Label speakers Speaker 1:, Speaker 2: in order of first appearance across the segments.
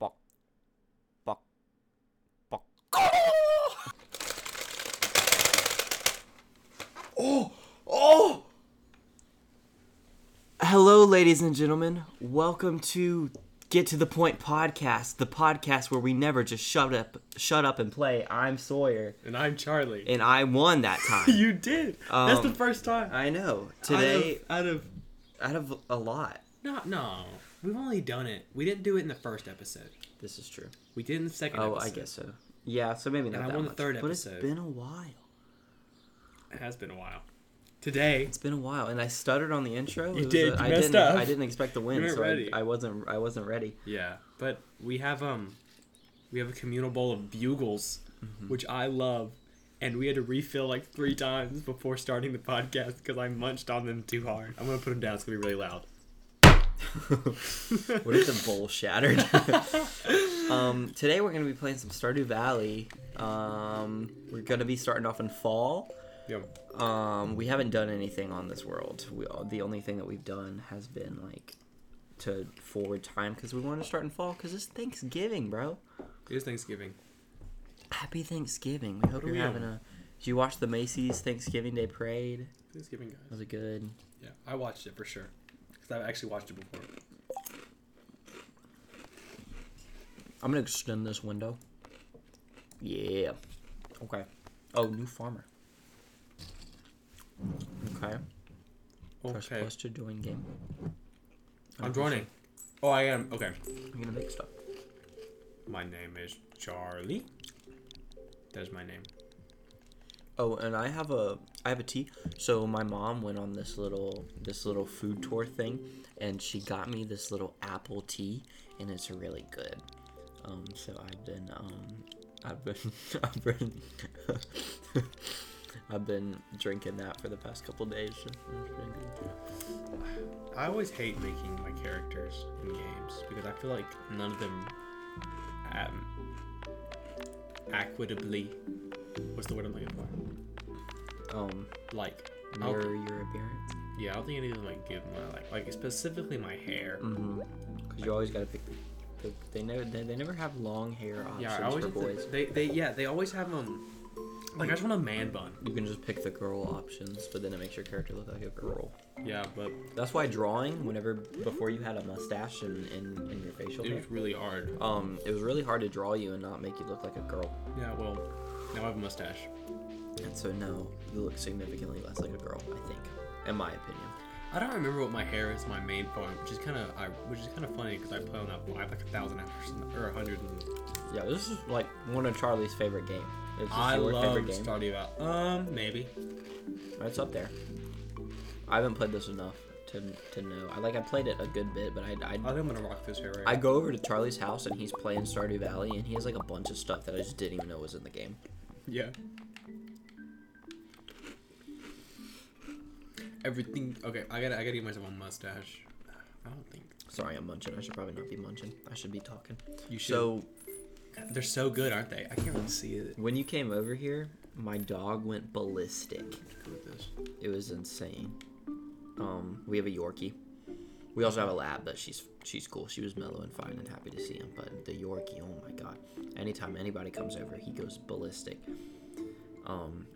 Speaker 1: Oh! ladies and gentlemen. Welcome to Get to the Point podcast, the podcast where we never just shut up, shut up and play. I'm Sawyer,
Speaker 2: And I'm Charlie.
Speaker 1: and I won that time.
Speaker 2: you did. That's
Speaker 1: Um,
Speaker 2: the first time.
Speaker 1: I know. Today,
Speaker 2: Out of, out of
Speaker 1: out of a lot,
Speaker 2: no, no, we've only done it. We didn't do it in the first episode.
Speaker 1: this is true.
Speaker 2: We did in the second.
Speaker 1: Oh, I
Speaker 2: episode.
Speaker 1: guess so. Yeah, so maybe not
Speaker 2: I
Speaker 1: that
Speaker 2: won the
Speaker 1: much.
Speaker 2: third
Speaker 1: but it's
Speaker 2: episode.
Speaker 1: been a while.
Speaker 2: it has been a while. Today,
Speaker 1: It's been a while, and I stuttered on the intro. It was
Speaker 2: did.
Speaker 1: a-
Speaker 2: You
Speaker 1: I
Speaker 2: messed
Speaker 1: didn't.
Speaker 2: up.
Speaker 1: I didn't expect the win,
Speaker 2: weren't
Speaker 1: so I,
Speaker 2: ready.
Speaker 1: I wasn't. I wasn't ready.
Speaker 2: yeah, but we have um, we have a communal bowl of bugles,
Speaker 1: Mm-hmm.
Speaker 2: which I love, and we had to refill like three times before starting the podcast because I munched on them too hard. I'm gonna put them down. It's gonna be really loud.
Speaker 1: What if the bowl shattered? um, today we're gonna be playing some Stardew Valley. Um, we're gonna be starting off in fall.
Speaker 2: Yeah.
Speaker 1: Um, we haven't done anything on this world. We, uh, the only thing that we've done has been like to forward time because we want to start in fall because it's Thanksgiving, bro.
Speaker 2: It is Thanksgiving.
Speaker 1: Happy Thanksgiving. We hope you're
Speaker 2: Yeah.
Speaker 1: having a. Did you watch the Macy's Thanksgiving Day Parade?
Speaker 2: Thanksgiving, guys.
Speaker 1: Was it good?
Speaker 2: Yeah, I watched it for sure because I've actually watched it before.
Speaker 1: I'm gonna extend this window. Yeah. Okay. Oh, new farmer. Okay. Press
Speaker 2: Okay.
Speaker 1: plus to join game.
Speaker 2: I'm joining. Oh, I am. Okay.
Speaker 1: I'm gonna make stuff.
Speaker 2: My name is Charlie. That's my name.
Speaker 1: Oh, and I have a I have a tea. So my mom went on this little this little food tour thing, and she got me this little apple tea, and it's really good. Um, so I've been um, I've been I've been I've been drinking that for the past couple days. so it's been good.
Speaker 2: I always hate making my characters in games because I feel like none of them um equitably what's the word I'm looking for?
Speaker 1: Um,
Speaker 2: Like I don't-
Speaker 1: mirror your appearance.
Speaker 2: yeah, I don't think any of them like give my like like specifically my hair.
Speaker 1: Mm. Cause you always gotta pick. The, the, they never they, they never have long hair options
Speaker 2: Yeah, I always
Speaker 1: for
Speaker 2: have to-
Speaker 1: boys.
Speaker 2: they they yeah, they always have um like I just want a man bun.
Speaker 1: You can just pick the girl options, but then it makes your character look like a girl.
Speaker 2: Yeah, but
Speaker 1: That's why drawing, whenever before you had a mustache and in, in your facial
Speaker 2: it
Speaker 1: hair,
Speaker 2: was really hard.
Speaker 1: um, it was really hard to draw you and not make you look like a girl.
Speaker 2: Yeah, well, now I have a mustache.
Speaker 1: And so now you look significantly less like a girl, I think, in my opinion.
Speaker 2: I don't remember what my hair is my main part, which is kind of which is kind of funny because I play on that I have like a thousand hours or a hundred. and-
Speaker 1: Yeah, this is like one of Charlie's favorite game. Is this
Speaker 2: I
Speaker 1: your
Speaker 2: love
Speaker 1: favorite game?
Speaker 2: Stardew Valley. Um, maybe.
Speaker 1: It's up there. I haven't played this enough to to know. I like I played it a good bit, but I I,
Speaker 2: I think I'm gonna rock this hair right.
Speaker 1: I go over to Charlie's house and he's playing Stardew Valley and he has like a bunch of stuff that I just didn't even know was in the game.
Speaker 2: yeah. Everything okay. I gotta I gotta get myself a mustache. I don't think
Speaker 1: Sorry, I'm munching. I should probably not be munching. I should be talking.
Speaker 2: you should.
Speaker 1: So
Speaker 2: they're so good, aren't they? I can't really see it
Speaker 1: when you came over here, my dog went ballistic.
Speaker 2: with this.
Speaker 1: It was insane. Um, we have a Yorkie. We also have a lab, but she's she's cool. She was mellow and fine and happy to see him. But the Yorkie, oh my god! Anytime anybody comes over, he goes ballistic. Um,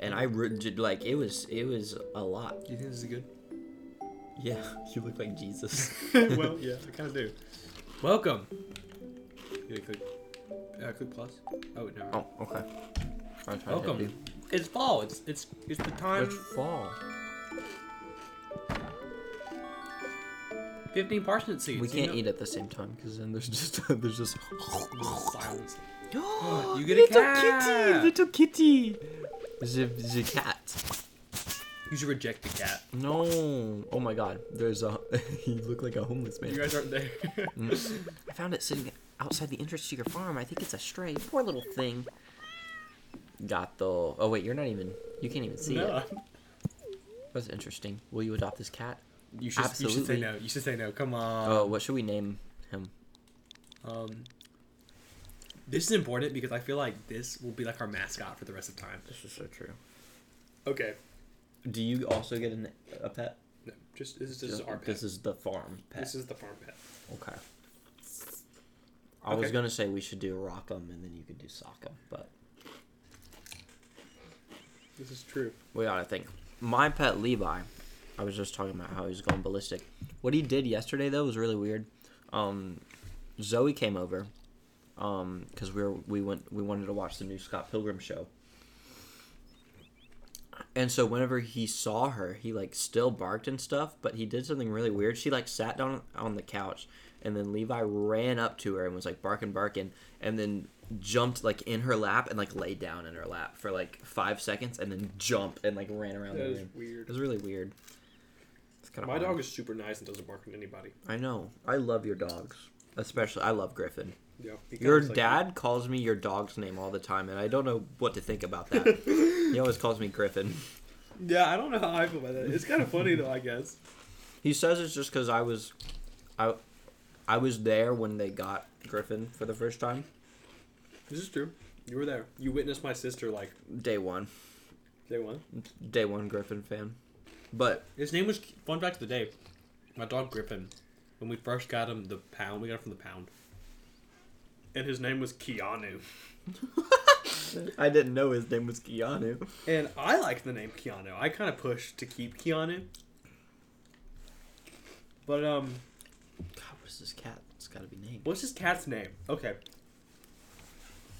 Speaker 1: and I re- j- like it was it was a lot.
Speaker 2: Do you think this is good?
Speaker 1: Yeah, you look like Jesus.
Speaker 2: well, yeah, I kind of do. Welcome. Yeah, click. Uh, click plus. Oh no.
Speaker 1: oh, okay. I tried to help
Speaker 2: Welcome.
Speaker 1: you.
Speaker 2: It's fall. It's it's it's the time.
Speaker 1: It's fall.
Speaker 2: Fifteen parsnip seeds.
Speaker 1: We
Speaker 2: you
Speaker 1: can't
Speaker 2: know-
Speaker 1: eat at the same time because then there's just there's just.
Speaker 2: Silence.
Speaker 1: you
Speaker 2: get a
Speaker 1: little
Speaker 2: cat.
Speaker 1: kitty, little kitty. The, the cat.
Speaker 2: You should reject the cat.
Speaker 1: No. Oh my God. There's a. he looked like a homeless
Speaker 2: You
Speaker 1: man.
Speaker 2: guys aren't there.
Speaker 1: I found it sitting outside the entrance to your farm. I think it's a stray. Poor little thing. Got the. Oh wait, you're not even. You can't even see
Speaker 2: no.
Speaker 1: it. That's interesting. Will you adopt this cat?
Speaker 2: You should, you should say
Speaker 1: Absolutely.
Speaker 2: no. You should say no. Come on.
Speaker 1: Oh, what should we name him?
Speaker 2: Um. This is important because I feel like this will be like our mascot for the rest of time.
Speaker 1: This is so true.
Speaker 2: Okay.
Speaker 1: Do you also get an, a pet?
Speaker 2: No. Just this is, this is our pet.
Speaker 1: This is the farm pet.
Speaker 2: This is the farm pet.
Speaker 1: Okay. I was
Speaker 2: Okay.
Speaker 1: gonna say we should do Rock'em and then you could do Sock'em, but
Speaker 2: This is true.
Speaker 1: we ought to think. My pet Levi I was just talking about how he was going ballistic. What he did yesterday though was really weird. Um, Zoe came over, um, because we were we went we wanted to watch the new Scott Pilgrim show. And so whenever he saw her, he like still barked and stuff, but he did something really weird. She like sat down on the couch and then Levi ran up to her and was like barking barking and then jumped like in her lap and like laid down in her lap for like 5 seconds and then jumped and like ran around
Speaker 2: That
Speaker 1: the
Speaker 2: is
Speaker 1: room. It
Speaker 2: weird.
Speaker 1: was really weird. It's kind of
Speaker 2: My dog is super nice and doesn't bark at anybody.
Speaker 1: I know. I love your dogs. Especially I love Griffin.
Speaker 2: Yeah. he
Speaker 1: Your
Speaker 2: comes, like-
Speaker 1: dad calls me your dog's name all the time and I don't know what to think about that. he always calls me Griffin.
Speaker 2: Yeah, I don't know how I feel about that. It's kind of funny though, I guess.
Speaker 1: He says it's just because I was, I, I was there when they got Griffin for the first time,
Speaker 2: This is true. You were there. You witnessed my sister like
Speaker 1: day one,
Speaker 2: day one.
Speaker 1: day one Griffin fan. But
Speaker 2: His name was fun fact of the day. My dog Griffin. When we first got him, the pound we got him from the pound. And his name was Keanu.
Speaker 1: I didn't know his name was Keanu.
Speaker 2: And I like the name Keanu. I kind of pushed to keep Keanu. But um,
Speaker 1: God, what's this cat? It's got to be named.
Speaker 2: what's his cat's name? Okay.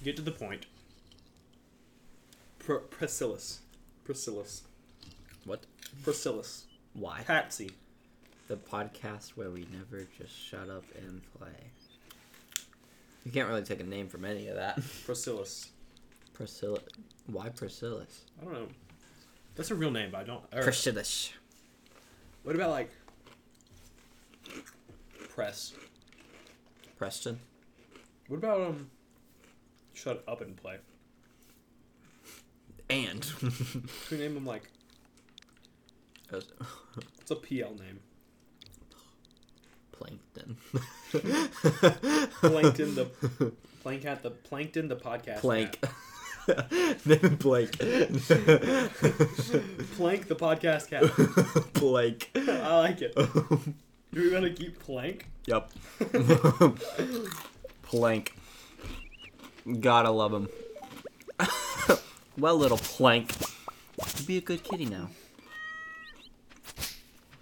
Speaker 2: Get to the point. Pr- Priscillus. Priscillus.
Speaker 1: What?
Speaker 2: Priscillus.
Speaker 1: Why?
Speaker 2: Patsy.
Speaker 1: The podcast where we never just shut up and play. You can't really take a name from any of that.
Speaker 2: Priscillus.
Speaker 1: Priscilla. Why Priscillus?
Speaker 2: I don't know. That's a real name, but I don't. or-
Speaker 1: Priscillus.
Speaker 2: what about like press?
Speaker 1: Preston.
Speaker 2: What about um? Shut up and play.
Speaker 1: And.
Speaker 2: Should we name him like it's a PL name?
Speaker 1: Plankton.
Speaker 2: Plankton the plank at the plankton the podcast
Speaker 1: Plank.
Speaker 2: cat.
Speaker 1: Name him Plank.
Speaker 2: plank the podcast cat.
Speaker 1: Plank.
Speaker 2: I like it. Do we want to keep plank?
Speaker 1: yep. Plank. Gotta love him. well, little Plank. You'd be a good kitty now.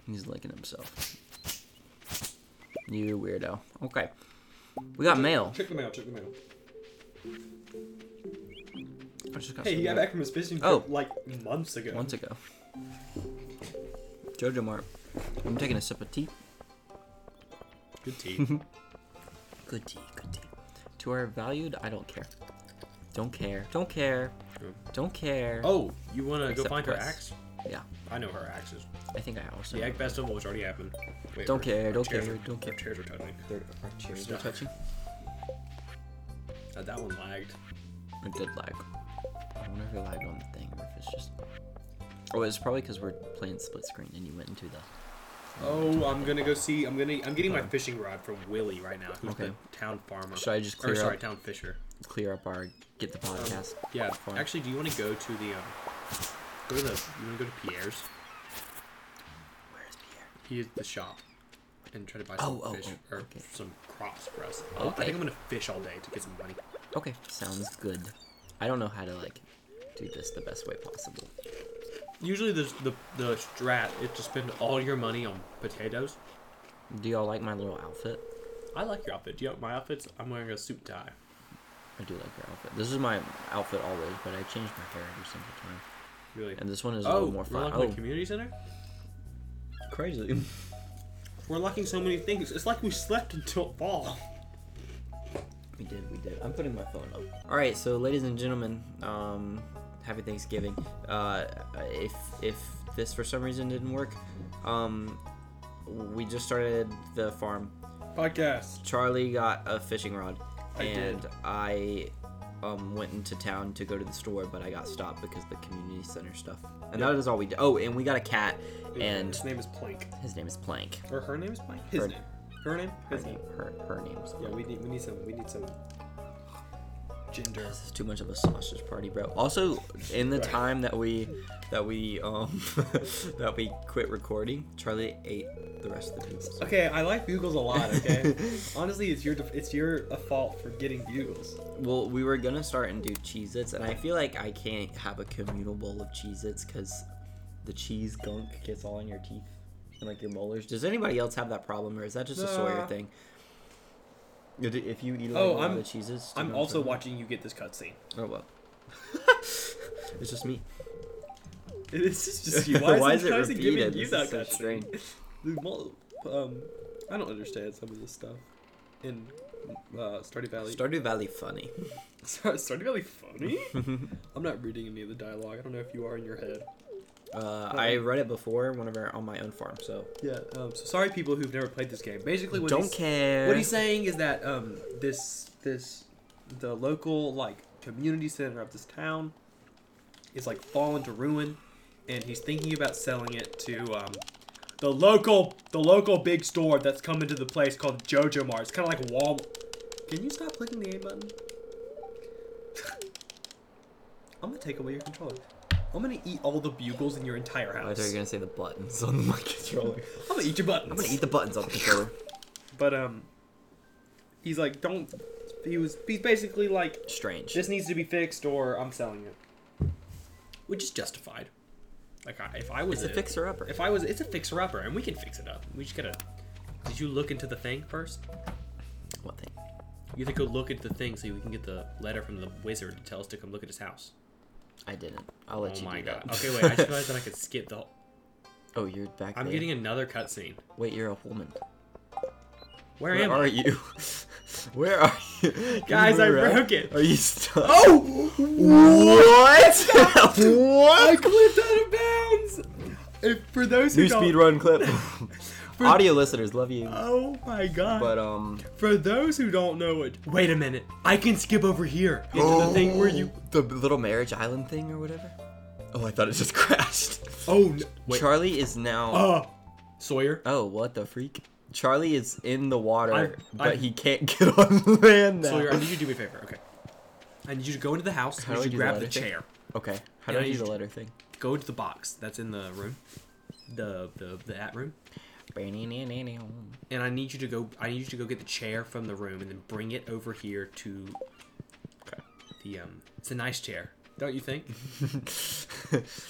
Speaker 1: He's licking himself. You weirdo. Okay. We got mail.
Speaker 2: Check the mail. Check the mail.
Speaker 1: I just got
Speaker 2: Hey,
Speaker 1: some
Speaker 2: he got
Speaker 1: mail.
Speaker 2: back from his fishing trip
Speaker 1: Oh.
Speaker 2: like months ago.
Speaker 1: months ago. Jojo Mart. I'm taking a sip of tea.
Speaker 2: Good tea.
Speaker 1: Good tea, good tea. To our valued, I don't care. Don't care. Don't care.
Speaker 2: Good.
Speaker 1: Don't care.
Speaker 2: oh, you want to go
Speaker 1: Except
Speaker 2: find her
Speaker 1: press.
Speaker 2: axe?
Speaker 1: Yeah,
Speaker 2: I know her axes.
Speaker 1: I think I also.
Speaker 2: The egg festival which already happened. Wait,
Speaker 1: Don't
Speaker 2: our-
Speaker 1: care,
Speaker 2: our
Speaker 1: don't
Speaker 2: chairs
Speaker 1: care,
Speaker 2: are-
Speaker 1: don't care.
Speaker 2: Our chairs are touching.
Speaker 1: There are chairs
Speaker 2: Stuck.
Speaker 1: touching.
Speaker 2: Uh, that one lagged.
Speaker 1: A good lag. I wonder if it lagged on the thing or if it's just. Oh, it's probably because we're playing split screen and you went into the.
Speaker 2: Oh, I'm gonna go see. I'm gonna. I'm getting my
Speaker 1: Okay.
Speaker 2: fishing rod from Willie right now, who's
Speaker 1: Okay.
Speaker 2: the town farmer.
Speaker 1: Should I just
Speaker 2: or
Speaker 1: clear
Speaker 2: sorry,
Speaker 1: up?
Speaker 2: town fisher.
Speaker 1: Clear up our. Get the podcast.
Speaker 2: Yeah.
Speaker 1: far.
Speaker 2: Actually, do you want to go to the? Um, go to the. You want to go to Pierre's?
Speaker 1: Where is Pierre?
Speaker 2: He is the shop, and try to buy some
Speaker 1: Oh, oh,
Speaker 2: fish
Speaker 1: oh,
Speaker 2: or
Speaker 1: okay.
Speaker 2: some crops for us. I
Speaker 1: Okay.
Speaker 2: think I'm gonna fish all day to get some money.
Speaker 1: Okay, sounds good. I don't know how to, like, do this the best way possible.
Speaker 2: Usually, the the the strat is to spend all your money on potatoes.
Speaker 1: Do y'all like my little outfit?
Speaker 2: I like your outfit. Do you know my outfits? I'm wearing a suit tie.
Speaker 1: I do like your outfit. This is my outfit always, but I change my hair every single time.
Speaker 2: Really.
Speaker 1: And this one is a
Speaker 2: oh,
Speaker 1: little more
Speaker 2: we're
Speaker 1: fun.
Speaker 2: locking
Speaker 1: Oh,
Speaker 2: the community center.
Speaker 1: crazy.
Speaker 2: We're locking so many things. It's like we slept until fall.
Speaker 1: We did, we did. I'm putting my phone up. All right, so ladies and gentlemen, um, happy Thanksgiving. Uh, if if this for some reason didn't work, um, we just started the farm.
Speaker 2: Podcast.
Speaker 1: Charlie got a fishing rod,
Speaker 2: I did.
Speaker 1: and I um, went into town to go to the store, but I got stopped because the community center stuff. And that is all we did. Oh, and we got a cat, and
Speaker 2: his name is Plank.
Speaker 1: his name is Plank.
Speaker 2: Or her name is Plank. His
Speaker 1: Her-
Speaker 2: name. Her name.
Speaker 1: Her
Speaker 2: His
Speaker 1: name,
Speaker 2: name.
Speaker 1: her, her name's
Speaker 2: Yeah, we need we need some we need some gender.
Speaker 1: This is too much of a sausage party, bro. Also, in the
Speaker 2: Right.
Speaker 1: time that we that we um that we quit recording, Charlie ate the rest of the pizzas.
Speaker 2: Okay, I like bugles a lot. Okay, honestly, it's your def- it's your uh, fault for getting bugles.
Speaker 1: Well, we were gonna start and do Cheez Its, and I feel like I can't have a communal bowl of Cheez Its because the cheese gunk gets all in your teeth and like your molars. Does anybody else have that problem, or is that just a Sawyer
Speaker 2: Nah.
Speaker 1: thing? If if you eat like,
Speaker 2: Uh. Oh,
Speaker 1: a lot
Speaker 2: I'm-
Speaker 1: of the cheeses, do you
Speaker 2: I'm
Speaker 1: know what
Speaker 2: also
Speaker 1: talking
Speaker 2: watching you get this cutscene.
Speaker 1: about? Oh well, it's just me.
Speaker 2: This is just you. Why, is, it, why is it giving you
Speaker 1: This
Speaker 2: that
Speaker 1: is so
Speaker 2: cutscene?
Speaker 1: strange.
Speaker 2: Dude, mul- Um, I don't understand some of this stuff in uh, Stardew Valley.
Speaker 1: Stardew Valley funny.
Speaker 2: Star- Stardew Valley funny? I'm not reading any of the dialogue. I don't know if you are in your head.
Speaker 1: Uh, I read it before whenever on my own farm, so
Speaker 2: Yeah. Um, so sorry, people who've never played this game. Basically, what
Speaker 1: don't
Speaker 2: he's,
Speaker 1: care.
Speaker 2: What he's saying is that um, this this the local like community center of this town is like fallen to ruin, and he's thinking about selling it to um, the local the local big store that's come into the place called JoJo Mart. It's kind of like Wal. Can you stop clicking the A button? I'm gonna take away your controller. I'm gonna eat all the bugles in your entire
Speaker 1: I thought
Speaker 2: house.
Speaker 1: you were gonna say the buttons on my controller.
Speaker 2: I'm gonna eat your buttons.
Speaker 1: I'm gonna eat the buttons on the controller.
Speaker 2: But um, he's like, don't. He was. He's basically like,
Speaker 1: Strange.
Speaker 2: this needs to be fixed, or I'm selling it. Which is justified. Like, I, if I was
Speaker 1: it's a
Speaker 2: it-
Speaker 1: fixer upper.
Speaker 2: If I was, it's a fixer upper, and we can fix it up. We just gotta. Did you look into the thing first?
Speaker 1: What thing?
Speaker 2: You have to go look into the thing so we can get the letter from the wizard to tell us to come look at his house.
Speaker 1: I didn't. I'll let
Speaker 2: Oh
Speaker 1: you.
Speaker 2: my
Speaker 1: do
Speaker 2: god.
Speaker 1: That.
Speaker 2: Okay, wait. I just realized that I could skip the. Whole...
Speaker 1: oh, you're back.
Speaker 2: I'm
Speaker 1: there.
Speaker 2: getting another cutscene.
Speaker 1: Wait, you're a woman.
Speaker 2: Where,
Speaker 1: Where
Speaker 2: am
Speaker 1: are
Speaker 2: I?
Speaker 1: you? Where are you? Can
Speaker 2: Guys,
Speaker 1: you
Speaker 2: I
Speaker 1: move around?
Speaker 2: broke it.
Speaker 1: Are you stuck?
Speaker 2: Oh!
Speaker 1: What?
Speaker 2: I
Speaker 1: what?
Speaker 2: clipped out of bounds. If, for those who
Speaker 1: New
Speaker 2: don't,
Speaker 1: speedrun clip.
Speaker 2: For-
Speaker 1: Audio listeners love you,
Speaker 2: Oh my god!
Speaker 1: but um.
Speaker 2: for those who don't know it, wait a minute. I can skip over here into the thing where you.
Speaker 1: Oh, the little marriage island thing or whatever. Oh, I thought it just crashed.
Speaker 2: Oh no, wait.
Speaker 1: Charlie is now.
Speaker 2: uh, Sawyer.
Speaker 1: Oh, what the freak! Charlie is in the water,
Speaker 2: I've-
Speaker 1: but
Speaker 2: I've-
Speaker 1: he can't get on land now.
Speaker 2: Sawyer, I need you to do me a favor. Okay. I need you to go into the house.
Speaker 1: How
Speaker 2: I
Speaker 1: do I
Speaker 2: need
Speaker 1: do
Speaker 2: you to grab
Speaker 1: that?
Speaker 2: the
Speaker 1: I think-
Speaker 2: chair.
Speaker 1: Okay, how
Speaker 2: Yeah,
Speaker 1: do I
Speaker 2: you
Speaker 1: do the
Speaker 2: should-
Speaker 1: letter thing?
Speaker 2: Go to the box that's in the room, the the the at room, and I need you to go. I need you to go get the chair from the room and then bring it over here to.
Speaker 1: Okay.
Speaker 2: The um, it's a nice chair, don't you think?
Speaker 1: it's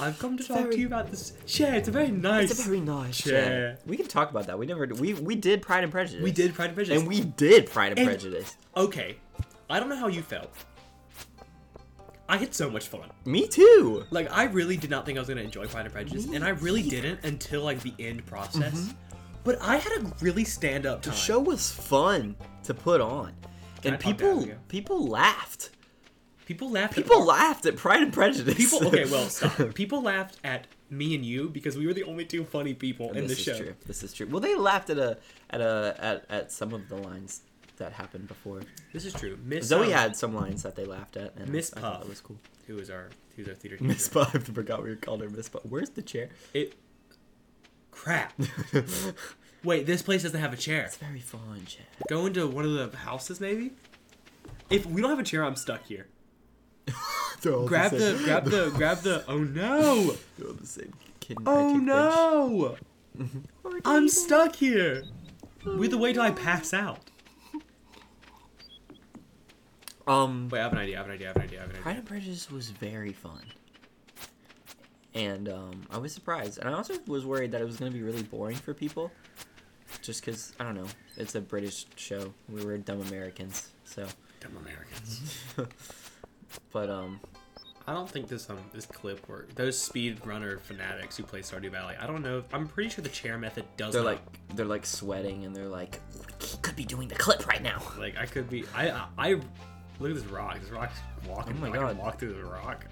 Speaker 2: I've come to
Speaker 1: It's
Speaker 2: talk
Speaker 1: very-
Speaker 2: to you about this chair. It's a very nice.
Speaker 1: a very nice
Speaker 2: Sure.
Speaker 1: chair. We can talk about that. We never we we did Pride and Prejudice.
Speaker 2: we did Pride and Prejudice.
Speaker 1: and we did Pride and,
Speaker 2: And-
Speaker 1: Prejudice.
Speaker 2: Okay, I don't know how you felt. I had so much fun.
Speaker 1: Me too.
Speaker 2: Like I really did not think I was gonna enjoy Pride and Prejudice, and I really didn't until like the end process. But I had a really stand up time.
Speaker 1: The Mm-hmm. show was fun to put on,
Speaker 2: I
Speaker 1: and
Speaker 2: talk
Speaker 1: people
Speaker 2: down to you?
Speaker 1: people laughed.
Speaker 2: people laughed.
Speaker 1: People
Speaker 2: At-
Speaker 1: laughed at Pride and Prejudice.
Speaker 2: people. Okay, well, stop. People laughed at me and you because we were the only two funny people in the
Speaker 1: this
Speaker 2: show.
Speaker 1: is true. This is true. Well, they laughed at a at a at, at some of the lines that happened before.
Speaker 2: This is true. Miss
Speaker 1: Zoe
Speaker 2: um,
Speaker 1: had some lines that they laughed at, and
Speaker 2: Miss
Speaker 1: I thought
Speaker 2: Puff.
Speaker 1: that was cool.
Speaker 2: who is our who's our theater teacher.
Speaker 1: Miss Puff. I forgot we called her Miss Puff. Where's the chair?
Speaker 2: It crap.
Speaker 1: it's
Speaker 2: Wait, this place doesn't have a chair.
Speaker 1: very fun, chair.
Speaker 2: Go into one of the houses, maybe. If we don't have a chair, I'm stuck here. Grab the, grab the, grab the. Oh no!
Speaker 1: They're all the same. Can I
Speaker 2: Oh
Speaker 1: take Oh,
Speaker 2: no!
Speaker 1: Bench?
Speaker 2: I'm stuck here. We're the way till I pass out.
Speaker 1: Um,
Speaker 2: Wait, I have an idea. I have an idea. I have an idea. I have an
Speaker 1: Pride
Speaker 2: idea.
Speaker 1: and Prejudice was very fun, and um, I was surprised, and I also was worried that it was gonna be really boring for people, just because I don't know, it's a British show. We were dumb Americans, so.
Speaker 2: Dumb Americans.
Speaker 1: But um,
Speaker 2: I don't think this um this clip work. Those speedrunner fanatics who play Stardew Valley. I don't know. I'm pretty sure the chair method does.
Speaker 1: they're
Speaker 2: not-
Speaker 1: like they're like sweating, and they're like, he could be doing the clip right now.
Speaker 2: like I could be. I I, I look at this rock. This rock's walking.
Speaker 1: Oh my
Speaker 2: I can
Speaker 1: God.
Speaker 2: Walk through the rock.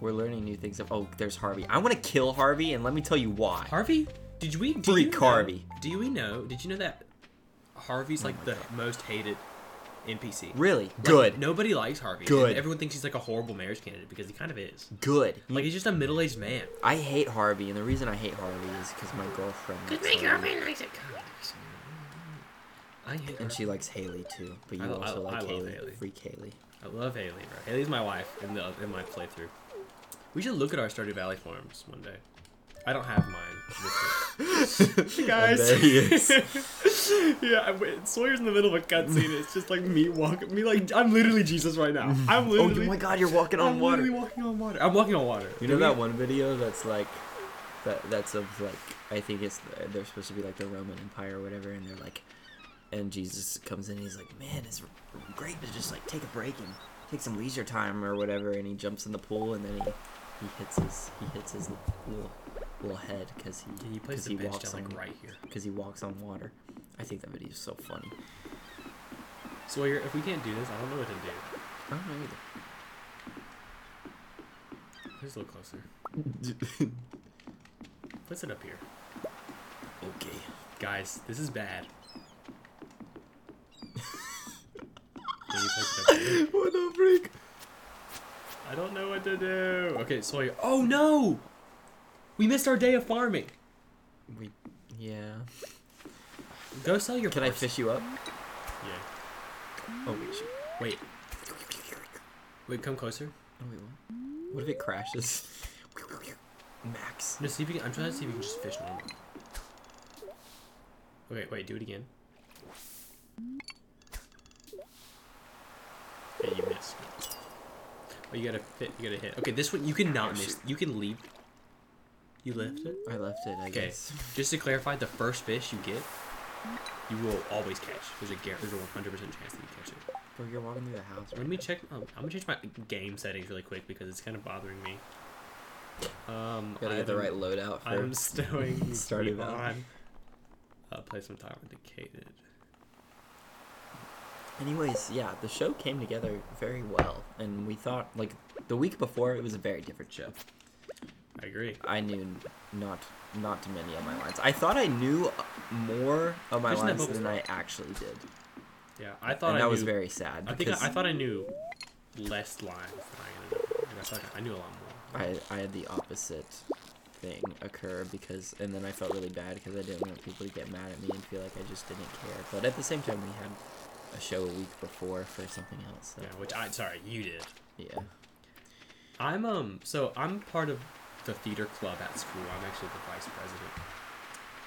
Speaker 1: We're learning new things. Of, oh, there's Harvey. I want to kill Harvey, and let me tell you why.
Speaker 2: Harvey, did we do
Speaker 1: Freak
Speaker 2: you know-
Speaker 1: Harvey. Oh
Speaker 2: Do we know? Did you know that Harvey's like the most hated NPC?
Speaker 1: really
Speaker 2: Like,
Speaker 1: good,
Speaker 2: Nobody likes Harvey. and
Speaker 1: Good.
Speaker 2: everyone thinks he's like a horrible marriage candidate because he kind of is.
Speaker 1: good.
Speaker 2: Like he's just a middle-aged man.
Speaker 1: I hate Harvey, and the reason I hate Harvey is because my girlfriend. likes Harvey.
Speaker 2: likes it. I hate
Speaker 1: And
Speaker 2: Harvey.
Speaker 1: she likes Haley too, but you
Speaker 2: I lo-
Speaker 1: also
Speaker 2: I- I
Speaker 1: like
Speaker 2: love
Speaker 1: Haley.
Speaker 2: Haley.
Speaker 1: Freak Haley.
Speaker 2: I love Haley, bro. Haley's my wife in the in my playthrough. We should look at our Stardew Valley forums one day. I don't have mine. with me.
Speaker 1: Guys. there he is.
Speaker 2: yeah, I, wait, Sawyer's in the middle of a cutscene. It's just like me walking, me like I'm literally Jesus right now. I'm
Speaker 1: oh my God, you're walking on water.
Speaker 2: walking on water. I'm walking on water.
Speaker 1: You know that one video that's like, That that's of like I think it's the, they're supposed to be like the Roman Empire or whatever, and they're like, and Jesus comes in and he's like, man, it's great to just like take a break and take some leisure time or whatever, and he jumps in the pool and then he he hits his he hits his little little head because he
Speaker 2: And he plays
Speaker 1: 'cause
Speaker 2: the bench
Speaker 1: walks
Speaker 2: down
Speaker 1: on
Speaker 2: like right here.
Speaker 1: because he walks on water. I think that video is so funny.
Speaker 2: So here, if we can't do this, I don't know what to do.
Speaker 1: I don't know either.
Speaker 2: Just a little closer. Let's sit up here,
Speaker 1: Okay.
Speaker 2: guys. This is bad. Can you place it up here?
Speaker 1: What the freak?
Speaker 2: I don't know what to do. Okay, Sawyer. Oh no! We missed our day of farming.
Speaker 1: We, yeah.
Speaker 2: Go sell your.
Speaker 1: Can I
Speaker 2: horse.
Speaker 1: fish you up?
Speaker 2: Yeah.
Speaker 1: Oh wait. shit.
Speaker 2: Wait. Wait. Come closer.
Speaker 1: Oh wait. What? What if it crashes? Max.
Speaker 2: No, see if you can, I'm trying to see if you can just fish normal. Okay, wait. Do it again. Yeah, you missed. Oh, you gotta fit. You gotta hit. Okay, this one you cannot miss. You can leap. You lift it.
Speaker 1: I left it. I
Speaker 2: Okay,
Speaker 1: guess.
Speaker 2: just to clarify, the first fish you get, you will always catch. There's a gar- there's a 100 percent chance that you catch it.
Speaker 1: Bro, you're walking through the house.
Speaker 2: Let me check. Um, I'm gonna change my game settings really quick because it's kind of bothering me. Um,
Speaker 1: Gotta get the right loadout for.
Speaker 2: I'm stowing
Speaker 1: Stardew
Speaker 2: Stardew
Speaker 1: Valley.
Speaker 2: on. Uh, play some time indicated.
Speaker 1: Anyways, yeah, the show came together very well, and we thought like the week before it was a very different show.
Speaker 2: I agree.
Speaker 1: I knew not not too many of my lines. I thought I knew uh, more of my
Speaker 2: Isn't that
Speaker 1: lines
Speaker 2: Bubba's
Speaker 1: than I actually did,
Speaker 2: Yeah, I thought
Speaker 1: and
Speaker 2: I
Speaker 1: that
Speaker 2: knew,
Speaker 1: was very sad
Speaker 2: I think
Speaker 1: because
Speaker 2: I, I thought I knew less lines than I ended up. And I thought I knew a lot more.
Speaker 1: I, I had the opposite thing occur because and then I felt really bad because I didn't want people to get mad at me and feel like I just didn't care. But at the same time, we had a show a week before for something else. So,
Speaker 2: Yeah, which I sorry you did.
Speaker 1: yeah.
Speaker 2: I'm um so I'm part of the theater club at school. I'm actually the vice president.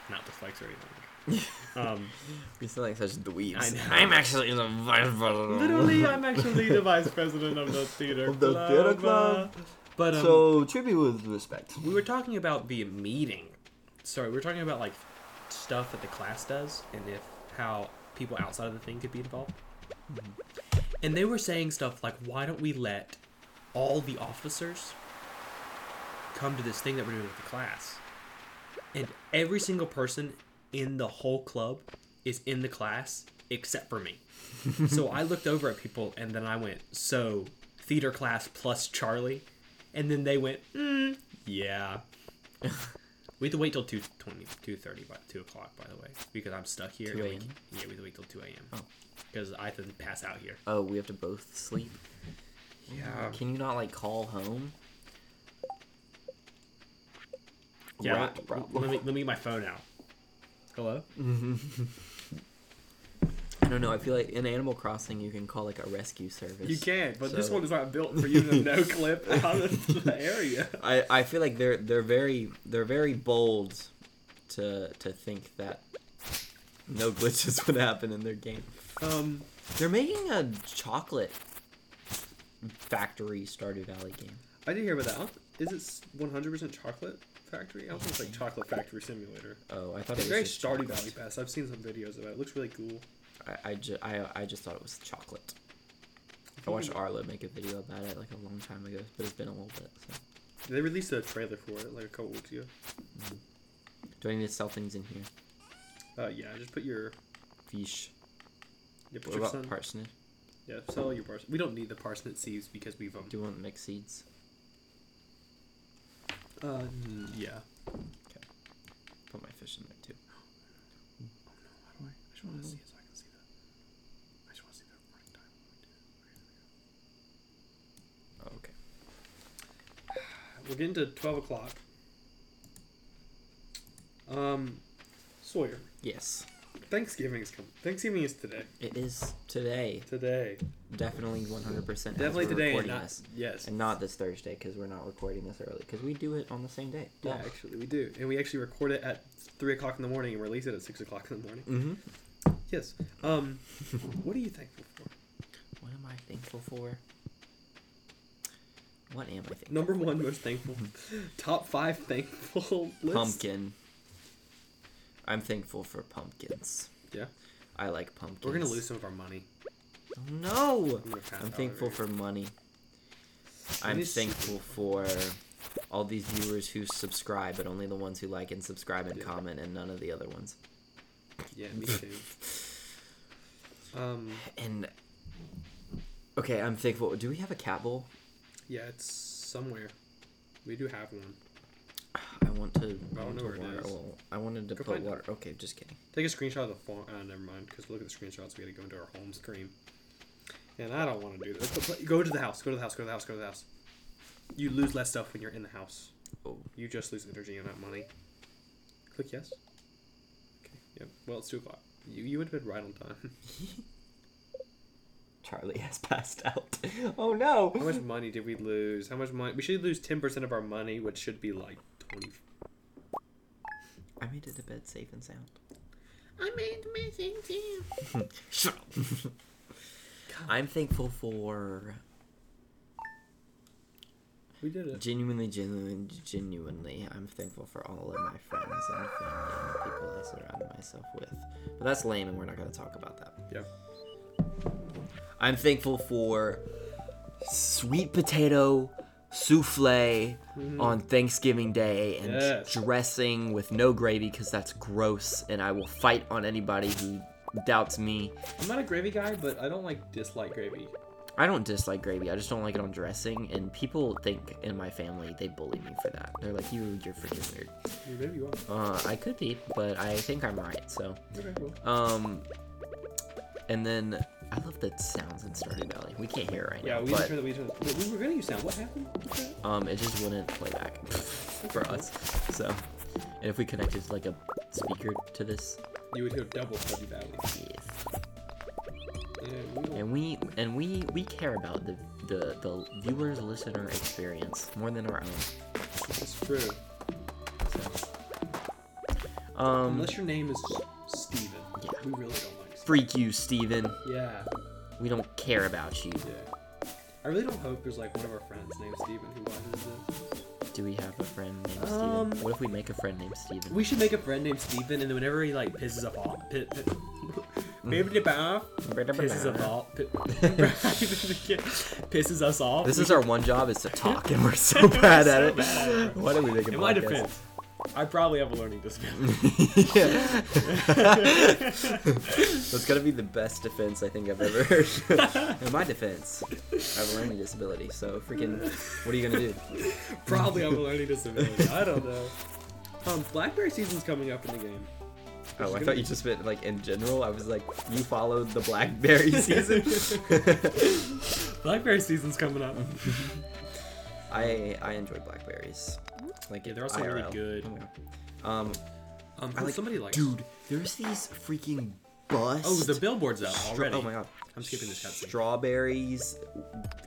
Speaker 2: Not to flex or anything. um,
Speaker 1: We sound like such dweebs.
Speaker 2: I know.
Speaker 1: I'm actually the vice president.
Speaker 2: literally, I'm actually the vice president of the theater
Speaker 1: Of the theater club.
Speaker 2: uh, But um,
Speaker 1: so treat me with respect.
Speaker 2: we were talking about the meeting. Sorry, we were talking about like stuff that the class does and if how people outside of the thing could be involved. And they were saying stuff like, "Why don't we let all the officers come to this thing that we're doing with the class?" And every single person in the whole club is in the class except for me. so I looked over at people and then I went, "So theater class plus Charlie," and then they went, mm, "Yeah." we have to wait till 2 2.30 by 2 o'clock by the way because i'm stuck here
Speaker 1: 2
Speaker 2: and we-
Speaker 1: a.m.?
Speaker 2: yeah we have to wait till 2 a.m
Speaker 1: Oh.
Speaker 2: because i have to pass out here
Speaker 1: Oh, we have to both sleep.
Speaker 2: yeah
Speaker 1: Can you not like call home?
Speaker 2: yeah
Speaker 1: Rat
Speaker 2: let-
Speaker 1: problem.
Speaker 2: let me let me get my phone out hello
Speaker 1: I don't know. I feel like in Animal Crossing, you can call like a rescue service.
Speaker 2: can
Speaker 1: but this So- one
Speaker 2: is not built for you to no clip out of the area
Speaker 1: I, I feel like they're they're very they're very bold to to think that no glitches would happen in their game.
Speaker 2: um
Speaker 1: They're making a chocolate factory Stardew Valley game.
Speaker 2: i did hear about that I don't- is it 100% chocolate factory i don't think it's like chocolate factory simulator
Speaker 1: Oh, I thought
Speaker 2: it's
Speaker 1: it
Speaker 2: very
Speaker 1: was just
Speaker 2: Stardew
Speaker 1: chocolate.
Speaker 2: Valley Pass. I've seen some videos of it. It looks really cool.
Speaker 1: I I, ju- I I just thought it was chocolate. I
Speaker 2: Hmm.
Speaker 1: watched Arlo make a video about it like a long time ago, but it's been a little bit. So.
Speaker 2: They released a trailer for it like a couple weeks ago.
Speaker 1: Do I need to sell things in here?
Speaker 2: Uh, yeah, just put your
Speaker 1: Fish.
Speaker 2: Yeah, put
Speaker 1: What
Speaker 2: your
Speaker 1: about
Speaker 2: son-
Speaker 1: parsnip?
Speaker 2: yeah, sell all your parsnip. We don't need the parsnip seeds because we've um.
Speaker 1: Do you want mixed seeds?
Speaker 2: Uh, n- yeah.
Speaker 1: Put my fish in there too.
Speaker 2: How do I? I just want to see it so I can see the. I just want to see the running time.
Speaker 1: Oh, okay.
Speaker 2: We're getting to twelve o'clock. Um, Sawyer,
Speaker 1: Yes,
Speaker 2: Thanksgiving is coming. Thanksgiving is today.
Speaker 1: it is today.
Speaker 2: Today,
Speaker 1: Definitely 100%.
Speaker 2: definitely
Speaker 1: as we're
Speaker 2: today, and
Speaker 1: recording
Speaker 2: not
Speaker 1: this.
Speaker 2: yes.
Speaker 1: And not this Thursday because we're not recording this early because we do it on the same day.
Speaker 2: yeah, actually, we do, and we actually record it at three o'clock in the morning and release it at six o'clock in the morning.
Speaker 1: Mm-hmm.
Speaker 2: Yes. Um, what are you thankful for?
Speaker 1: What am I thankful for? What am I thinking?
Speaker 2: Number one most thankful. Top five thankful list.
Speaker 1: Pumpkin. I'm thankful for pumpkins.
Speaker 2: Yeah.
Speaker 1: I like pumpkins. Oh,
Speaker 2: We're gonna lose some of our money.
Speaker 1: No.
Speaker 2: I'm gonna pass
Speaker 1: I'm
Speaker 2: out
Speaker 1: thankful
Speaker 2: over
Speaker 1: for money. I'm
Speaker 2: Money's
Speaker 1: thankful for all these viewers who subscribe, but only the ones who like and subscribe and
Speaker 2: Yeah.
Speaker 1: comment, and none of the other ones.
Speaker 2: Yeah, me too. Um,
Speaker 1: And okay, I'm thankful. Do we have a cat bowl?
Speaker 2: yeah, it's somewhere. We do have one.
Speaker 1: I want to. I
Speaker 2: don't
Speaker 1: want
Speaker 2: know
Speaker 1: to
Speaker 2: where it
Speaker 1: water.
Speaker 2: is.
Speaker 1: well, I wanted to
Speaker 2: Go
Speaker 1: put
Speaker 2: find it.
Speaker 1: water. Okay, just kidding.
Speaker 2: Take a screenshot of the phone. Uh, never mind, because look at the screenshots. We gotta go into our home screen. And I don't want to do this. But- but Go to the house. Go to the house. Go to the house. Go to the house. You lose less stuff when you're in the house.
Speaker 1: Oh,
Speaker 2: You just lose energy and not money. Click yes. Okay. Yep. Well, it's two o'clock. You you would have been right on time.
Speaker 1: Charlie has passed out. Oh no.
Speaker 2: How much money did we lose? How much money? We should lose ten percent of our money, which should be like twenty.
Speaker 1: I made it to bed safe and sound.
Speaker 2: I made my thing too.
Speaker 1: Shut up. I'm thankful for
Speaker 2: We did it.
Speaker 1: genuinely, genuinely, genuinely. I'm thankful for all of my friends and family and the people I surround myself with. But that's lame, and we're not going to talk about that.
Speaker 2: Yeah.
Speaker 1: I'm thankful for sweet potato souffle on Thanksgiving Day and
Speaker 2: Mm-hmm. Yes.
Speaker 1: dressing with no gravy because that's gross, and I will fight on anybody who doubts me.
Speaker 2: I'm not a gravy guy, but I don't like dislike gravy.
Speaker 1: I don't dislike gravy. I just don't like it on dressing, and people think in my family they bully me for that. They're like, "You, you're freaking weird."
Speaker 2: You maybe you are.
Speaker 1: Uh, I could be, but I think I'm right. So,
Speaker 2: Okay, cool.
Speaker 1: um, and then I love the sounds in Stardew Valley. We can't hear it right
Speaker 2: Yeah,
Speaker 1: now,
Speaker 2: we
Speaker 1: but
Speaker 2: just heard that we just. Wait, we were gonna use sound. What happened? What's that?
Speaker 1: um, it just wouldn't play back for us. So, and if we connected like a speaker to this,
Speaker 2: You would hear double Stardew Valley.
Speaker 1: yes.
Speaker 2: Yeah, we don't-
Speaker 1: and we and we we care about the the the viewers listener experience more than our own.
Speaker 2: It's true.
Speaker 1: Um,
Speaker 2: Unless your name is Steven.
Speaker 1: Yeah.
Speaker 2: We really don't like Steven.
Speaker 1: freak you, Steven.
Speaker 2: Yeah.
Speaker 1: We don't care about you.
Speaker 2: Yeah. I really don't hope there's like one of our friends named Steven who watches this.
Speaker 1: Do we have a friend named Steven?
Speaker 2: Um,
Speaker 1: what if we make a friend named Steven?
Speaker 2: We should make a friend named Steven, and then whenever he like pisses us off, pi pi-
Speaker 1: Mm.
Speaker 2: Baby Bow pisses us off, pi- pisses us off.
Speaker 1: This is our one job is to talk, and we're so bad at it.
Speaker 2: bad at it.
Speaker 1: Why do we make a
Speaker 2: in my
Speaker 1: podcast?
Speaker 2: defense. I probably have a learning disability.
Speaker 1: Yeah. That's gotta be the best defense I think I've ever heard. in my defense, I have a learning disability, so freaking, what are you gonna do?
Speaker 2: probably have a learning disability. I don't know. Um, Blackberry season's coming up in the game.
Speaker 1: Oh, I
Speaker 2: gonna
Speaker 1: thought
Speaker 2: be-
Speaker 1: you just meant like in general. I was like, you followed the BlackBerry season.
Speaker 2: Blackberry season's coming up.
Speaker 1: I I enjoy blackberries. Like
Speaker 2: Yeah, they're also really
Speaker 1: IRL.
Speaker 2: good.
Speaker 1: Okay. Um,
Speaker 2: Um,
Speaker 1: I
Speaker 2: who
Speaker 1: like,
Speaker 2: somebody likes.
Speaker 1: dude. There's these freaking bust.
Speaker 2: Oh, the billboard's up
Speaker 1: stra-
Speaker 2: already.
Speaker 1: Oh my god.
Speaker 2: I'm skipping this cutscene.
Speaker 1: Strawberries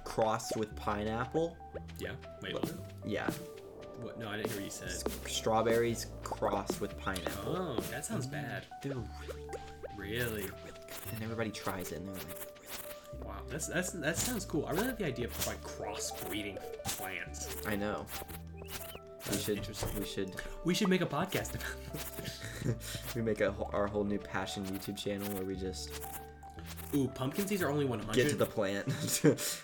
Speaker 1: crossed with pineapple.
Speaker 2: Yeah. Wait. What?
Speaker 1: Yeah,
Speaker 2: what? No, I didn't hear what you said.
Speaker 1: strawberries crossed with pineapple.
Speaker 2: Oh, that sounds bad.
Speaker 1: They're really good.
Speaker 2: Really?
Speaker 1: And everybody tries it, and they're like,
Speaker 2: Wow. That's that's that sounds cool. I really like the idea of like crossbreeding plants.
Speaker 1: I know. We
Speaker 2: That's
Speaker 1: should.
Speaker 2: interesting.
Speaker 1: We should.
Speaker 2: We should make a podcast about.
Speaker 1: we make a, whole- our whole new passion YouTube channel where we just
Speaker 2: This. Ooh, pumpkin seeds are only 100.
Speaker 1: get to the plant.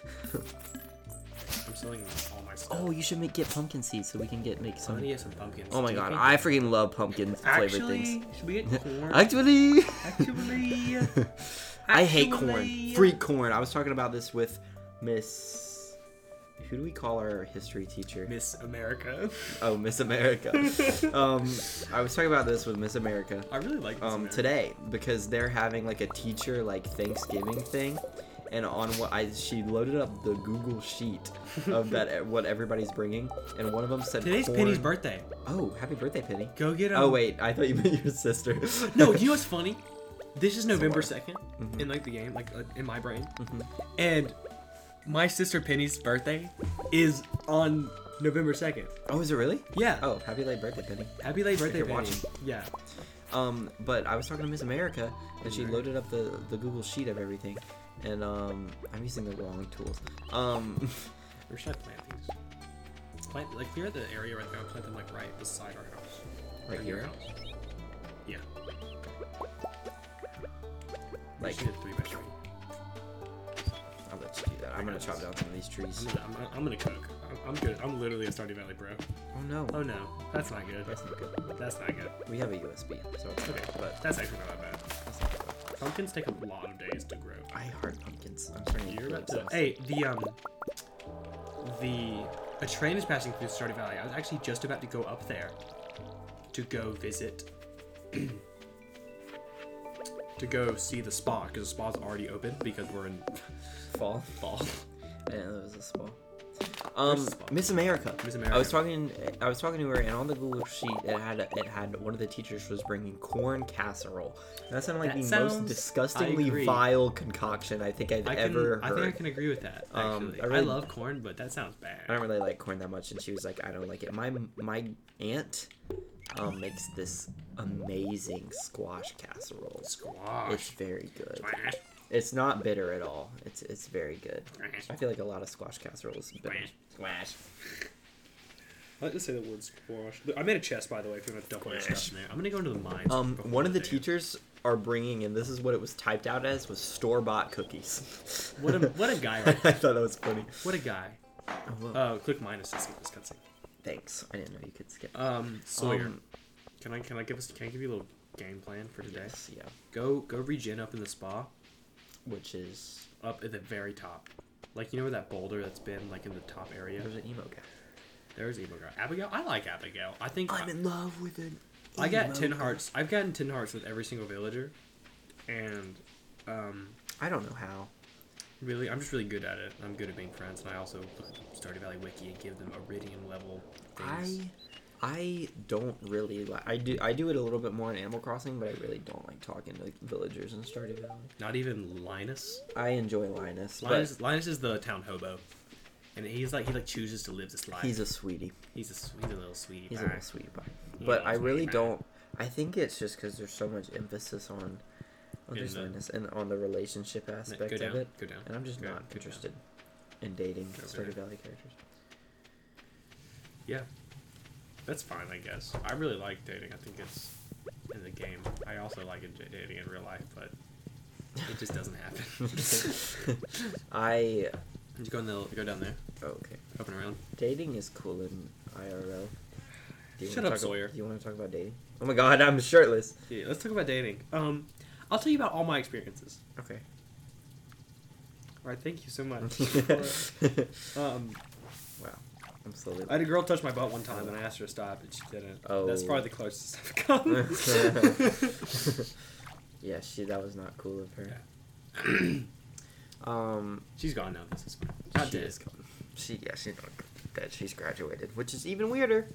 Speaker 2: I'm selling all my stuff.
Speaker 1: Oh, you should make get pumpkin seeds so we can get make
Speaker 2: I'm gonna
Speaker 1: some.
Speaker 2: get some pumpkins.
Speaker 1: Oh my
Speaker 2: Do you
Speaker 1: god,
Speaker 2: think-
Speaker 1: I freaking love pumpkin flavored
Speaker 2: actually
Speaker 1: things.
Speaker 2: should we get corn?
Speaker 1: Actually,
Speaker 2: actually,
Speaker 1: I hate corn.
Speaker 2: Actually-
Speaker 1: Freak corn. I was talking about this with Miss. Who do we call our history teacher?
Speaker 2: Miss America.
Speaker 1: Oh, Miss America. um, I was talking about this with Miss America.
Speaker 2: I really like Miss
Speaker 1: um,
Speaker 2: America.
Speaker 1: today because they're having like a teacher like Thanksgiving thing, and on what I she loaded up the Google sheet of that e, what everybody's bringing, and one of them said
Speaker 2: Today's
Speaker 1: corn.
Speaker 2: Penny's birthday.
Speaker 1: Oh, happy birthday, Penny!
Speaker 2: Go get um,
Speaker 1: Oh wait, I thought you meant your sister.
Speaker 2: No, you know what's funny? This is November
Speaker 1: Sorry.
Speaker 2: 2nd
Speaker 1: Mm-hmm.
Speaker 2: in like the game, like uh, in my brain. And my sister Penny's birthday is on November 2nd.
Speaker 1: oh, is it really?
Speaker 2: Yeah.
Speaker 1: Oh, happy late birthday, Penny.
Speaker 2: Happy late birthday,
Speaker 1: you're
Speaker 2: Penny.
Speaker 1: watching.
Speaker 2: Yeah.
Speaker 1: Um, but I was talking to Miss America, and she
Speaker 2: Mhm.
Speaker 1: loaded up the the Google sheet of everything, and um, I'm using the wrong tools. Um,
Speaker 2: Where should I plant these? Plant like clear the area right there. Plant them like right beside our house.
Speaker 1: Right
Speaker 2: Or near
Speaker 1: here?
Speaker 2: our House. Yeah.
Speaker 1: Like,
Speaker 2: Like a three by three.
Speaker 1: I'll let you do that. I'm gonna chop down some of these trees.
Speaker 2: I'm gonna, I'm, gonna- I'm gonna cook. I'm, I'm good. I'm literally a Stardew Valley bro.
Speaker 1: Oh no,
Speaker 2: Oh no, that's not good.
Speaker 1: that's not good.
Speaker 2: That's not good.
Speaker 1: We have a USB, so it's okay.
Speaker 2: Okay,
Speaker 1: But
Speaker 2: that's actually not that bad.
Speaker 1: that's not good.
Speaker 2: Pumpkins take a lot of days to grow.
Speaker 1: I hard pumpkins. I'm starting to
Speaker 2: You're
Speaker 1: feel
Speaker 2: about to.
Speaker 1: obsessed.
Speaker 2: Hey, the um, the a train is passing through Stardew Valley. I was actually just about to go up there to go visit, to go see the spa because the spa's already open because we're in
Speaker 1: fall.
Speaker 2: fall.
Speaker 1: Yeah, that was a small. Um,
Speaker 2: the spot?
Speaker 1: Miss America.
Speaker 2: Miss
Speaker 1: I was
Speaker 2: America.
Speaker 1: talking. I was talking to her, and on the Google sheet, it had it had one of the teachers was bringing corn casserole. And that sounded like
Speaker 2: That
Speaker 1: the most
Speaker 2: sounds- I
Speaker 1: disgustingly
Speaker 2: agree.
Speaker 1: vile concoction I think I've
Speaker 2: I can,
Speaker 1: ever
Speaker 2: I
Speaker 1: heard.
Speaker 2: think I can agree with that.
Speaker 1: Um,
Speaker 2: Actually,
Speaker 1: I
Speaker 2: I,
Speaker 1: really-
Speaker 2: love corn, but that sounds bad.
Speaker 1: I don't really like corn that much, and she was like, "I don't like it." My my aunt um, makes this amazing squash casserole. It's
Speaker 2: Squash.
Speaker 1: very good.
Speaker 2: Squash.
Speaker 1: It's not bitter at all. It's it's very good.
Speaker 2: Squash.
Speaker 1: I feel like a lot of squash casseroles. Bitter. Squash.
Speaker 2: I like to say the word squash. I made a chest, by the way, if you want to dump all your stuff in there. I'm going to go into the mines.
Speaker 1: Um,
Speaker 2: before
Speaker 1: one of the
Speaker 2: day.
Speaker 1: teachers are bringing, and this is what it was typed out as, was store bought cookies.
Speaker 2: What a, what a guy.
Speaker 1: I
Speaker 2: right there.
Speaker 1: thought that was funny.
Speaker 2: What a guy.
Speaker 1: Oh, well,
Speaker 2: Uh, click minus to skip this cutscene.
Speaker 1: thanks. I didn't know you could skip.
Speaker 2: Um, Sawyer.
Speaker 1: Um,
Speaker 2: can I can I give us can I give you a little game plan for today?
Speaker 1: yes, yeah.
Speaker 2: Go go regen up in the spa,
Speaker 1: Which is
Speaker 2: up at the very top. Like you know where that boulder that's been like in the top area.
Speaker 1: there's an emo guy.
Speaker 2: There's Abigail. Abigail. I like Abigail. I think I,
Speaker 1: I'm in love with an.
Speaker 2: I got
Speaker 1: emo
Speaker 2: ten
Speaker 1: guy.
Speaker 2: hearts. I've gotten ten hearts with every single villager, and um,
Speaker 1: I don't know how.
Speaker 2: Really, I'm just really good at it. I'm good at being friends, and I also look at the Stardew Valley wiki and give them Iridian level things.
Speaker 1: I I don't really like. I do I do it a little bit more in Animal Crossing, but I really don't like talking to villagers in Stardew Valley.
Speaker 2: Not even Linus.
Speaker 1: I enjoy Linus,
Speaker 2: Linus, Linus is the town hobo, and he's like he like chooses to live this life.
Speaker 1: but he's a sweetie.
Speaker 2: he's a s- he's a little sweetie.
Speaker 1: He's a
Speaker 2: pie.
Speaker 1: little sweetie pie. But
Speaker 2: Yeah,
Speaker 1: I
Speaker 2: sweetie
Speaker 1: really
Speaker 2: pie.
Speaker 1: don't. I think it's just because there's so much emphasis on. Oh, there's
Speaker 2: the-
Speaker 1: Linus and on the relationship
Speaker 2: N-
Speaker 1: aspect
Speaker 2: Go
Speaker 1: of
Speaker 2: down.
Speaker 1: it,
Speaker 2: Go down.
Speaker 1: and I'm just
Speaker 2: Go-
Speaker 1: not
Speaker 2: go down.
Speaker 1: interested in dating
Speaker 2: Go
Speaker 1: Stardew
Speaker 2: down.
Speaker 1: Valley characters.
Speaker 2: Yeah, that's fine, I guess. I really like dating. I think it's in the game. I also like it- dating in real life, but it just doesn't happen.
Speaker 1: I
Speaker 2: Just go in the go down there,
Speaker 1: oh, okay.
Speaker 2: up and around.
Speaker 1: Dating is cool in IRL. Do
Speaker 2: Shut
Speaker 1: wanna
Speaker 2: up,
Speaker 1: talk-
Speaker 2: Sawyer.
Speaker 1: Do you want to talk about dating? Oh my God, I'm shirtless.
Speaker 2: Yeah, let's talk about dating. Um, I'll tell you about all my experiences.
Speaker 1: Okay.
Speaker 2: All right, thank you so much.
Speaker 1: wow,
Speaker 2: um,
Speaker 1: I'm slowly.
Speaker 2: I had a girl touch my butt one time, and I asked her to stop, and she didn't.
Speaker 1: Oh.
Speaker 2: That's probably the closest I've come.
Speaker 1: yeah, she. That was not cool of her.
Speaker 2: Yeah.
Speaker 1: um,
Speaker 2: She's gone now. This is fine. I
Speaker 1: she
Speaker 2: did.
Speaker 1: is gone. She yeah, she's not that she's graduated, which is even weirder.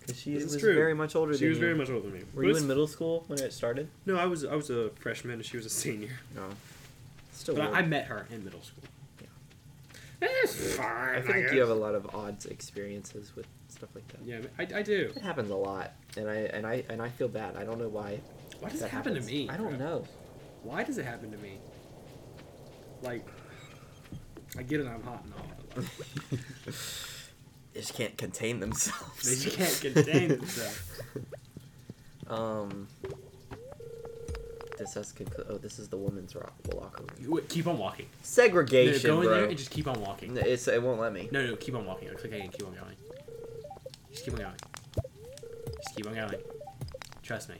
Speaker 1: Because she
Speaker 2: This is
Speaker 1: was
Speaker 2: true.
Speaker 1: very much older.
Speaker 2: She
Speaker 1: than
Speaker 2: was
Speaker 1: you.
Speaker 2: very much older than me.
Speaker 1: Were
Speaker 2: But
Speaker 1: you
Speaker 2: it's-
Speaker 1: in middle school when it started?
Speaker 2: No, I was. I was a freshman, and she was a senior.
Speaker 1: No. Still.
Speaker 2: but
Speaker 1: weird.
Speaker 2: I, I met her in middle school. Eh,
Speaker 1: Yeah.
Speaker 2: It's fine.
Speaker 1: I feel
Speaker 2: I
Speaker 1: like you have a
Speaker 2: guess.
Speaker 1: lot of odd experiences with stuff like that.
Speaker 2: Yeah, I, I do.
Speaker 1: It happens a lot, and I and I and I feel bad. I don't know why.
Speaker 2: Why does
Speaker 1: that
Speaker 2: it happen
Speaker 1: happens.
Speaker 2: to me?
Speaker 1: I don't
Speaker 2: bro?
Speaker 1: know.
Speaker 2: Why does it happen to me? Like, I get it. I'm hot and all, but like,
Speaker 1: They just can't contain themselves.
Speaker 2: they just can't contain themselves.
Speaker 1: Um. This has conclu- Oh, this is the woman's rock locker room.
Speaker 2: You- wait, Keep on walking. No, no,
Speaker 1: Segregation,
Speaker 2: go in
Speaker 1: bro.
Speaker 2: there and just keep on walking.
Speaker 1: N- It's, it won't let me.
Speaker 2: No, no, keep on walking. Click again. Keep on going. Just keep on going. Just keep on going. Trust me.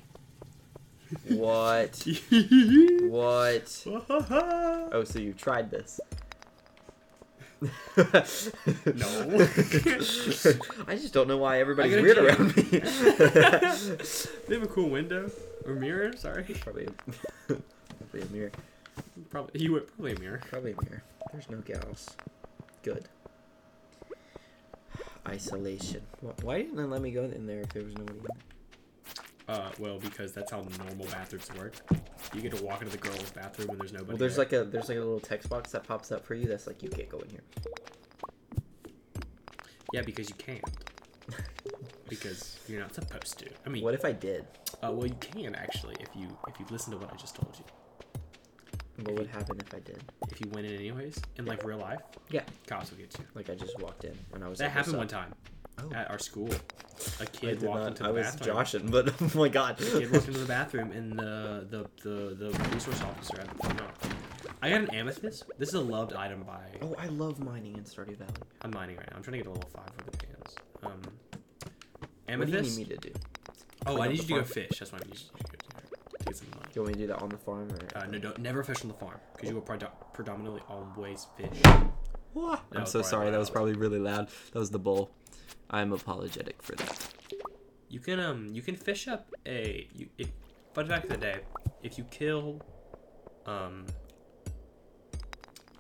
Speaker 1: What? What? Oh, so you tried this?
Speaker 2: No.
Speaker 1: I just don't know why everybody's
Speaker 2: I got a
Speaker 1: weird
Speaker 2: G.
Speaker 1: around me.
Speaker 2: they have a cool window or mirror. Sorry.
Speaker 1: probably, probably a mirror.
Speaker 2: Probably you would probably a mirror.
Speaker 1: Probably a mirror. There's no gals. Good. Isolation. Wh- Why didn't they let me go in there if there was nobody in there?
Speaker 2: Uh, well, because that's how normal bathrooms work. You get to walk into the girls' bathroom when there's nobody.
Speaker 1: Well, there's
Speaker 2: there.
Speaker 1: like a there's like a little text box that pops up for you that's like you can't go in here.
Speaker 2: yeah, because you can't. Because you're not supposed to. I mean,
Speaker 1: What if I did?
Speaker 2: Uh, well, you can actually if you if you listen to what I just told you.
Speaker 1: What would happen if I did?
Speaker 2: If you went in anyways, in like real life,
Speaker 1: Yeah.
Speaker 2: cops will get you.
Speaker 1: Like I just walked in and I was.
Speaker 2: That
Speaker 1: like, "What's
Speaker 2: happened one
Speaker 1: up?"
Speaker 2: time
Speaker 1: Oh.
Speaker 2: at our school. A
Speaker 1: I
Speaker 2: kid
Speaker 1: did
Speaker 2: walked
Speaker 1: not-
Speaker 2: into
Speaker 1: I
Speaker 2: the
Speaker 1: was
Speaker 2: bathroom.
Speaker 1: joshing, but oh my god.
Speaker 2: The kid walked into the bathroom, and the the the, the resource officer had the phone out. I got an amethyst. This is a loved item by.
Speaker 1: oh, I love mining in Stardew Valley.
Speaker 2: I'm mining right now. I'm trying to get to level five for the pans. Um,
Speaker 1: What do you need
Speaker 2: amethyst.
Speaker 1: me to do?
Speaker 2: Oh, I
Speaker 1: Clean up
Speaker 2: need you
Speaker 1: the
Speaker 2: to go
Speaker 1: farm?
Speaker 2: fish. That's what I need you to go do. To get some money.
Speaker 1: Do you want me to do that on the farm or?
Speaker 2: Uh, no, don't, never fish on the farm because you will predo- predominantly always fish.
Speaker 1: Wah.
Speaker 2: That
Speaker 1: I'm
Speaker 2: was
Speaker 1: so
Speaker 2: probably
Speaker 1: sorry. That was
Speaker 2: loud.
Speaker 1: probably really loud. That was the bowl. I'm apologetic for that.
Speaker 2: You can um you can fish up a you if fun fact of the day if you kill um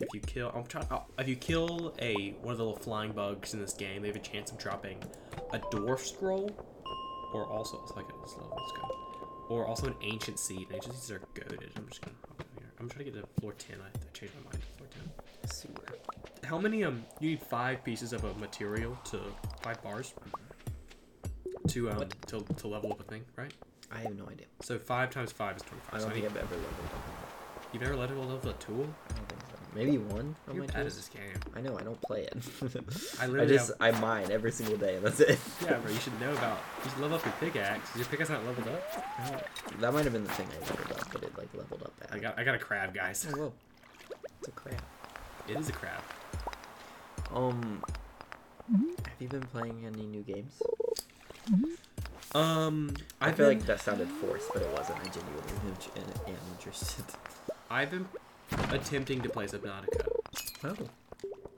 Speaker 2: if you kill I'm trying oh, if you kill a one of the little flying bugs in this game they have a chance of dropping a dwarf scroll or also it's like it's level let's go or also an ancient seed ancient seeds are goaded I'm just gonna hop over here. I'm trying to get to floor ten I, I changed my mind to floor ten
Speaker 1: Sewer.
Speaker 2: how many um you need five pieces of a material to five bars to um to, to level up a thing right
Speaker 1: I have no idea.
Speaker 2: so five times five is
Speaker 1: I
Speaker 2: twenty-five. So
Speaker 1: don't
Speaker 2: I
Speaker 1: think
Speaker 2: mean,
Speaker 1: I've ever leveled up.
Speaker 2: you've never let it level a tool?
Speaker 1: I don't think so. Maybe one on
Speaker 2: You're
Speaker 1: my
Speaker 2: bad at
Speaker 1: tools.
Speaker 2: this game.
Speaker 1: I know. I don't play it.
Speaker 2: I
Speaker 1: I
Speaker 2: literally
Speaker 1: just I mine every single day, and that's it.
Speaker 2: have, yeah, bro. You should know about. You should level up your pickaxe. Is your pickaxe not leveled up?
Speaker 1: That might have been the thing I leveled up, but it like leveled up bad.
Speaker 2: I got I got a crab, guys.
Speaker 1: Oh, whoa. It's a crab.
Speaker 2: It is a crab.
Speaker 1: Um, have you been playing any new games?
Speaker 2: Um,
Speaker 1: I
Speaker 2: I've
Speaker 1: feel
Speaker 2: been
Speaker 1: like that sounded forced, but it wasn't. I genuinely am- am am interested.
Speaker 2: I've been attempting to play Subnautica.
Speaker 1: Oh,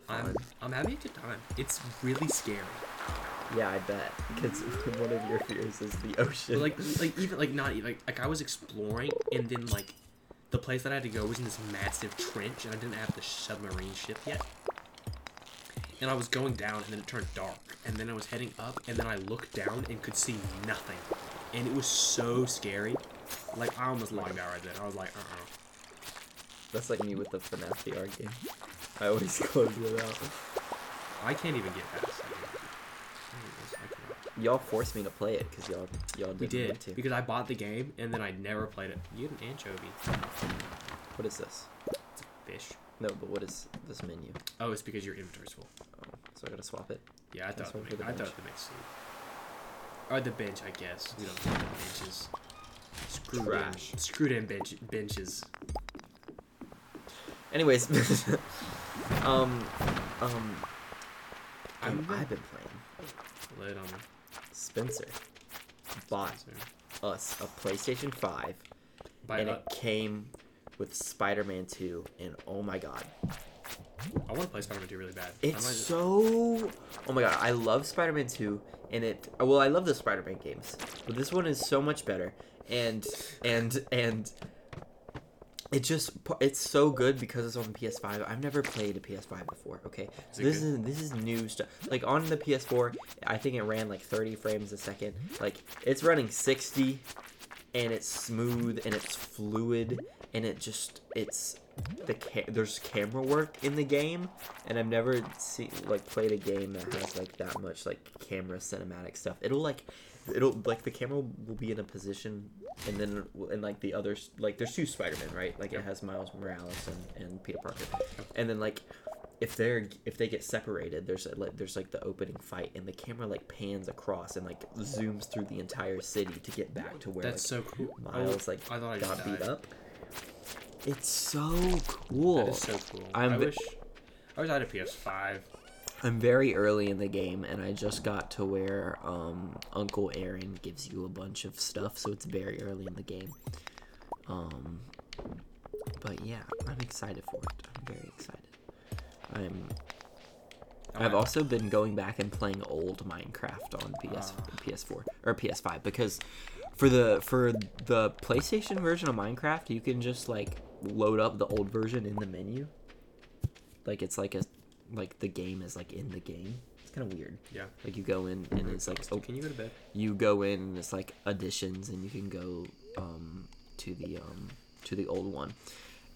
Speaker 2: I'm
Speaker 1: fun.
Speaker 2: I'm having a good time. It's really scary.
Speaker 1: Yeah, I bet. Because one of your fears is the
Speaker 2: But
Speaker 1: ocean.
Speaker 2: like like even like not even like like I was exploring and then like the place that I had to go was in this massive trench and I didn't have the submarine ship yet. And I was going down and then it turned dark and then I was heading up and then I looked down and could see nothing. And it was so scary. Like I almost logged out right then. I was like, uh uh
Speaker 1: that's like me with the FNAF VR game. I always close it out.
Speaker 2: I can't even get past it.
Speaker 1: Y'all forced me to play it because y'all y'all didn't
Speaker 2: We did
Speaker 1: want to.
Speaker 2: because I bought the game and then I never played it. You had an anchovy.
Speaker 1: What is this?
Speaker 2: It's a fish.
Speaker 1: No, but what is this menu?
Speaker 2: Oh, it's because your inventory's full.
Speaker 1: Oh, so I gotta swap it.
Speaker 2: Yeah, I
Speaker 1: That's
Speaker 2: thought the
Speaker 1: one for
Speaker 2: make,
Speaker 1: the
Speaker 2: I
Speaker 1: bench.
Speaker 2: thought the mix Or the bench, I guess. We don't have benches. Screwed
Speaker 1: Trash.
Speaker 2: in, screwed in bench, benches.
Speaker 1: Anyways, um, um,
Speaker 2: I'm
Speaker 1: game
Speaker 2: gonna-
Speaker 1: I've been playing.
Speaker 2: Lay it on me.
Speaker 1: Spencer bought us a PlayStation 5
Speaker 2: By
Speaker 1: and
Speaker 2: uh,
Speaker 1: it came with Spider-Man 2 and oh my god.
Speaker 2: I want to play Spider-Man 2 really bad. I
Speaker 1: It's
Speaker 2: might just-
Speaker 1: so Oh my god, I love Spider-Man 2 and it well I love the Spider-Man games, but this one is so much better and and and it just it's so good because it's on the PS5. I've never played a PS5 before, okay?
Speaker 2: Is it
Speaker 1: This
Speaker 2: good?
Speaker 1: is this is new stuff. Like on the PS4, I think it ran like 30 frames a second. Like it's running 60 and it's smooth and it's fluid and it just it's the ca- there's camera work in the game and I've never seen like played a game that has like that much like camera cinematic stuff. It'll like it'll like the camera will be in a position and then and like the others like there's two Spider-Man, right? Like it has Miles Morales and, and Peter Parker. And then like if they're if they get separated, there's a, like there's like the opening fight, and the camera like pans across and like zooms through the entire city to get back to where
Speaker 2: That's
Speaker 1: like,
Speaker 2: so cool. Oh,
Speaker 1: Miles like
Speaker 2: I thought I just
Speaker 1: got beat
Speaker 2: died.
Speaker 1: up. It's so cool.
Speaker 2: That is so cool. i
Speaker 1: I'm ve-
Speaker 2: wish. I wish I had a PS5.
Speaker 1: I'm very early in the game, and I just got to where um, Uncle Aaron gives you a bunch of stuff, so it's very early in the game. Um, but yeah, I'm excited for it. I'm very excited. I'm. I've
Speaker 2: Alright.
Speaker 1: also been going back and playing old Minecraft on PS
Speaker 2: Ah.
Speaker 1: PS4 or PS5 because for the for the PlayStation version of Minecraft, you can just like load up the old version in the menu. Like it's like a like the game is like in the game. It's kind of weird.
Speaker 2: Yeah.
Speaker 1: Like you go in and it's like oh,
Speaker 2: Can you go to bed?
Speaker 1: you go in and it's like additions and you can go um, to the um, to the old one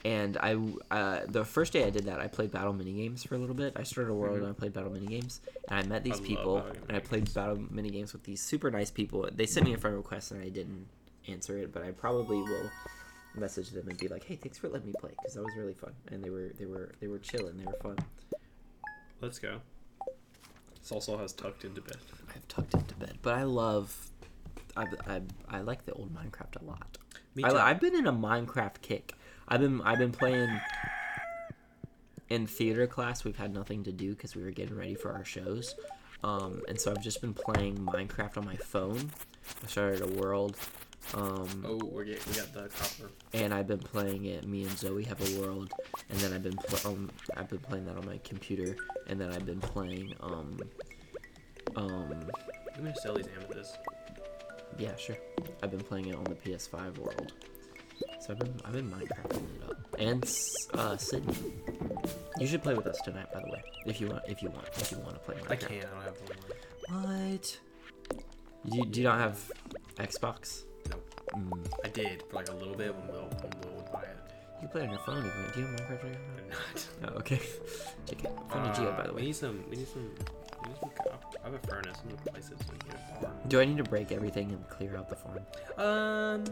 Speaker 1: and i uh, the first day i did that i played battle mini games for a little bit i started a world and i played battle mini games and i met these
Speaker 2: love
Speaker 1: people
Speaker 2: battle
Speaker 1: and i played battle mini games with these super nice people they sent me a friend request and i didn't answer it but i probably will message them and be like, "Hey, thanks for letting me play because that was really fun." And they were they were they were chilling. They were fun.
Speaker 2: Let's go. This also has tucked into bed.
Speaker 1: I've tucked into bed, but I love. I, I, I like the old Minecraft a lot.
Speaker 2: Me
Speaker 1: I, I've been in a Minecraft kick. I've been I've been playing in theater class. We've had nothing to do because we were getting ready for our shows, um, and so I've just been playing Minecraft on my phone. I started a world, um,
Speaker 2: oh, we're get, we got the copper.
Speaker 1: and I've been playing it. Me and Zoe have a world, and then I've been pl- um, I've been playing that on my computer, and then I've been playing um, um,
Speaker 2: I'm gonna sell these amethysts.
Speaker 1: Yeah, sure. I've been playing it on the PS5 world. So I've been, I've been Minecrafting it up. And S- uh, Sydney, you should play with us tonight, by the way. If you want, if you want, if you want to play Minecraft.
Speaker 2: I can't. I don't have one.
Speaker 1: What? You do you not have Xbox? Mm.
Speaker 2: No. I did for like a little bit when Will when Will would buy it.
Speaker 1: You play on your phone. Even. Do you have Minecraft on your phone?
Speaker 2: I'm not.
Speaker 1: Oh, okay. Check it. Funny
Speaker 2: Uh,
Speaker 1: Geo, by the
Speaker 2: We
Speaker 1: way.
Speaker 2: need some. We need some. We need some copper. I have a furnace. I'm gonna place it so we can get a barn.
Speaker 1: Do I need to break everything and clear out the farm?
Speaker 2: Um,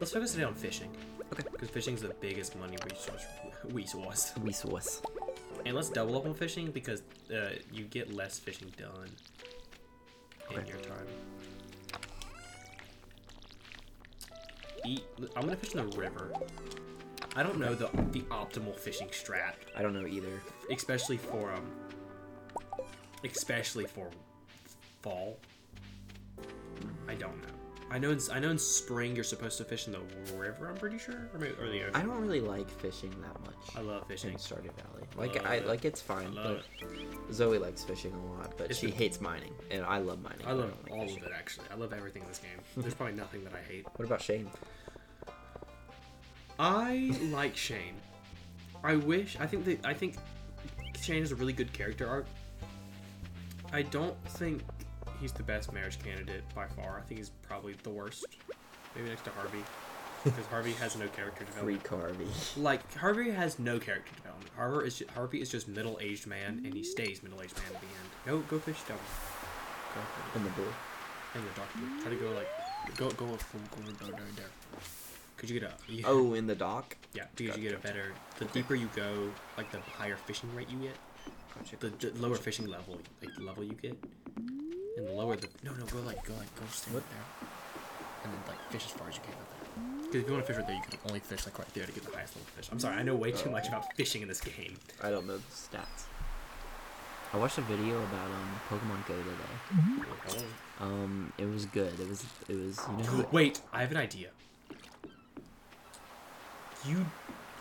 Speaker 2: let's focus today on fishing.
Speaker 1: Okay.
Speaker 2: Because fishing's the biggest money resource. Resource.
Speaker 1: Resource.
Speaker 2: And let's double up on fishing because uh, you get less fishing done in
Speaker 1: Okay.
Speaker 2: your time. Eat. E, I'm gonna fish in the river. I don't know the the optimal fishing strat,
Speaker 1: I don't know either.
Speaker 2: especially for um, especially for fall. I don't know. I know. In, I know in spring you're supposed to fish in the river. I'm pretty sure, or, maybe, or the ocean.
Speaker 1: I don't really like fishing that much.
Speaker 2: I love fishing.
Speaker 1: in Stardew Valley. Like
Speaker 2: Love
Speaker 1: I
Speaker 2: it.
Speaker 1: like it's fine,
Speaker 2: Love
Speaker 1: but Zoe likes fishing a lot, but
Speaker 2: It's
Speaker 1: she
Speaker 2: a-
Speaker 1: hates mining, and I love mining.
Speaker 2: I
Speaker 1: but
Speaker 2: love
Speaker 1: don't like
Speaker 2: all of
Speaker 1: fishing.
Speaker 2: it actually. I love everything in this game. There's probably nothing that I hate.
Speaker 1: What about Shane?
Speaker 2: I like Shane. I wish I think that I think Shane is a really good character arc. I don't think he's the best marriage candidate by far. I think he's probably the worst. Maybe next to Harvey. Because Harvey has no character
Speaker 1: Free
Speaker 2: development.
Speaker 1: Carvey.
Speaker 2: Like Harvey has no character development. Harvey is just, Harvey is just middle aged man, and he stays middle aged man at the end. Go go fish down. Go fish.
Speaker 1: and the blue.
Speaker 2: And the doctor. Try to go like go go up from corner down down there. Could you get a yeah,
Speaker 1: Oh, in the dock.
Speaker 2: yeah? Because you get a better the deeper you go, like the higher fishing rate you get,
Speaker 1: Gotcha.
Speaker 2: the, the lower fishing level like the level you get, and the lower the no no go like go like go stand up there, and then like fish as far as you can up there. Because if you want to fish right there, you can only fish like right there to get the highest level fish. I'm sorry, I know way too much
Speaker 1: Oh.
Speaker 2: about fishing in this game.
Speaker 1: I don't know the stats. I watched a video about um Pokemon Go today. Um, it was good. It was it was you know who,
Speaker 2: Wait, I have an idea. You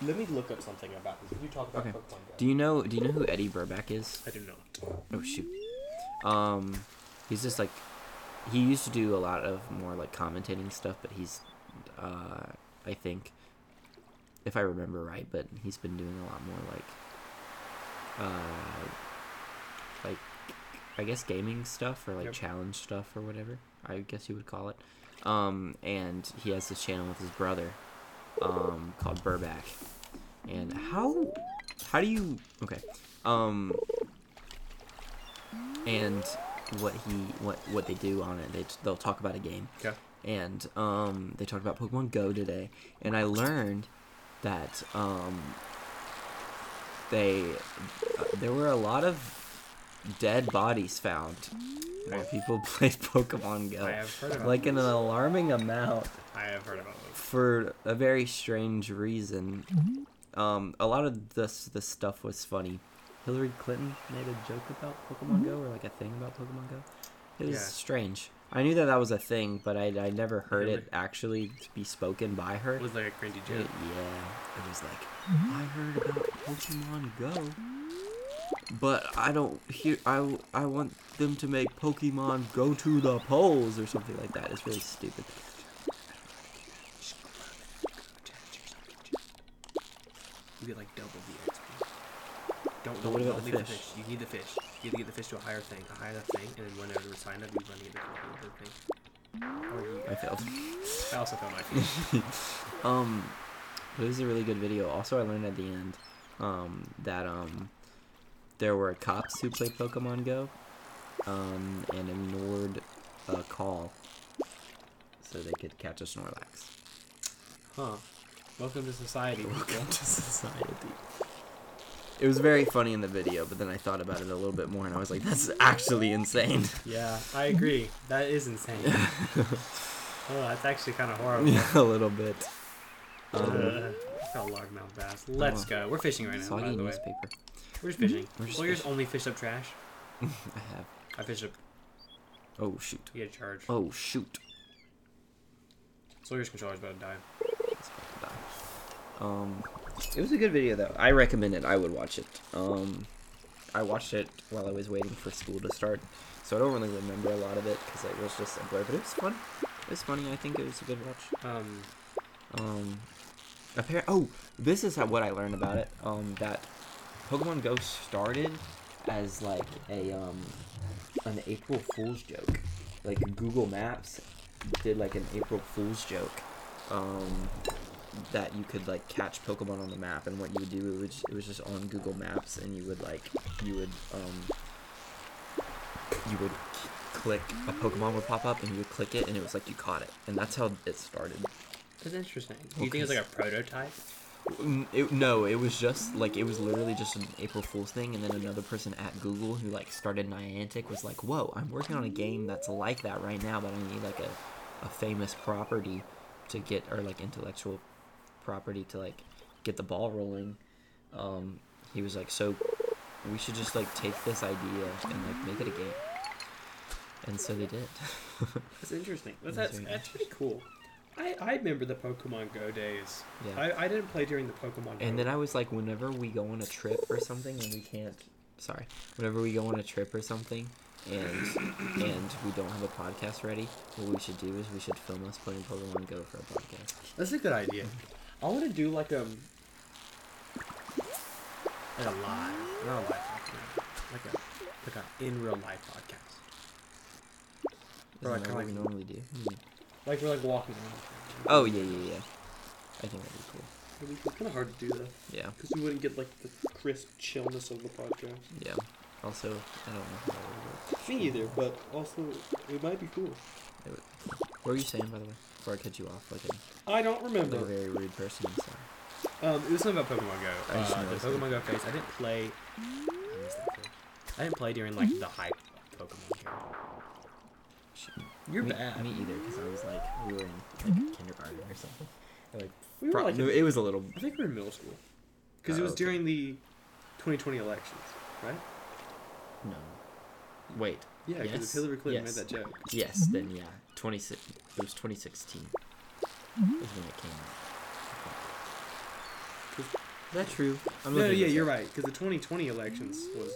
Speaker 2: let me look up something about this. You talk about
Speaker 1: Okay.
Speaker 2: Pokemon Go.
Speaker 1: do you know do you know who Eddie Burback is?
Speaker 2: I do not.
Speaker 1: Oh shoot. Um, he's just like he used to do a lot of more like commentating stuff, but he's uh I think if I remember right, but he's been doing a lot more like uh like I guess gaming stuff or like
Speaker 2: Yep.
Speaker 1: challenge stuff or whatever. I guess you would call it. Um, and he has this channel with his brother, um, called Burback. And how how do you okay. Um and what he what what they do on it, they they'll talk about a game
Speaker 2: Okay.
Speaker 1: and um, they talked about Pokemon Go today, and I learned that um, they uh, there were a lot of dead bodies found while
Speaker 2: Right.
Speaker 1: people played Pokemon Go,
Speaker 2: I have heard about
Speaker 1: like an alarming amount
Speaker 2: I have heard about those.
Speaker 1: for a very strange reason. Um, a lot of this this stuff was funny. Hillary Clinton made a joke about Pokemon Go or like a thing about Pokemon Go. It was
Speaker 2: Yeah.
Speaker 1: strange. I knew that that was a thing, but I I never heard
Speaker 2: Really?
Speaker 1: it actually to be spoken by her.
Speaker 2: It was like a cringy
Speaker 1: It-
Speaker 2: joke.
Speaker 1: yeah, it was like I heard about Pokemon Go, but I don't hear. I I want them to make Pokemon go to the polls or something like that. It's really stupid.
Speaker 2: You get like double the XP. Don't
Speaker 1: But what about
Speaker 2: don't
Speaker 1: the
Speaker 2: leave
Speaker 1: fish?
Speaker 2: You need the fish. You have to get the fish to a higher thing, a higher thing, and then whenever it's signed up, you run to get the other thing. Or you-
Speaker 1: I failed.
Speaker 2: I also found my fish.
Speaker 1: Um, but it was a really good video. Also, I learned at the end um, that um, there were cops who played Pokemon Go um, and ignored a call so they could catch a Snorlax.
Speaker 2: Huh. Welcome to society. people.
Speaker 1: to society. It was very funny in the video, but then I thought about it a little bit more and I was like, that's actually insane.
Speaker 2: yeah, I agree. That is insane. oh, that's actually kind of horrible.
Speaker 1: Yeah, a little bit. Um,
Speaker 2: Uh, I got a largemouth bass. Let's
Speaker 1: Oh.
Speaker 2: go. We're fishing right now, by
Speaker 1: soggy
Speaker 2: the way.
Speaker 1: newspaper.
Speaker 2: We're just fishing.
Speaker 1: Mm-hmm. We're just
Speaker 2: well, yours only fished up trash.
Speaker 1: I have.
Speaker 2: I fished up.
Speaker 1: Oh, shoot.
Speaker 2: You get a charge.
Speaker 1: Oh, shoot.
Speaker 2: Sawyer's controller's about to die.
Speaker 1: It's about to die. Um, it was a good video though. I recommend it. I would watch it. Um, I watched it while I was waiting for school to start, so I don't really remember a lot of it because it was just a blur. But it was fun. It was funny. I think it was a good watch.
Speaker 2: Um,
Speaker 1: Um, appar- Oh, this is how, what I learned about it. Um, that Pokemon Go started as like a um an April Fool's joke. Like Google Maps did like an April Fool's joke. Um, that you could like catch Pokemon on the map, and what you would do it was it was just on Google Maps, and you would like you would um you would c- click a Pokemon would pop up, and you would click it, and it was like you caught it, and that's how it started.
Speaker 2: that's interesting. Do you think it's
Speaker 1: Okay.
Speaker 2: like a prototype?
Speaker 1: N- It, no, it was just like it was literally just an April Fool's thing, and then another person at Google who like started Niantic was like, "Whoa, I'm working on a game that's like that right now, but I need like a, a famous property to get or like intellectual property to like get the ball rolling." Um, he was like, "So we should just like take this idea and like make it a game," and so they did.
Speaker 2: That's interesting. Well,
Speaker 1: That's
Speaker 2: that's
Speaker 1: very
Speaker 2: that's pretty cool. I, I remember the Pokemon Go days.
Speaker 1: Yeah.
Speaker 2: I, I didn't play during the Pokemon Go.
Speaker 1: And then I was like, whenever we go on a trip or something and we can't, sorry, whenever we go on a trip or something and and we don't have a podcast ready, what we should do is we should film us playing Pokemon Go for a podcast.
Speaker 2: that's a good idea. I want to do like a like a live, not a live podcast, like a like a in real life podcast.
Speaker 1: Isn't
Speaker 2: Or like
Speaker 1: that what we
Speaker 2: kinda like,
Speaker 1: normally do? Hmm.
Speaker 2: like we're like walking.
Speaker 1: Oh yeah, yeah, yeah. I think that'd be cool.
Speaker 2: it's kind of hard to do that
Speaker 1: Yeah,
Speaker 2: because we wouldn't get like the crisp chillness of the podcast.
Speaker 1: yeah. Also, I don't know how that would work.
Speaker 2: Me either, but also it might be cool.
Speaker 1: It would- What were you saying, by the way? Before I cut you off, like a,
Speaker 2: I don't remember.
Speaker 1: like a very rude person. I'm sorry.
Speaker 2: Um, it was something about Pokemon Go.
Speaker 1: I just
Speaker 2: Uh, the
Speaker 1: noticed
Speaker 2: Pokemon Go phase. I didn't play. I missed that phase. I didn't play during like the hype of Pokemon Go.
Speaker 1: Shit.
Speaker 2: You're
Speaker 1: me,
Speaker 2: bad.
Speaker 1: Me either, because I was like, we were in like, kindergarten or something. And, Like,
Speaker 2: We were
Speaker 1: pro-
Speaker 2: like
Speaker 1: no,
Speaker 2: in-
Speaker 1: it was a little.
Speaker 2: I think we were in middle school because it
Speaker 1: Oh,
Speaker 2: was
Speaker 1: okay.
Speaker 2: during the 2020 elections, right?
Speaker 1: No. Wait.
Speaker 2: Yeah, because
Speaker 1: Yes,
Speaker 2: Hillary Clinton
Speaker 1: yes.
Speaker 2: made that joke.
Speaker 1: Yes, then yeah. 26. It was 2016.
Speaker 2: Mm-hmm.
Speaker 1: Is when it came out. Okay. Is that true? I'm
Speaker 2: no,
Speaker 1: looking
Speaker 2: yeah,
Speaker 1: this
Speaker 2: you're
Speaker 1: up.
Speaker 2: right. Because the 2020 elections was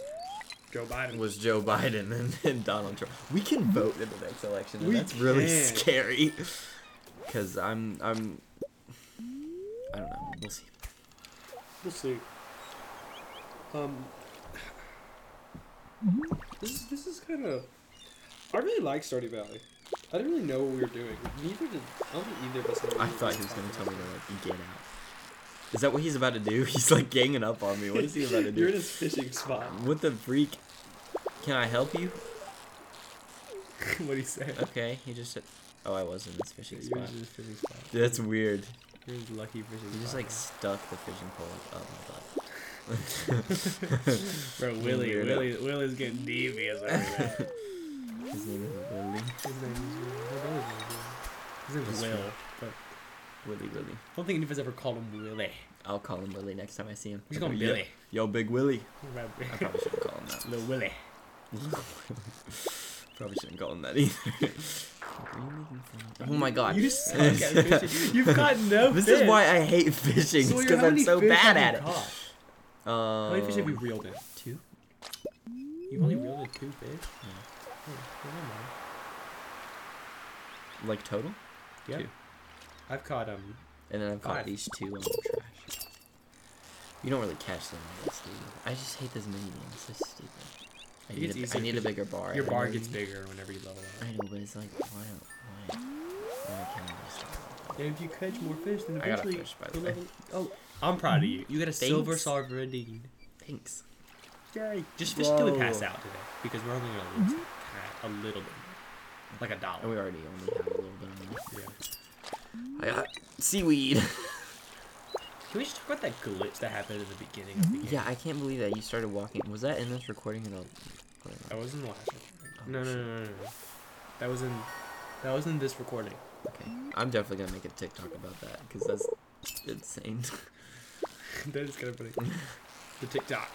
Speaker 2: Joe Biden.
Speaker 1: Was Joe Biden and, and Donald Trump? We can vote in the next election, and
Speaker 2: We
Speaker 1: that's really
Speaker 2: can.
Speaker 1: scary. Because I'm, I'm, I don't know. We'll see.
Speaker 2: We'll see. Um, this is this is kind of. I really like Stardew Valley. I didn't really know what we were doing. Neither did I don't think either of us. knew
Speaker 1: I
Speaker 2: what we
Speaker 1: thought
Speaker 2: were
Speaker 1: he was gonna tell
Speaker 2: talking
Speaker 1: me to like get out. Is that what he's about to do? He's like ganging up on me.
Speaker 2: about.
Speaker 1: What is he about to
Speaker 2: You're in
Speaker 1: do?
Speaker 2: his fishing spot.
Speaker 1: What the freak? Can I help you?
Speaker 2: what he said.
Speaker 1: Okay, he just said. Oh, I was in this fishing
Speaker 2: You're
Speaker 1: spot.
Speaker 2: in his fishing spot.
Speaker 1: That's weird.
Speaker 2: You're in his lucky fishing
Speaker 1: He just
Speaker 2: spot.
Speaker 1: like stuck the fishing pole up my butt.
Speaker 2: bro,
Speaker 1: being
Speaker 2: Willie,
Speaker 1: weirdo.
Speaker 2: Willie, Willie's getting devious over there.
Speaker 1: His name is Willy.
Speaker 2: his name is Willie. His name
Speaker 1: That's
Speaker 2: is
Speaker 1: true.
Speaker 2: Will. But I
Speaker 1: Willy Willy.
Speaker 2: don't think anyone's ever called him Willie.
Speaker 1: I'll call him Willy next time I see him.
Speaker 2: We should call him
Speaker 1: Yo-
Speaker 2: Billy.
Speaker 1: Yo, Big Willy.
Speaker 2: Remember?
Speaker 1: I probably shouldn't call him that.
Speaker 2: Little Willie.
Speaker 1: Probably shouldn't call him that either. Are you making fun? Oh my god.
Speaker 2: You suck at fishing. You've got no
Speaker 1: This
Speaker 2: fish.
Speaker 1: is why I hate fishing.
Speaker 2: Sawyer,
Speaker 1: It's because
Speaker 2: how
Speaker 1: I'm
Speaker 2: many
Speaker 1: so
Speaker 2: fish
Speaker 1: bad at
Speaker 2: have you
Speaker 1: it.
Speaker 2: caught?
Speaker 1: Um,
Speaker 2: How many fish have you reeled in?
Speaker 1: Two.
Speaker 2: You've only reeled in two fish?
Speaker 1: Yeah.
Speaker 2: Oh, never mind.
Speaker 1: Like total?
Speaker 2: Yeah.
Speaker 1: Two.
Speaker 2: I've caught um.
Speaker 1: And then I've caught
Speaker 2: Five.
Speaker 1: these two on the trash. You don't really catch them, I guess, do you? I just hate this mini game. It's so stupid. I
Speaker 2: It
Speaker 1: need,
Speaker 2: gets
Speaker 1: a, I
Speaker 2: easier
Speaker 1: need a
Speaker 2: 'cause
Speaker 1: bigger bar.
Speaker 2: Your
Speaker 1: I
Speaker 2: bar
Speaker 1: know
Speaker 2: gets
Speaker 1: you-
Speaker 2: bigger whenever you level up.
Speaker 1: I know, but it's like, why don't, why, why can't I just level up?
Speaker 2: And if you catch more fish, then
Speaker 1: I got a
Speaker 2: eventually
Speaker 1: fish, by the
Speaker 2: you'll
Speaker 1: way.
Speaker 2: level- Oh, I'm proud
Speaker 1: Mm-hmm.
Speaker 2: of you. You got a silver
Speaker 1: Thanks.
Speaker 2: sardine.
Speaker 1: Thanks.
Speaker 2: Yay! Just fish till we pass
Speaker 1: Whoa. Mm-hmm.
Speaker 2: out today, because we're only gonna lose a, a little bit, more. like a dollar.
Speaker 1: Oh, And we already only have a little bit of money.
Speaker 2: Yeah.
Speaker 1: I got seaweed.
Speaker 2: Can we just talk about that glitch that happened at the beginning of the game?
Speaker 1: Mm-hmm. yeah, I can't believe that you started walking. Was that in this recording at all? Or not?
Speaker 2: That wasn't the last recording.
Speaker 1: Oh,
Speaker 2: no, no,
Speaker 1: shit.
Speaker 2: no, no, no, no. That was in. That was in this recording.
Speaker 1: Okay, I'm definitely gonna make a TikTok about that because that's insane.
Speaker 2: that is kind of funny. The TikTok.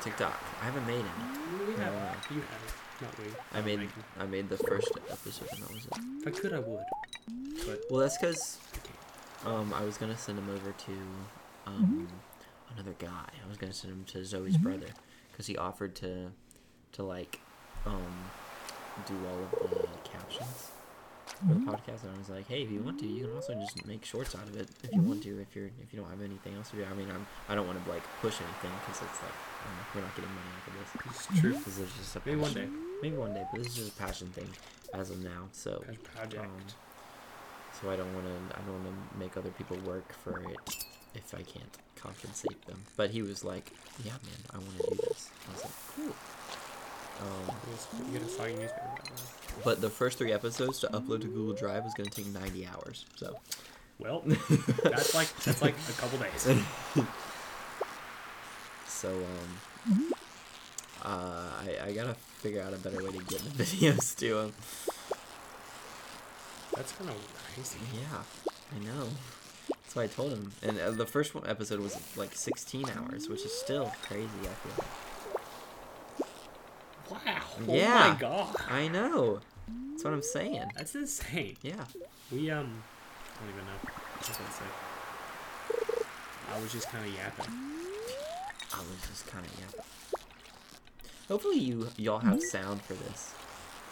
Speaker 1: TikTok. I haven't made any.
Speaker 2: We have
Speaker 1: Uh,
Speaker 2: it. You have it. Not me.
Speaker 1: I
Speaker 2: Not
Speaker 1: made
Speaker 2: Megan.
Speaker 1: I made the first episode and that was it.
Speaker 2: If I could, I would. But
Speaker 1: Well, that's because
Speaker 2: I can't.
Speaker 1: um I was gonna send him over to um another guy. I was gonna send him to Zoe's brother because he offered to to like um do all of the captions for the podcast and I was like, hey, if you want to, you can also just make shorts out of it if you want to. If you're if you don't have anything else to do, I mean, I'm I don't want to like push anything because it's like I don't know, we're not getting money off of this.
Speaker 2: It's true.
Speaker 1: This is just a
Speaker 2: Maybe one
Speaker 1: passion- Maybe one day, but this is just a passion thing as of now. So,
Speaker 2: Passion project.
Speaker 1: um, so I don't want to. I don't want to make other people work for it if I can't compensate them. But he was like, "Yeah, man, I want to do this." I was like, "Cool." Um,
Speaker 2: Yes, you get a soggy newspaper. by the way.
Speaker 1: but the first three episodes to upload to Google Drive was going to take ninety hours. So
Speaker 2: Well, that's like that's like a couple days.
Speaker 1: So um, uh, I, I gotta figure out a better way to get the videos um, to him.
Speaker 2: That's kind of crazy.
Speaker 1: Yeah, I know. That's why I told him. And uh, the first one episode was like 16 hours, which is still crazy. I feel. Like.
Speaker 2: Wow. Oh
Speaker 1: Yeah.
Speaker 2: my god.
Speaker 1: I know. That's what I'm saying.
Speaker 2: That's insane.
Speaker 1: Yeah.
Speaker 2: We um, I don't even know. What was I gonna say? I was just kind of yapping.
Speaker 1: I was just kind of yeah. Hopefully you y'all have sound for this.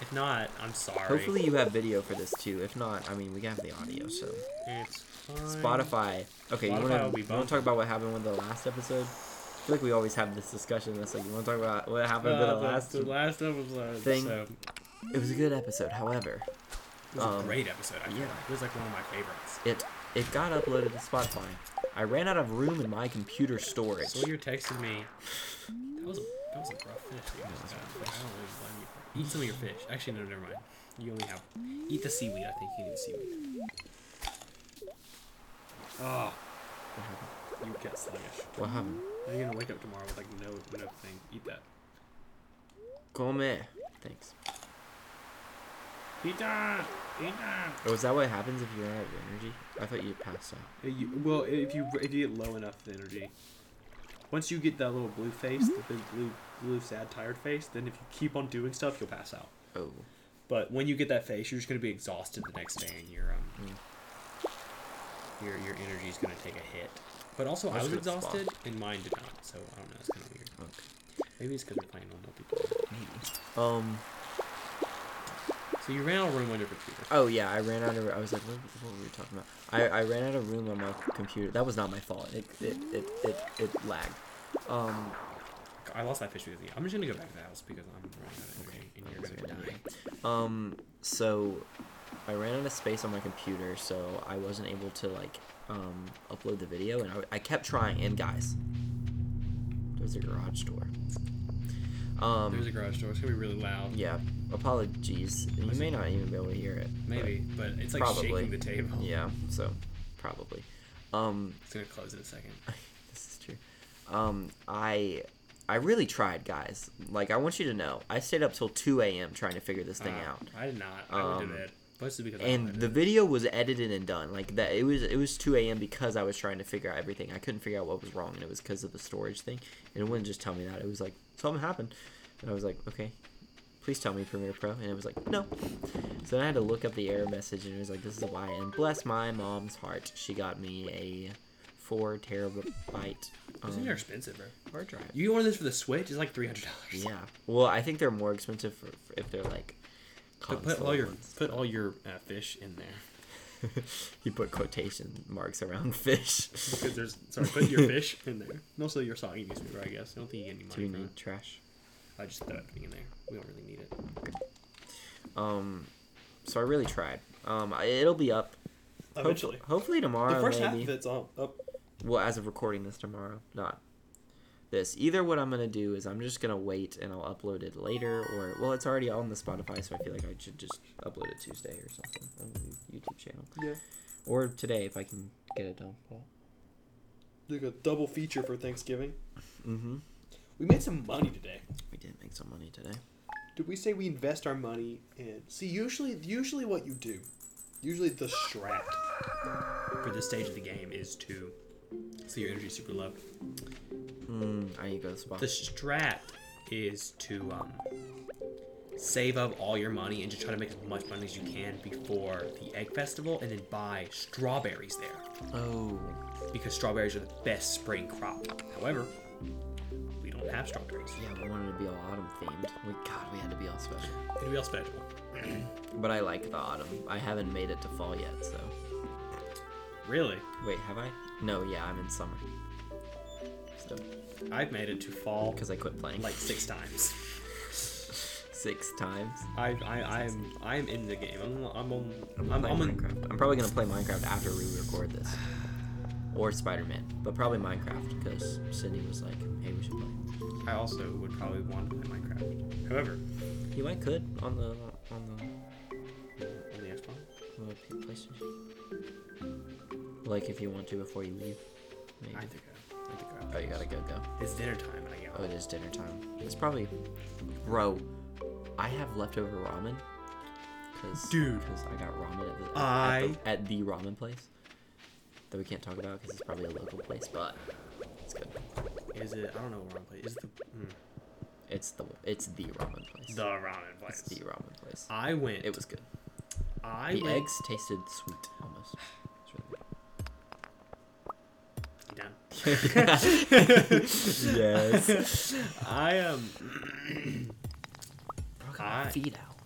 Speaker 2: If not, I'm sorry.
Speaker 1: Hopefully you have video for this too. If not, I mean we have the audio. So
Speaker 2: it's fine. Uh,
Speaker 1: Spotify. Okay,
Speaker 2: Spotify
Speaker 1: you want
Speaker 2: will
Speaker 1: to
Speaker 2: be
Speaker 1: you want
Speaker 2: bumping.
Speaker 1: to talk about what happened with the last episode? I feel like we always have this discussion. That's like you want to talk about what
Speaker 2: Uh,
Speaker 1: happened with the
Speaker 2: the-
Speaker 1: last.
Speaker 2: the last episode.
Speaker 1: thing.
Speaker 2: So,
Speaker 1: It was a good episode. However,
Speaker 2: it was
Speaker 1: Um,
Speaker 2: a great episode. I feel
Speaker 1: yeah.
Speaker 2: like. It was like one of my favorites.
Speaker 1: It it got uploaded to Spotify. I ran out of room in my computer storage.
Speaker 2: So you're texting me. That was a, that was a rough fish. that You just got. Like, I don't really blame you. for it. Eat some of your fish. Actually, no, never mind. You only have eat the seaweed. I think you need the seaweed. Oh,
Speaker 1: What happened?
Speaker 2: you get sluggish.
Speaker 1: What happened?
Speaker 2: Now you're gonna wake up tomorrow with like no no thing. Eat that.
Speaker 1: Come. Thanks.
Speaker 2: Eat that. Eat that.
Speaker 1: Oh, is that what happens if you're out of energy? I thought you passed out.
Speaker 2: Uh, You, well, if you if you get low enough in energy, once you get that little blue face, the big blue blue sad tired face, then if you keep on doing stuff, you'll pass out.
Speaker 1: Oh.
Speaker 2: But when you get that face, you're just gonna be exhausted the next day, and your um your your energy is gonna take a hit. But also, I
Speaker 1: Mm. That's
Speaker 2: was
Speaker 1: a good spot.
Speaker 2: exhausted, and mine did not. So I don't know. It's kind of weird.
Speaker 1: Okay.
Speaker 2: Maybe it's because we're playing on multiplayer.
Speaker 1: Maybe. Um.
Speaker 2: So you ran out of room on your computer.
Speaker 1: Oh yeah, I ran out of. I was like, what, what were we talking about? I, I ran out of room on my computer. That was not my fault. It it it it, it lagged. Um.
Speaker 2: I lost that fish because of you. I'm just gonna go back to the house because I'm running out of
Speaker 1: Okay.
Speaker 2: energy, and you're gonna die.
Speaker 1: Um, so I ran out of space on my computer, so I wasn't able to like um, upload the video, and I, I kept trying. And guys, there's a garage door. Um,
Speaker 2: There's a garage door. It's gonna be really loud.
Speaker 1: yeah, apologies. You may not even be able to hear it. but-
Speaker 2: Maybe, but it's like
Speaker 1: Probably.
Speaker 2: shaking the table.
Speaker 1: yeah. So probably. Um,
Speaker 2: It's gonna close in a second.
Speaker 1: this is true. Um, I I really tried, guys. Like I want you to know, I stayed up till two a.m. trying to figure this thing
Speaker 2: Uh,
Speaker 1: out.
Speaker 2: I did not. I went
Speaker 1: Um,
Speaker 2: to bed. Mostly because I
Speaker 1: and
Speaker 2: wanted
Speaker 1: the
Speaker 2: it.
Speaker 1: video was edited and done like that it was it was 2 a.m because i was trying to figure out everything i couldn't figure out what was wrong and it was because of the storage thing and it wouldn't just tell me that it was like something happened and i was like okay please tell me premiere pro and it was like no so then i had to look up the error message and it was like this is why and bless my mom's heart she got me a four terabyte
Speaker 2: Those things
Speaker 1: um,
Speaker 2: are expensive, bro.
Speaker 1: hard drive
Speaker 2: You order this for the Switch? It's like three hundred dollars.
Speaker 1: yeah well i think they're more expensive for, for if they're like
Speaker 2: But put
Speaker 1: console
Speaker 2: all your
Speaker 1: ones.
Speaker 2: put all your uh, fish in there
Speaker 1: he put quotation marks around fish.
Speaker 2: because there's sorry. Put your fish in there. And also your soggy newspaper, I guess. I don't think you get
Speaker 1: Do
Speaker 2: any money
Speaker 1: you
Speaker 2: from
Speaker 1: need trash?
Speaker 2: it. I just thought it in there. We don't really need it.
Speaker 1: Um, so I really tried. Um, I, it'll be up hopef-
Speaker 2: Eventually,
Speaker 1: Hopefully tomorrow.
Speaker 2: the first half
Speaker 1: maybe.
Speaker 2: of it's all up.
Speaker 1: Well, as of recording this tomorrow, not. this. Either what I'm gonna do is I'm just gonna wait and I'll upload it later, or well, it's already on the Spotify, so I feel like I should just upload it Tuesday or something on the YouTube channel,
Speaker 2: Yeah.
Speaker 1: or today if I can get it done.
Speaker 2: Like a double feature for Thanksgiving.
Speaker 1: Mm-hmm.
Speaker 2: We made some money today.
Speaker 1: We did make some money today.
Speaker 2: Did we say we invest our money in? See, usually, usually what you do, usually the strat for this stage of the game is to. So your energy super low.
Speaker 1: Mm, I need to go to the spot.
Speaker 2: The strat is to um, save up all your money and just try to make as much money as you can before the egg festival, and then buy strawberries there
Speaker 1: oh,
Speaker 2: because strawberries are the best spring crop. However, we don't have strawberries.
Speaker 1: yeah, we wanted to be all autumn themed. We God, we had to be all special.
Speaker 2: It'd be all special.
Speaker 1: But I like the autumn. I haven't made it to fall yet, so
Speaker 2: Really,
Speaker 1: wait, have I? No, yeah, I'm in summer. Still,
Speaker 2: I've made it to fall
Speaker 1: because I quit playing
Speaker 2: like six times.
Speaker 1: six times.
Speaker 2: I, I, I'm, I'm in the game. I'm, I'm, on,
Speaker 1: I'm,
Speaker 2: I'm, I'm,
Speaker 1: playing
Speaker 2: in,
Speaker 1: Minecraft. I'm probably gonna play Minecraft after we record this, or Spider Man, but probably Minecraft because Sydney was like, "Hey, we should play."
Speaker 2: I also would probably want to play Minecraft. However,
Speaker 1: You might could on the on
Speaker 2: on the Xbox,
Speaker 1: the, on the PlayStation, like if you want to before you leave. Maybe.
Speaker 2: I think I, I think I.
Speaker 1: Oh, you gotta go go.
Speaker 2: It's dinner time, and I
Speaker 1: Oh,
Speaker 2: go.
Speaker 1: it is dinner time. It's probably, bro. I have leftover ramen, cause
Speaker 2: Dude.
Speaker 1: 'cause I got ramen at the, at,
Speaker 2: I-
Speaker 1: the, at the ramen place that we can't talk about because it's probably a local place, but it's good.
Speaker 2: Is it? I don't know where I'm playing. Is it the hmm.
Speaker 1: It's the it's the ramen place.
Speaker 2: mm, the ramen
Speaker 1: it's
Speaker 2: place?
Speaker 1: the ramen place.
Speaker 2: I went.
Speaker 1: It was good.
Speaker 2: I
Speaker 1: the
Speaker 2: went,
Speaker 1: eggs tasted sweet almost.
Speaker 2: You done?
Speaker 1: It's really good. yes.
Speaker 2: I um.
Speaker 1: Bro, got my
Speaker 2: I-
Speaker 1: feet out.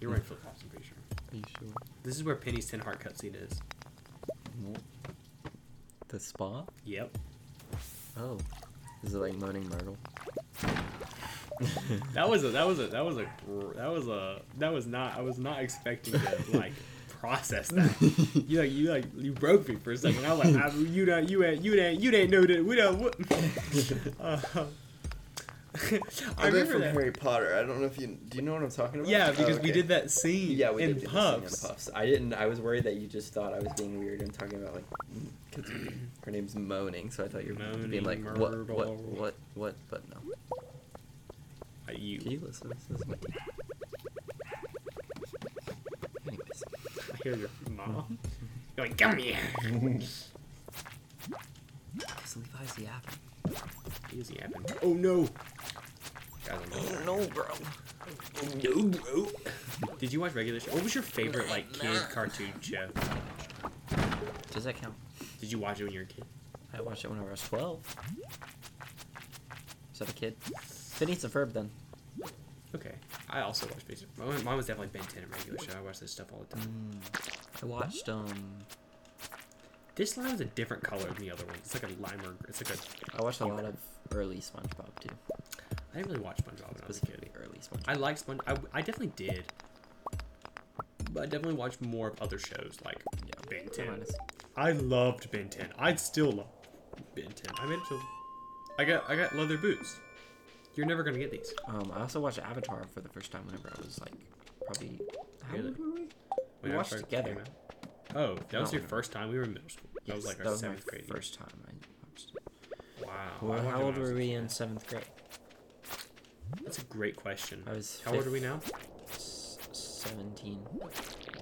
Speaker 2: You're wearing flip flops. I'm pretty sure.
Speaker 1: Are you sure?
Speaker 2: This is where Penny's ten heart cutscene is.
Speaker 1: The spa?
Speaker 2: Yep.
Speaker 1: Oh. Is it like Moaning Myrtle?
Speaker 2: That was a. That was a. That was a. gr- That was a. That was not. I was not expecting to like process that. You like. You like. You broke me for a second. I was like, I, you don't. You ain't. You ain't. You ain't know that. We don't. What? Uh, I
Speaker 3: I bet
Speaker 2: remember
Speaker 3: from
Speaker 2: that.
Speaker 3: Harry Potter. I don't know if you do you know what I'm talking about.
Speaker 2: Yeah,
Speaker 3: Oh,
Speaker 2: because we
Speaker 3: okay.
Speaker 2: did that scene
Speaker 3: Yeah, we
Speaker 2: in
Speaker 3: did do the scene in
Speaker 2: pubs.
Speaker 3: puffs. I didn't. I was worried that you just thought I was being weird and talking about like because her name's Moaning, so I thought you were
Speaker 2: Moaning
Speaker 3: being like what, what,
Speaker 2: Myrtle.
Speaker 3: what, what, but no.
Speaker 2: Uh,
Speaker 3: Can
Speaker 2: You.
Speaker 3: you listen to this? What- Anyways,
Speaker 2: I hear your mom. You're like, come here.
Speaker 1: Yes, Levi's the apple.
Speaker 2: Easy happen. Oh no. Guys, I'm
Speaker 1: Oh,
Speaker 2: over.
Speaker 1: no, bro.
Speaker 2: No, bro. Did you watch regular show? What was your favorite like kid cartoon show?
Speaker 1: Does that count?
Speaker 2: Did you watch it when you were a kid?
Speaker 1: I watched it when I was 12. Is that a kid? Sydney's a verb then.
Speaker 2: Okay. I also watched Space. Mine, mine was definitely Ben 10 and regular show. I watched this stuff all the time.
Speaker 1: I watched, um,
Speaker 2: This lime is a different color than the other one. It's like a lime or it's like a.
Speaker 1: I watched a lot of early SpongeBob too.
Speaker 2: I didn't really watch SpongeBob when I was a kid.
Speaker 1: Specifically early SpongeBob.
Speaker 2: I like Sponge. I, I definitely did. But I definitely watched more of other shows like
Speaker 1: Yeah.
Speaker 2: Ben
Speaker 1: Come
Speaker 2: 10.
Speaker 1: on, it's-
Speaker 2: I loved Ben 10. I still love Ben 10. I made it to. I got I got leather boots. You're never gonna get these.
Speaker 1: Um, I also watched Avatar for the first time whenever I was like probably. How
Speaker 2: Really?
Speaker 1: old were we?
Speaker 2: When
Speaker 1: watched
Speaker 2: first
Speaker 1: together.
Speaker 2: came out- Oh, that was
Speaker 1: No,
Speaker 2: your
Speaker 1: no.
Speaker 2: first time. We were in middle school. that was
Speaker 1: Yes,
Speaker 2: like our
Speaker 1: that was my
Speaker 2: seventh grade. year.
Speaker 1: first time I watched it.
Speaker 2: Wow. I
Speaker 1: Well,
Speaker 2: watched it
Speaker 1: how
Speaker 2: when
Speaker 1: old
Speaker 2: I was
Speaker 1: were
Speaker 2: a
Speaker 1: we
Speaker 2: kid.
Speaker 1: in seventh grade?
Speaker 2: That's a great question.
Speaker 1: I was
Speaker 2: How old are we now?
Speaker 1: S- Seventeen. We're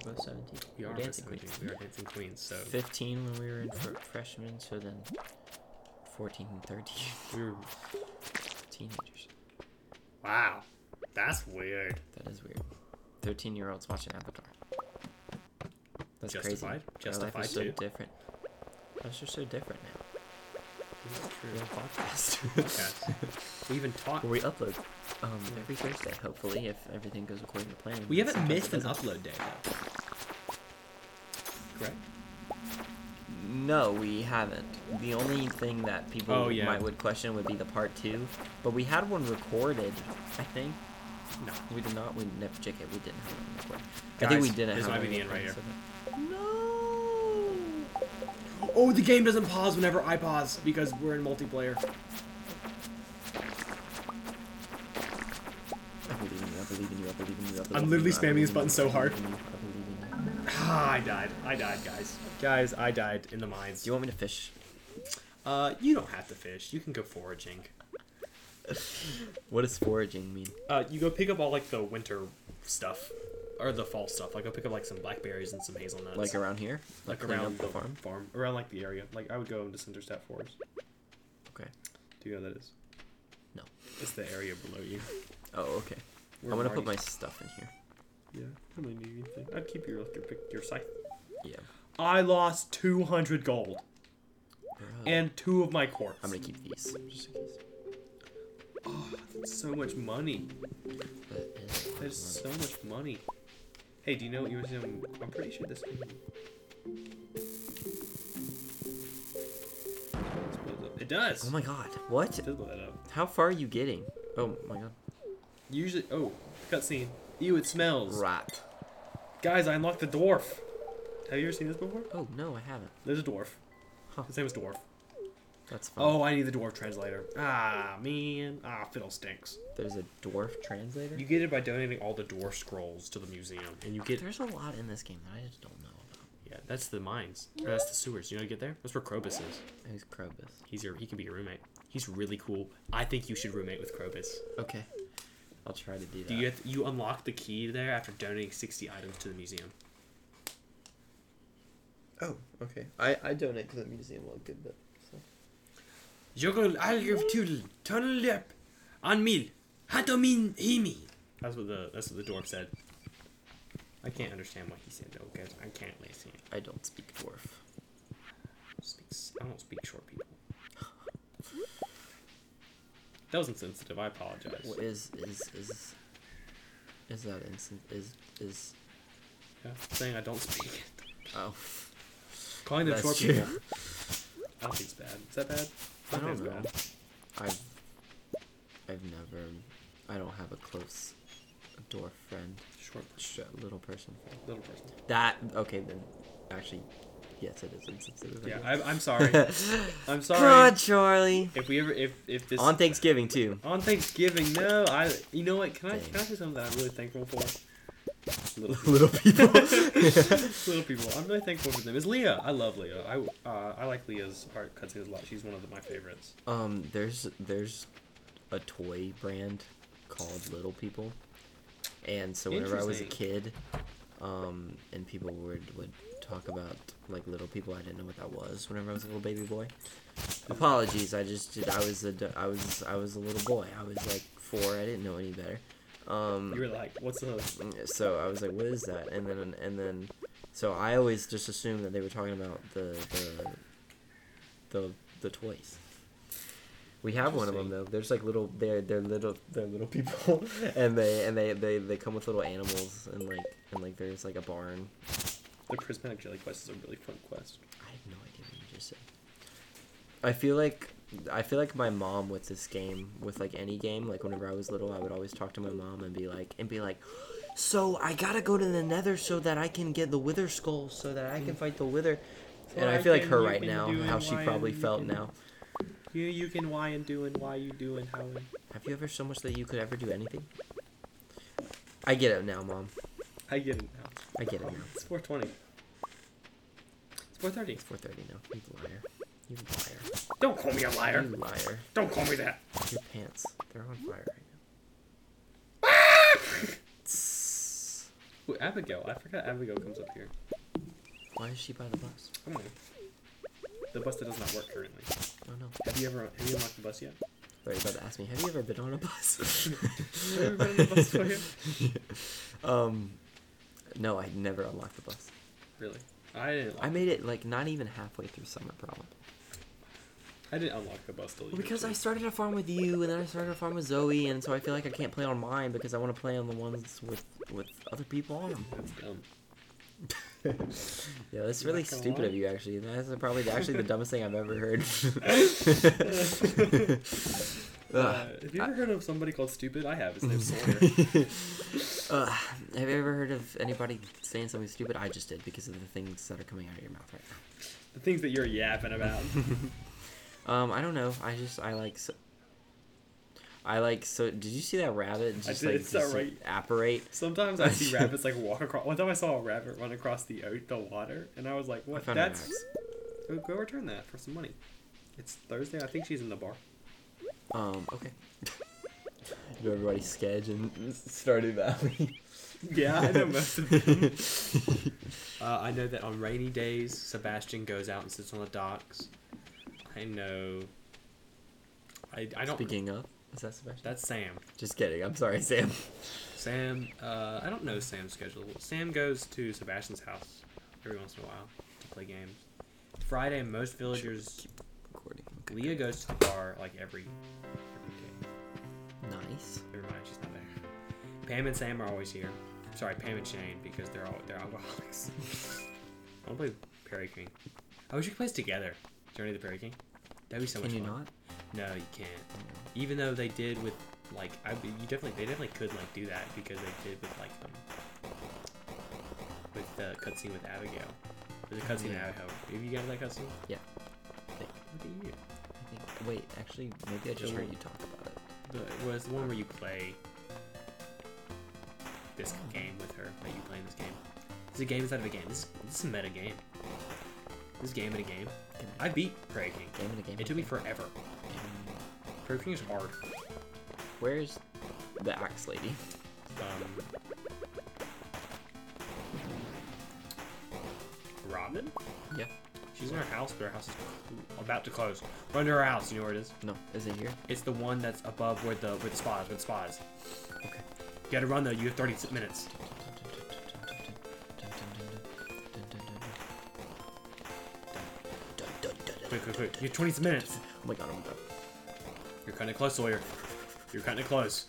Speaker 1: both seventeen.
Speaker 2: We
Speaker 1: We're
Speaker 2: are
Speaker 1: dancing
Speaker 2: dancing queens. We are dancing queens. So
Speaker 1: Fifteen when we were in fr- freshman, so then 14 and 13
Speaker 2: we were.
Speaker 1: teenagers.
Speaker 2: Wow. That's weird.
Speaker 1: That is weird. Thirteen-year-olds watching Avatar. That's
Speaker 2: Justified.
Speaker 1: crazy. Our life
Speaker 2: Justified
Speaker 1: is so
Speaker 2: too.
Speaker 1: different. Us are so different now.
Speaker 2: True.
Speaker 1: We're a podcast.
Speaker 2: Podcast. We even talked.
Speaker 1: Where we upload um, every Thursday, hopefully, if everything goes according to plan.
Speaker 2: We haven't
Speaker 1: Sometimes
Speaker 2: missed
Speaker 1: it
Speaker 2: an
Speaker 1: doesn't.
Speaker 2: upload day though. Correct.
Speaker 1: No, we haven't. The only thing that people
Speaker 2: Oh, yeah.
Speaker 1: might would question would be the part two, but we had one recorded. I think
Speaker 2: No.
Speaker 1: we did not. We never check it. We didn't have one recorded. I think we
Speaker 2: Guys,
Speaker 1: didn't
Speaker 2: this
Speaker 1: have.
Speaker 2: might be
Speaker 1: one
Speaker 2: the end right
Speaker 1: recorded, so that- No.
Speaker 2: Oh, the game doesn't pause whenever I pause because we're in multiplayer.
Speaker 1: I believe in you. I believe in you. I believe in you. I believe
Speaker 2: I'm
Speaker 1: in
Speaker 2: literally
Speaker 1: you, I
Speaker 2: spamming
Speaker 1: believe
Speaker 2: this
Speaker 1: in
Speaker 2: button
Speaker 1: you,
Speaker 2: so
Speaker 1: I
Speaker 2: hard.
Speaker 1: believe in you, I believe in you.
Speaker 2: Ah, I died. I died, guys. Guys, I died in the mines.
Speaker 1: Do you want me to fish?
Speaker 2: Uh, you don't have to fish. You can go foraging.
Speaker 1: What does foraging mean?
Speaker 2: Uh, you go pick up all like the winter stuff, or the fall stuff. Like go pick up like some blackberries and some hazelnuts.
Speaker 1: Like around here?
Speaker 2: like
Speaker 1: clean
Speaker 2: around
Speaker 1: up the farm?
Speaker 2: farm, around like the area. Like I would go into Cinderstep Forest.
Speaker 1: Okay.
Speaker 2: Do you know what that is?
Speaker 1: No.
Speaker 2: It's the area below you.
Speaker 1: Oh, okay.
Speaker 2: We're
Speaker 1: I'm gonna put my
Speaker 2: already-
Speaker 1: stuff in here.
Speaker 2: Yeah, I don't really need anything. I'd keep your your pick- your scythe.
Speaker 1: Yeah.
Speaker 2: I lost 200 gold
Speaker 1: Bruh.
Speaker 2: and two of my quartz.
Speaker 1: I'm gonna keep these just in case.
Speaker 2: so much money.
Speaker 1: That is a lot of
Speaker 2: There's
Speaker 1: money.
Speaker 2: so much money. Hey, do you know what you were saying? I'm pretty sure this one. It does.
Speaker 1: Oh my god. What?
Speaker 2: It does blow that up.
Speaker 1: How far are you getting? Oh my god.
Speaker 2: Usually, oh, cutscene. Ew, it smells.
Speaker 1: Rat.
Speaker 2: Guys, I unlocked the dwarf. Have you ever seen this before?
Speaker 1: Oh no, I haven't.
Speaker 2: There's a dwarf.
Speaker 1: Huh.
Speaker 2: His name is Dwarf.
Speaker 1: That's fine.
Speaker 2: Oh, I need the dwarf translator. Ah, man. Ah, fiddle stinks.
Speaker 1: There's a dwarf translator.
Speaker 2: You get it by donating all the dwarf scrolls to the museum, and you get
Speaker 1: There's a lot in this game that I just don't know about.
Speaker 2: yeah. That's the mines. Or that's the sewers. You know, how you get there. That's where Krobus is.
Speaker 1: Who's Krobus?
Speaker 2: He's your. He can be your roommate. He's really cool. I think you should roommate with Krobus.
Speaker 1: Okay. I'll try to do that.
Speaker 2: Do you have to- you unlock the key there after donating sixty items to the museum?
Speaker 3: Oh, okay. I, I donate to the museum a good bit. So.
Speaker 2: Jogol algrif tudel tunnel up on mil hatomin himi. That's what the that's what the dwarf said. I can't understand what he said though, guys. I can't listen.
Speaker 1: I don't speak dwarf.
Speaker 2: Speaks. I don't speak short people. That was insensitive. I apologize.
Speaker 1: What is is is is that instant? Is is
Speaker 2: Yeah, saying I don't speak.
Speaker 1: oh?
Speaker 2: Calling them
Speaker 1: That's
Speaker 2: short
Speaker 1: true.
Speaker 2: people. I don't think it's bad. Is that bad?
Speaker 1: I don't
Speaker 2: think it's
Speaker 1: know. I've I've never. I don't have a close dwarf friend.
Speaker 2: Short person.
Speaker 1: Sh- little person.
Speaker 2: Little person.
Speaker 1: That okay then? Actually, yes, it is insensitive. I
Speaker 2: Yeah,
Speaker 1: guess.
Speaker 2: I, I'm sorry. I'm sorry.
Speaker 1: God, Charlie.
Speaker 2: If we ever, if if this
Speaker 1: On Thanksgiving too.
Speaker 2: On Thanksgiving, no, I. You know what? Can I
Speaker 1: Dang.
Speaker 2: can I say something that I'm really thankful for? Little
Speaker 1: Little people.
Speaker 2: little people. I'm really thankful for them. Is Leah? I love Leah. I uh, I like Leah's art cutscenes a lot. She's one of the, my favorites.
Speaker 1: um, there's there's a toy brand called Little People, and so whenever I was a kid, um, and people would would talk about like Little People, I didn't know what that was. Whenever I was a little baby boy, apologies, I just did. I was a d- I was I was a little boy. I was like four. I didn't know any better. Um,
Speaker 2: You were like, what's the?
Speaker 1: so I was like, "What is that?" And then and then, so I always just assumed that they were talking about the the the, the toys. We have one of them though. There's like little they're they're little they're little people, and they and they, they they come with little animals and like and like there's like a barn.
Speaker 2: The prismatic jelly quest is a really fun quest.
Speaker 1: I have no idea what you just said. I feel like I feel like my mom with this game, with like any game, like whenever I was little, I would always talk to my mom and be like and be like, "So I gotta go to the Nether so that I can get the Wither Skull, so that I can fight the Wither."
Speaker 2: So
Speaker 1: And I
Speaker 2: I
Speaker 1: feel like her
Speaker 2: can- you
Speaker 1: right
Speaker 2: can
Speaker 1: now,
Speaker 2: do
Speaker 1: how
Speaker 2: it,
Speaker 1: she
Speaker 2: why
Speaker 1: probably
Speaker 2: you
Speaker 1: felt
Speaker 2: can-
Speaker 1: now.
Speaker 2: You you can why and do and why you do and how and.
Speaker 1: Have you ever so much that you could ever do anything? I get it now, mom.
Speaker 2: I get it now.
Speaker 1: I get it
Speaker 2: Oh,
Speaker 1: now.
Speaker 2: It's 420. It's 430.
Speaker 1: It's 4:30 now. You liar. You liar.
Speaker 2: Don't call me a liar.
Speaker 1: You liar.
Speaker 2: Don't call me that.
Speaker 1: Your pants. They're on fire right now.
Speaker 2: Ah!
Speaker 1: Tss.
Speaker 2: Ooh, Abigail. I forgot Abigail comes up here.
Speaker 1: Why is she by the bus?
Speaker 2: I don't know. The bus that does not work currently.
Speaker 1: Oh no.
Speaker 2: Have you ever have you unlocked the bus yet?
Speaker 1: They're about to ask me, have you ever been on a bus?
Speaker 2: Have you ever been on the bus before?
Speaker 1: um, no, I never unlocked the bus.
Speaker 2: Really? I didn't.
Speaker 1: I
Speaker 2: I,
Speaker 1: made it like not even halfway through summer, probably.
Speaker 2: I didn't unlock the bus till you.
Speaker 1: Well, because I
Speaker 2: mentioned
Speaker 1: started a farm with you, and then I started a farm with Zoe, and so I feel like I can't play on mine because I want to play on the ones with with other people on them.
Speaker 2: it. That's dumb.
Speaker 1: Yeah, that's really
Speaker 2: Not gonna
Speaker 1: stupid
Speaker 2: lie.
Speaker 1: of you, actually. That's probably actually the dumbest thing I've ever heard.
Speaker 2: Uh,
Speaker 1: Ugh.
Speaker 2: have Uh, you ever heard of somebody called stupid? I have. His name's Sawyer.
Speaker 1: Ugh. have you ever heard of anybody saying something stupid? I just did because of the things that are coming out of your mouth right now.
Speaker 2: The things that you're yapping about.
Speaker 1: Um, I don't know. I just I like. So, I like so. Did you see that rabbit just
Speaker 2: did,
Speaker 1: like
Speaker 2: it's
Speaker 1: just
Speaker 2: alright.
Speaker 1: apparate?
Speaker 2: Sometimes I see rabbits like walk across. One time I saw a rabbit run across the o- the water, and I was like,
Speaker 1: I
Speaker 2: "What?
Speaker 1: found an
Speaker 2: That's
Speaker 1: axe.
Speaker 2: go, go return that for some money." It's Thursday. I think she's in the bar.
Speaker 1: Um. Okay.
Speaker 3: You everybody sketch and Stardew Valley.
Speaker 2: Yeah, I know most of them.
Speaker 1: them.
Speaker 2: Uh, I know that on rainy days, Sebastian goes out and sits on the docks. I know. I, I don't.
Speaker 1: Speaking of, is that Sebastian?
Speaker 2: That's Sam.
Speaker 1: Just kidding. I'm sorry, Sam.
Speaker 2: Sam. Uh, I don't know Sam's schedule. Sam goes to Sebastian's house every once in a while to play games. Friday, most villagers.
Speaker 1: Recording. Okay.
Speaker 2: Leah goes to the bar like every every day.
Speaker 1: Nice.
Speaker 2: Never mind, she's not there. Pam and Sam are always here. Sorry, Pam and Shane because they're all they're alcoholics. I want to play Perry King. I wish we could play this together. Journey to the Perry King. That'd be so
Speaker 1: Can
Speaker 2: much
Speaker 1: you
Speaker 2: fun.
Speaker 1: not? Oh,
Speaker 2: No, you can't. Even though they did with like I, you definitely they definitely could like do that because they did with like um, with the cutscene with Abigail. There's a
Speaker 1: Yeah.
Speaker 2: cutscene with Abigail. Have you got that cutscene?
Speaker 1: Yeah.
Speaker 2: What do you?
Speaker 1: I think, wait, actually, maybe I just heard you talk about it.
Speaker 2: The, it was the one where you play this game with her that you play in this game. It's a game inside of a game. This, this is a meta game. This game in a game. I beat Prey King.
Speaker 1: Game in a game.
Speaker 2: It took me forever. Prey King is hard.
Speaker 1: Where's the axe lady?
Speaker 2: Um, Robin?
Speaker 1: Yeah.
Speaker 2: She's in her house, but her house is cl- about to close. Run to her house. You know where it is?
Speaker 1: No, is it here?
Speaker 2: It's the one that's above where the where the spa is. Where the spa is.
Speaker 1: Okay.
Speaker 2: You gotta run though. You have 30 minutes. Quick, quick, quick. You have 20 minutes.
Speaker 1: Oh my god, oh my god.
Speaker 2: You're kind of close, Sawyer. You're kind of close.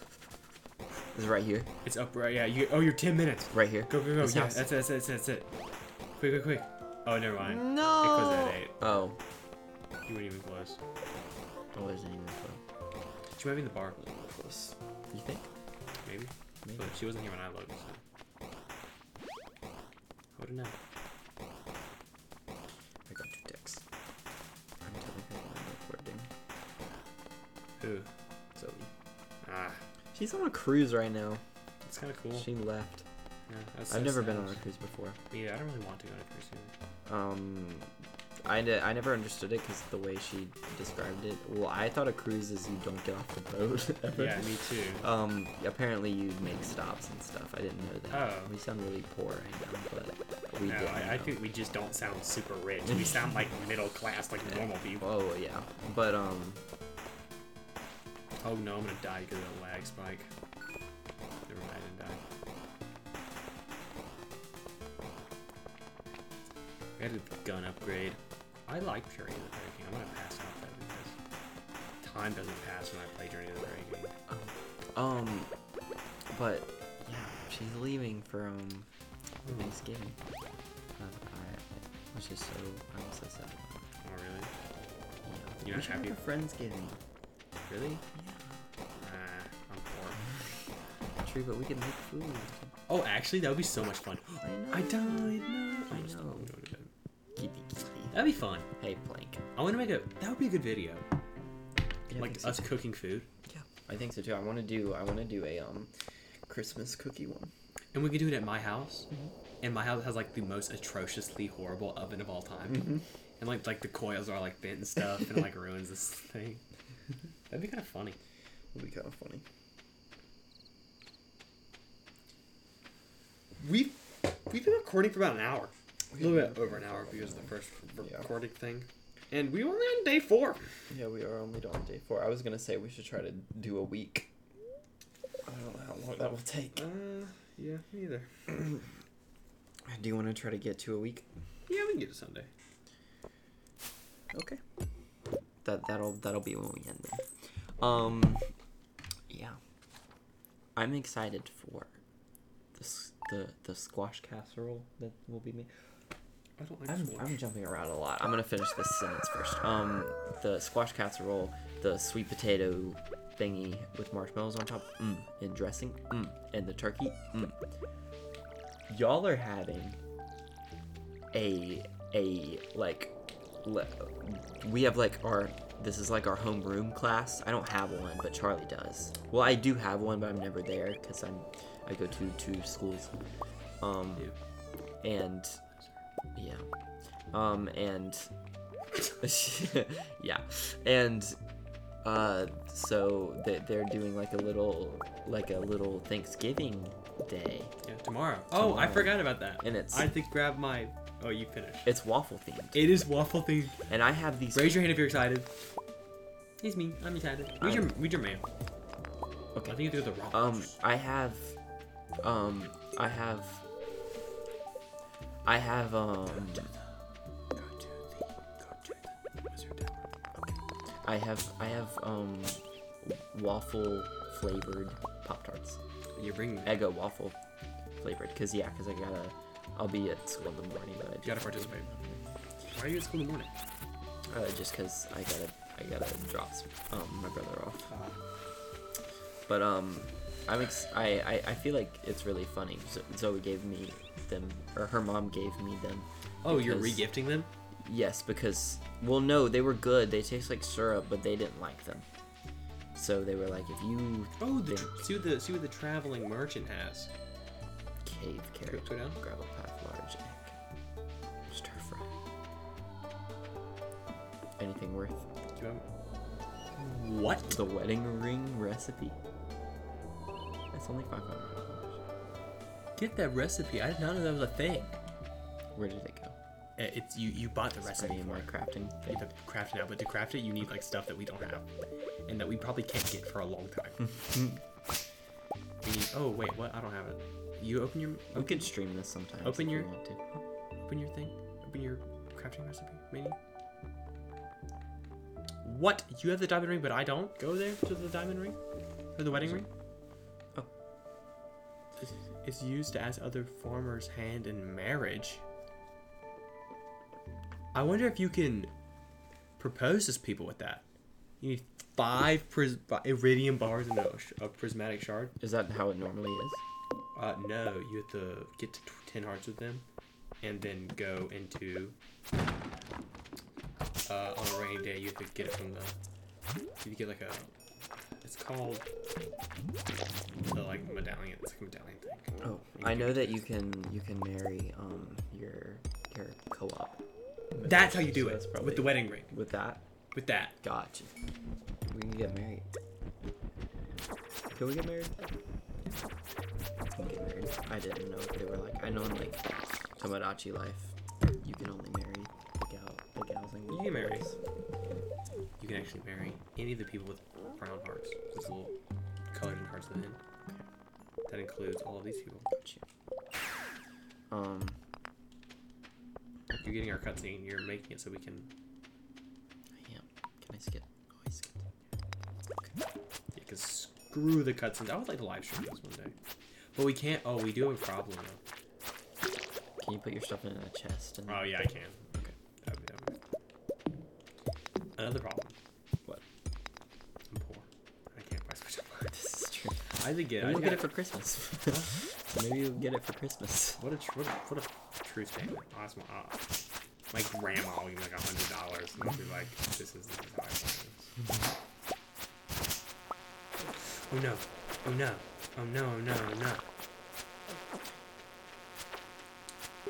Speaker 1: Is it right here?
Speaker 2: It's up right. Yeah. You. Oh, you're 10 minutes.
Speaker 1: Right here?
Speaker 2: Go, go, go.
Speaker 1: This
Speaker 2: Yeah.
Speaker 1: house?
Speaker 2: That's it. That's it. That's it. That's it. Quick, quick, quick. Oh, never mind. It was
Speaker 1: No!
Speaker 2: at eight.
Speaker 1: Oh.
Speaker 2: You weren't even close.
Speaker 1: Oh, there's an even close.
Speaker 2: She might be in the bar.
Speaker 3: Close.
Speaker 1: You think?
Speaker 2: Maybe.
Speaker 1: Maybe.
Speaker 2: But she wasn't here when I loaded. So. I wouldn't know.
Speaker 1: I got two dicks. I'm totally gonna end up recording.
Speaker 2: Who?
Speaker 1: Zoe.
Speaker 2: Ah.
Speaker 1: She's on a cruise right now.
Speaker 2: It's kind of cool.
Speaker 1: She left.
Speaker 2: Yeah, that's so
Speaker 1: I've never been
Speaker 2: sad.
Speaker 1: on a cruise before.
Speaker 2: Me either. I don't really want to go on a cruise either.
Speaker 1: Um, I, ne- I never understood it because the way she described it. Well, I thought a cruise is you don't get off the boat. ever.
Speaker 2: Yeah, me too.
Speaker 1: Um, apparently you make stops and stuff. I didn't know that.
Speaker 2: Oh.
Speaker 1: We sound really poor right now, but we
Speaker 2: no,
Speaker 1: did.
Speaker 2: I, I think we just don't sound super rich. We sound like middle class, like normal people.
Speaker 1: Oh yeah, but um,
Speaker 2: Oh no, I'm gonna die because of the lag spike. Never mind, I didn't die. We had a gun upgrade. I like Fury of the Fairy King. I'm gonna pass off that because time doesn't pass when I play Journey of the Fairy King.
Speaker 1: um, but yeah, she's leaving for um
Speaker 3: Hmm.
Speaker 2: Mm.
Speaker 1: Thanksgiving. Uh, I, which is so I'm so sad.
Speaker 2: Oh really?
Speaker 1: Yeah.
Speaker 2: You're
Speaker 1: We
Speaker 2: not
Speaker 1: should have
Speaker 2: happy?
Speaker 1: a friendsgiving.
Speaker 2: Really?
Speaker 1: Yeah.
Speaker 2: Nah, I'm poor.
Speaker 1: True, but we can make food.
Speaker 2: Oh, actually, that would be so much fun.
Speaker 1: I know.
Speaker 2: I died. No.
Speaker 1: I
Speaker 2: I'm just-
Speaker 1: know. Kitty, kitty.
Speaker 2: That'd be fun.
Speaker 1: Hey, Plank.
Speaker 2: I want to make a. That would be a good video.
Speaker 1: Yeah, I
Speaker 2: like
Speaker 1: think so
Speaker 2: us
Speaker 1: too.
Speaker 2: cooking food,
Speaker 1: Yeah.
Speaker 3: I think so too. I want to do. I want to do a um, Christmas cookie one.
Speaker 2: and we could do it at my house. And my house has like the most atrociously horrible oven of all time. And like like the coils are like bent and stuff, and it, like ruins this thing. That'd be kind of funny.
Speaker 3: Would be kind of funny.
Speaker 2: We we've been recording for about an hour, a little
Speaker 3: Yeah.
Speaker 2: bit over an hour because of the first re-
Speaker 3: Yeah.
Speaker 2: recording thing, and we only on day four.
Speaker 3: Yeah, we are only on day four. I was gonna say we should try to do a week. I don't know how long that will take.
Speaker 2: Uh, yeah, me either.
Speaker 1: Do you want to try to get to a week?
Speaker 2: Yeah, we can get to Sunday.
Speaker 1: Okay. That that'll that'll be when we end it. Um, yeah. I'm excited for this the the squash casserole that will be made.
Speaker 2: I don't like
Speaker 1: I'm,
Speaker 2: this one.
Speaker 1: I'm jumping around a lot. I'm gonna finish this sentence first. Um, the squash casserole, the sweet potato thingy with marshmallows on top, mm, and dressing, mm, and the turkey, mm. Y'all are having a a like le- we have like our this is like our homeroom class. I don't have one, but Charlie does. Well, I do have one, but I'm never there because I'm I go to two schools. Um, and yeah, um, and yeah, and uh, so they they're doing like a little like a little Thanksgiving day.
Speaker 2: Yeah, tomorrow. Oh, I
Speaker 1: Tomorrow.
Speaker 2: forgot about that.
Speaker 1: And it's-
Speaker 2: I think grab my. Oh, you finished.
Speaker 1: It's waffle themed,
Speaker 2: It is waffle thing.
Speaker 1: and I have these.
Speaker 2: Raise your hand if you're excited. It's me. I'm excited. Read your,
Speaker 1: I'm-
Speaker 2: read your mail.
Speaker 1: Okay.
Speaker 2: I think you do the wrong.
Speaker 1: Um, I have, um, I have, I have, um,
Speaker 2: Go to the. Go to the wizard tower.
Speaker 1: I have, I have, um, waffle flavored Pop Tarts.
Speaker 2: You're bringing. You
Speaker 1: Eggo waffle flavored. Cause yeah, cause I gotta, I'll be at school in the morning, but I just,
Speaker 2: gotta participate. Why are you at school in the morning?
Speaker 1: uh, just cause I gotta, I gotta drop, s- um, my brother off.
Speaker 2: Uh-huh.
Speaker 1: But um, I'm ex- I, I I feel like it's really funny. Zo- Zoe gave me them, or her mom gave me them.
Speaker 2: oh, you're
Speaker 1: because-
Speaker 2: regifting them.
Speaker 1: Yes, because well, no, they were good. They taste like syrup, but they didn't like them. So they were like, if you
Speaker 2: Oh, the,
Speaker 1: think
Speaker 2: tr- see what the see what the traveling merchant has.
Speaker 1: cave carrot,
Speaker 2: Go- go down.
Speaker 1: grab a path large egg, stir fry. Anything worth
Speaker 2: Do you have... What?
Speaker 1: the wedding ring recipe? That's only five hundred dollars.
Speaker 2: Get that recipe. I did not know that was a thing.
Speaker 1: Where did it go?
Speaker 2: Uh, It's you. You bought the
Speaker 1: It's
Speaker 2: recipe
Speaker 1: already in
Speaker 2: for
Speaker 1: my
Speaker 2: it.
Speaker 1: crafting.
Speaker 2: You
Speaker 1: thing.
Speaker 2: have to craft it out, but to craft it, you need like stuff that we don't have, and that we probably can't get for a long time. we need. Oh wait, what? I don't have it. You open your
Speaker 1: We could stream this sometime.
Speaker 2: Open
Speaker 1: if
Speaker 2: your-
Speaker 1: You want to.
Speaker 2: open your thing. Open your crafting recipe, maybe. What? You have the diamond ring, but I don't. Go there to the diamond ring, or the wedding ring.
Speaker 1: Oh.
Speaker 2: It's- It's used as other farmers' hand in marriage. I wonder if you can propose to people with that. You need five pris- bi- iridium bars and a, sh- a prismatic shard.
Speaker 1: Is that how it normally is?
Speaker 2: Uh, no, you have to get to tw- 10 hearts with them and then go into. Uh, on a rainy day, you have to get it from the. You get like a. It's called. The like medallion. It's like a medallion thing.
Speaker 1: Oh, I know that you can you can marry um your your co-op
Speaker 2: That's how you do
Speaker 1: So
Speaker 2: it.
Speaker 1: that's probably-
Speaker 2: With the wedding ring.
Speaker 1: with that.
Speaker 2: With that.
Speaker 1: Gotcha. We can get married. Can we get married? We can get married. I didn't know if they were like I know in like Tomodachi life, you can only marry the gal the gals and
Speaker 2: You can marry.
Speaker 1: boys.
Speaker 2: You can actually marry any of the people with brown hearts. Those little colored in hearts within. That includes all of these people.
Speaker 1: Gotcha. Um,
Speaker 2: You're getting our cutscene. You're making it so we can.
Speaker 1: I am. Can I skip? Oh, I skipped.
Speaker 2: You can screw the cutscenes. I would like to live stream this one day. But we can't. Oh, we do have a problem though.
Speaker 1: Can you put your stuff in a chest and
Speaker 2: Oh, yeah, I can. Okay. That'd be, that'd be- Another problem.
Speaker 1: what?
Speaker 2: I'm poor. I can't buy Switch online.
Speaker 1: This is true.
Speaker 2: I think it.
Speaker 1: Maybe
Speaker 2: I
Speaker 1: we'll
Speaker 2: think
Speaker 1: get
Speaker 2: I-
Speaker 1: it for Christmas. Maybe we'll get it for Christmas.
Speaker 2: What a tr- what a, what a true statement. I'll ask my, I'll- my grandma will give me like a hundred dollars and I'll be like, this is, this is how I plan this. Oh no! Oh no! Oh no! Oh no! Oh no!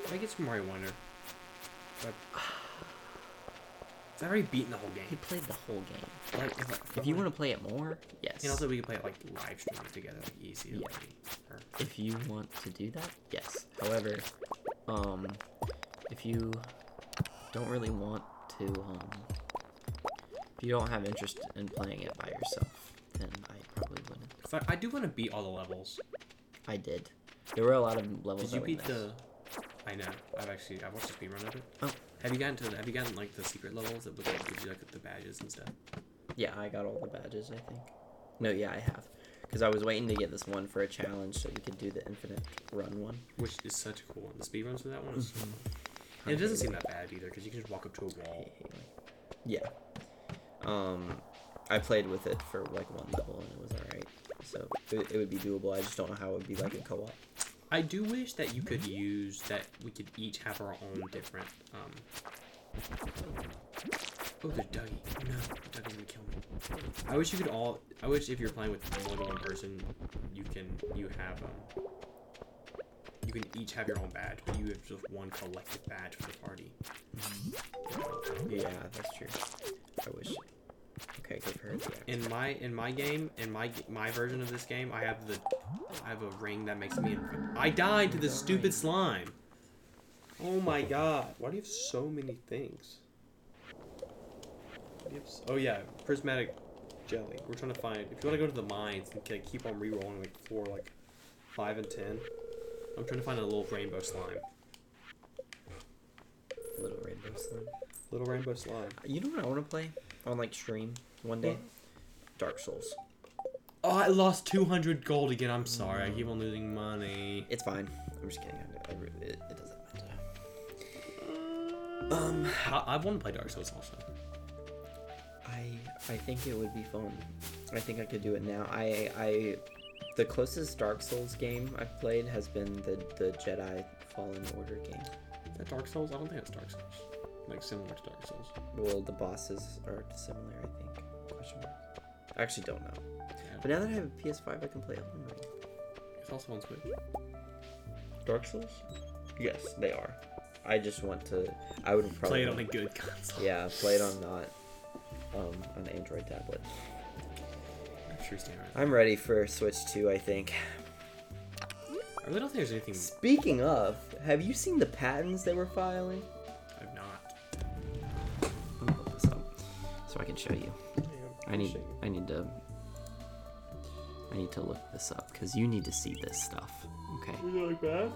Speaker 2: Can I get some Mario Wonder? Like, I've already beaten the whole
Speaker 1: He
Speaker 2: game.
Speaker 1: played the whole game.
Speaker 2: Like, if,
Speaker 1: If you want to play it more, yes.
Speaker 2: and also we can play it like live stream it together, like easy.
Speaker 1: Yeah.
Speaker 2: Like, or-
Speaker 1: if you want to do that, yes. However, um, if you don't really want to, um, if you don't have interest in playing it by yourself, then I probably wouldn't.
Speaker 2: 'cause I, I do want to beat all the levels.
Speaker 1: I did. There were a lot of levels.
Speaker 2: Did you
Speaker 1: I would
Speaker 2: beat
Speaker 1: miss.
Speaker 2: the? I know. I've actually I've watched a speedrun of it.
Speaker 1: Oh,
Speaker 2: Have you gotten to? Have you gotten like the secret levels that look like gives you like the badges and stuff?
Speaker 1: yeah, I got all the badges. I think. No, yeah, I have. Because I was waiting to get this one for a challenge so we could do the infinite run one.
Speaker 2: Which is such a cool one. The speedruns for that one. Is so fun. And it doesn't seem that bad either because you can just walk up to a wall.
Speaker 1: Yeah. Um, I played with it for like one level and it was alright. So it, it would be doable. I just don't know how it would be like in co-op.
Speaker 2: I do wish that you could use that we could each have our own different um, Oh, there's Dougie. No, Dougie's gonna kill me. I wish you could all. I wish if you're playing with more than one person, you can you have um. You can each have your own badge, but you have just one collective badge for the party.
Speaker 1: Yeah, that's true. I wish. Okay, good for her. Yeah.
Speaker 2: In my in my game, in my my version of this game, I have the I have a ring that makes me. inv- I died to the stupid slime. Oh my god! Why do you have so many things? Why do you have s- Oh yeah, prismatic jelly. We're trying to find. If you want to go to the mines and like, keep on re-rolling like four, like five and ten. I'm trying to find a little rainbow slime.
Speaker 1: Little rainbow slime.
Speaker 2: Little rainbow slime.
Speaker 1: You know what I want to play on like stream one day? Dark Souls.
Speaker 2: Oh, I lost 200 gold again. I'm sorry. I keep on losing money.
Speaker 1: It's fine. I'm just kidding. I, I, re- it, it doesn't matter. Um,
Speaker 2: I, I want to play Dark Souls also.
Speaker 1: I I think it would be fun. I think I could do it now. I I the closest Dark Souls game I've played has been the the Jedi Fallen Order game.
Speaker 2: Is that Dark Souls? I don't think it's Dark Souls. Like similar to Dark Souls.
Speaker 1: Well, the bosses are similar, I think. Question mark. I actually don't know.
Speaker 2: Yeah.
Speaker 1: But now that I have a PS5, I can play it online.
Speaker 2: It's also on Switch.
Speaker 1: Dark Souls? Yes, they are. I just want to. I would probably
Speaker 2: Play it on a good console.
Speaker 1: yeah, play it on not um, an Android tablet.
Speaker 2: I'm sure it's right.
Speaker 1: I'm ready for Switch 2, I think.
Speaker 2: I really don't think there's anything
Speaker 1: Speaking of, have you seen the patents they were filing?
Speaker 2: I've not.
Speaker 1: I'm gonna look this up so I can show you. I need I need to I need to look this up because you need to see this stuff. Okay.
Speaker 2: like that?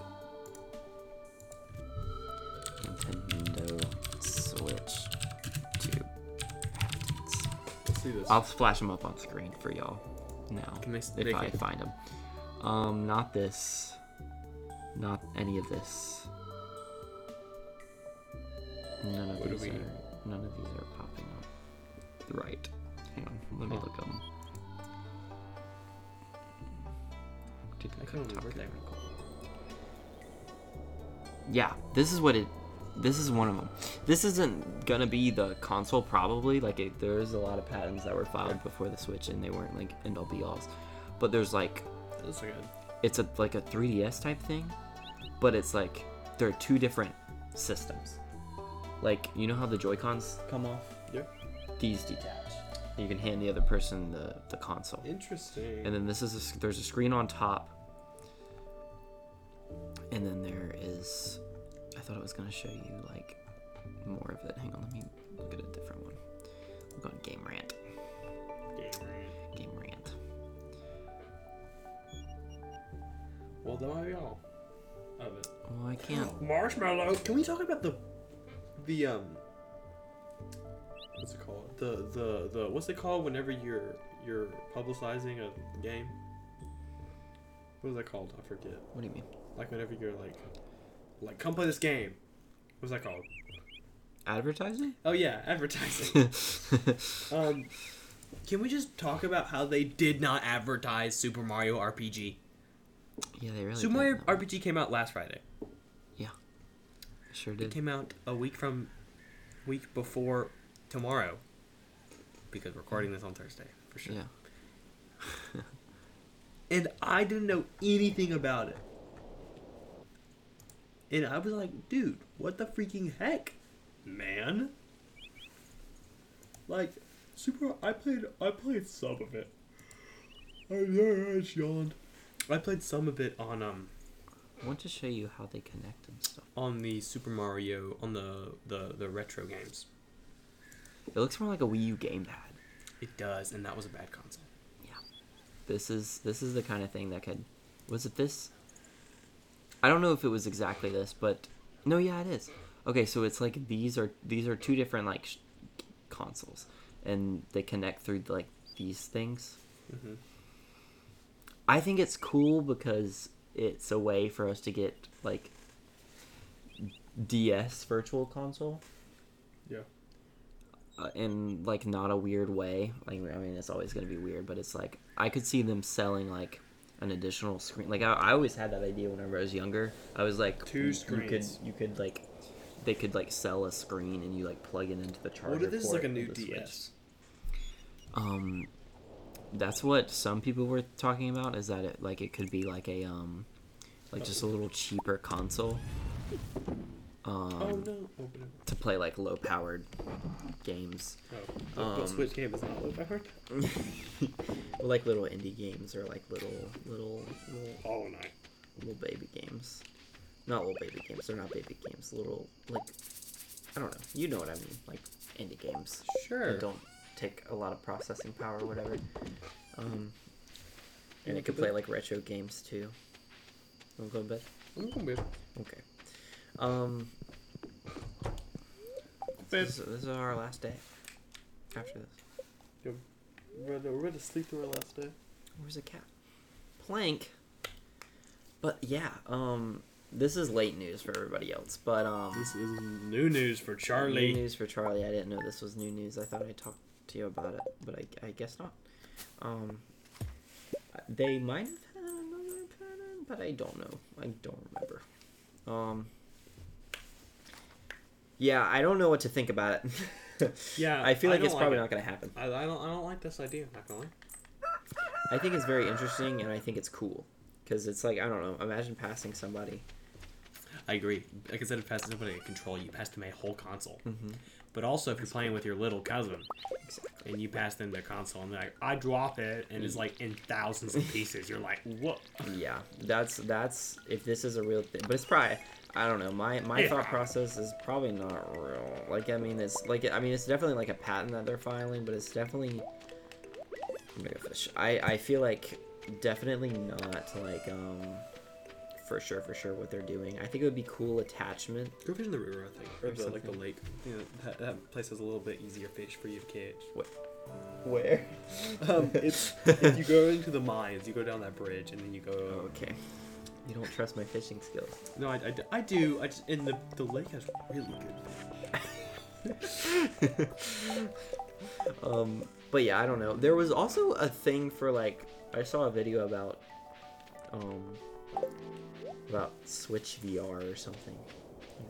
Speaker 1: Nintendo Switch 2 patents.
Speaker 2: Let's see this.
Speaker 1: I'll splash them up on screen for y'all now
Speaker 2: Can they-
Speaker 1: if
Speaker 2: they
Speaker 1: I
Speaker 2: can-
Speaker 1: find them. Um, not this, not any of this. None of
Speaker 2: What do
Speaker 1: these
Speaker 2: we-
Speaker 1: are none of these are popping up. Right. Hang on, let me
Speaker 2: Huh.
Speaker 1: look them. Did
Speaker 2: I
Speaker 1: I
Speaker 2: can't remember what
Speaker 1: talk-
Speaker 2: they were called.
Speaker 1: yeah, this is what it. This is one of them. This isn't gonna be the console probably. Like it, there's a lot of patents that were filed before the Switch, and they weren't like end all be alls. But there's like
Speaker 2: That looks like a-
Speaker 1: it's a like a 3DS type thing, but it's like there are two different systems. Like you know how the Joy Cons come off?
Speaker 2: Yeah.
Speaker 1: These detach. You can hand the other person the the console.
Speaker 2: Interesting.
Speaker 1: And then this is a s there's a screen on top. And then there is I thought I was gonna show you like more of it. Hang on, let me look at a different one. Look on Game Rant. Game Rant.
Speaker 2: well, then I all of it.
Speaker 1: Well Oh, I can't
Speaker 2: Marshmallow. Can we talk about the the um what's it called? The the the what's it called whenever you're you're publicizing a game? What is that called? I forget.
Speaker 1: what do you mean?
Speaker 2: Like whenever you're like like come play this game. What's that called?
Speaker 1: Advertising?
Speaker 2: Oh yeah, advertising. um can we just talk about how they did not advertise Super Mario RPG?
Speaker 1: yeah, they really
Speaker 2: Super
Speaker 1: did
Speaker 2: Mario
Speaker 1: that.
Speaker 2: RPG came out last Friday.
Speaker 1: sure
Speaker 2: It
Speaker 1: did.
Speaker 2: came out a week from week before tomorrow because we're recording this on Thursday for sure.
Speaker 1: Yeah.
Speaker 2: And I didn't know anything about it. And I was like, dude, what the freaking heck, man? Like, super. I played. I played some of it. I know I just yawned. I played some of it on um
Speaker 1: I want to show you how they connect and stuff.
Speaker 2: on the Super Mario on the the the retro games.
Speaker 1: It looks more like a Wii U gamepad.
Speaker 2: It does, and that was a bad console.
Speaker 1: This is this is the kind of thing that could was it this? I don't know if it was exactly this, but no, yeah, it is. Okay, so it's like these are these are two different like sh- consoles, and they connect through like these things.
Speaker 2: Mhm.
Speaker 1: I think it's cool because it's a way for us to get like DS Virtual Console.
Speaker 2: Yeah.
Speaker 1: uh, in like not a weird way. Like I mean, it's always gonna be weird, but it's like I could see them selling like an additional screen. Like I, I always had that idea whenever I was younger. I was like,
Speaker 2: Two
Speaker 1: you- You
Speaker 2: screens.
Speaker 1: could you could like they could like sell a screen and you like plug it into the charger.
Speaker 2: What if this is
Speaker 1: port
Speaker 2: like a
Speaker 1: of
Speaker 2: new
Speaker 1: the Switch.
Speaker 2: DS?
Speaker 1: Um, that's what some people were talking about. Is that it? Like it could be like a um, like just a
Speaker 2: Oh.
Speaker 1: little cheaper console. Um,
Speaker 2: Oh no! Open it.
Speaker 1: to play like low powered games,
Speaker 2: Oh, but- but
Speaker 1: Um,
Speaker 2: Switch game is not low powered.
Speaker 1: like little indie games or like little little little
Speaker 2: All night.
Speaker 1: little baby games. Not little baby games. They're not baby games. Little like I don't know. You know what I mean? Like indie games.
Speaker 2: Sure.
Speaker 1: That don't take a lot of processing power or whatever. Um,
Speaker 2: You
Speaker 1: and
Speaker 2: want
Speaker 1: it could
Speaker 2: to
Speaker 1: play
Speaker 2: bid?
Speaker 1: like retro games too. A little bit.
Speaker 2: I'm gonna be
Speaker 1: Okay. Um, this,
Speaker 2: Bip.
Speaker 1: this is our last day. After this,
Speaker 2: We're gonna, we're gonna sleep through our last day.
Speaker 1: where's the cat? Plank. But yeah, um, this is late news for everybody else. But um,
Speaker 2: This is new news for
Speaker 1: New
Speaker 2: Charlie.
Speaker 1: news for Charlie. I didn't know this was new news. I thought I talked to you about it, but I, I guess not. Um, they might have had another pattern, but I don't know. I don't remember. Um, yeah, I don't know what to think about it.
Speaker 2: Yeah,
Speaker 1: I feel
Speaker 2: I
Speaker 1: like it's
Speaker 2: don't
Speaker 1: probably not
Speaker 2: like
Speaker 1: going to happen.
Speaker 2: I, I don't I don't like this idea. Not gonna lie.
Speaker 1: I think it's very interesting, and I think it's cool because it's like I don't know. Imagine passing somebody.
Speaker 2: I agree. Like instead of passing somebody a controller, you pass them a whole console.
Speaker 1: Mm-hmm.
Speaker 2: But also, if you're playing with your little cousin
Speaker 1: Exactly.
Speaker 2: and you pass them their console and they're like, I drop it, and it's like in thousands of pieces, you're like, whoa.
Speaker 1: Yeah, that's that's if this is a real thing, but it's probably I don't know. My my
Speaker 2: Yeah.
Speaker 1: thought process is probably not real. Like I mean, it's like I mean, it's definitely like a patent that they're filing, but it's definitely mega fish. I I feel like definitely not like um for sure for sure what they're doing. I think it would be cool attachment.
Speaker 2: Go fish in the river, I think, or
Speaker 1: Or
Speaker 2: the, like the
Speaker 1: something.
Speaker 2: lake. You know, that, that place has a little bit easier fish for you to catch.
Speaker 1: Where?
Speaker 2: Um, it's if you go into the mines, you go down that bridge, and then you go.
Speaker 1: Okay. You don't trust my fishing skills.
Speaker 2: Oh, No, I, I, I do. I just and the the lake has really good.
Speaker 1: um, but yeah, I don't know. There was also a thing for like I saw a video about um about Switch VR or something.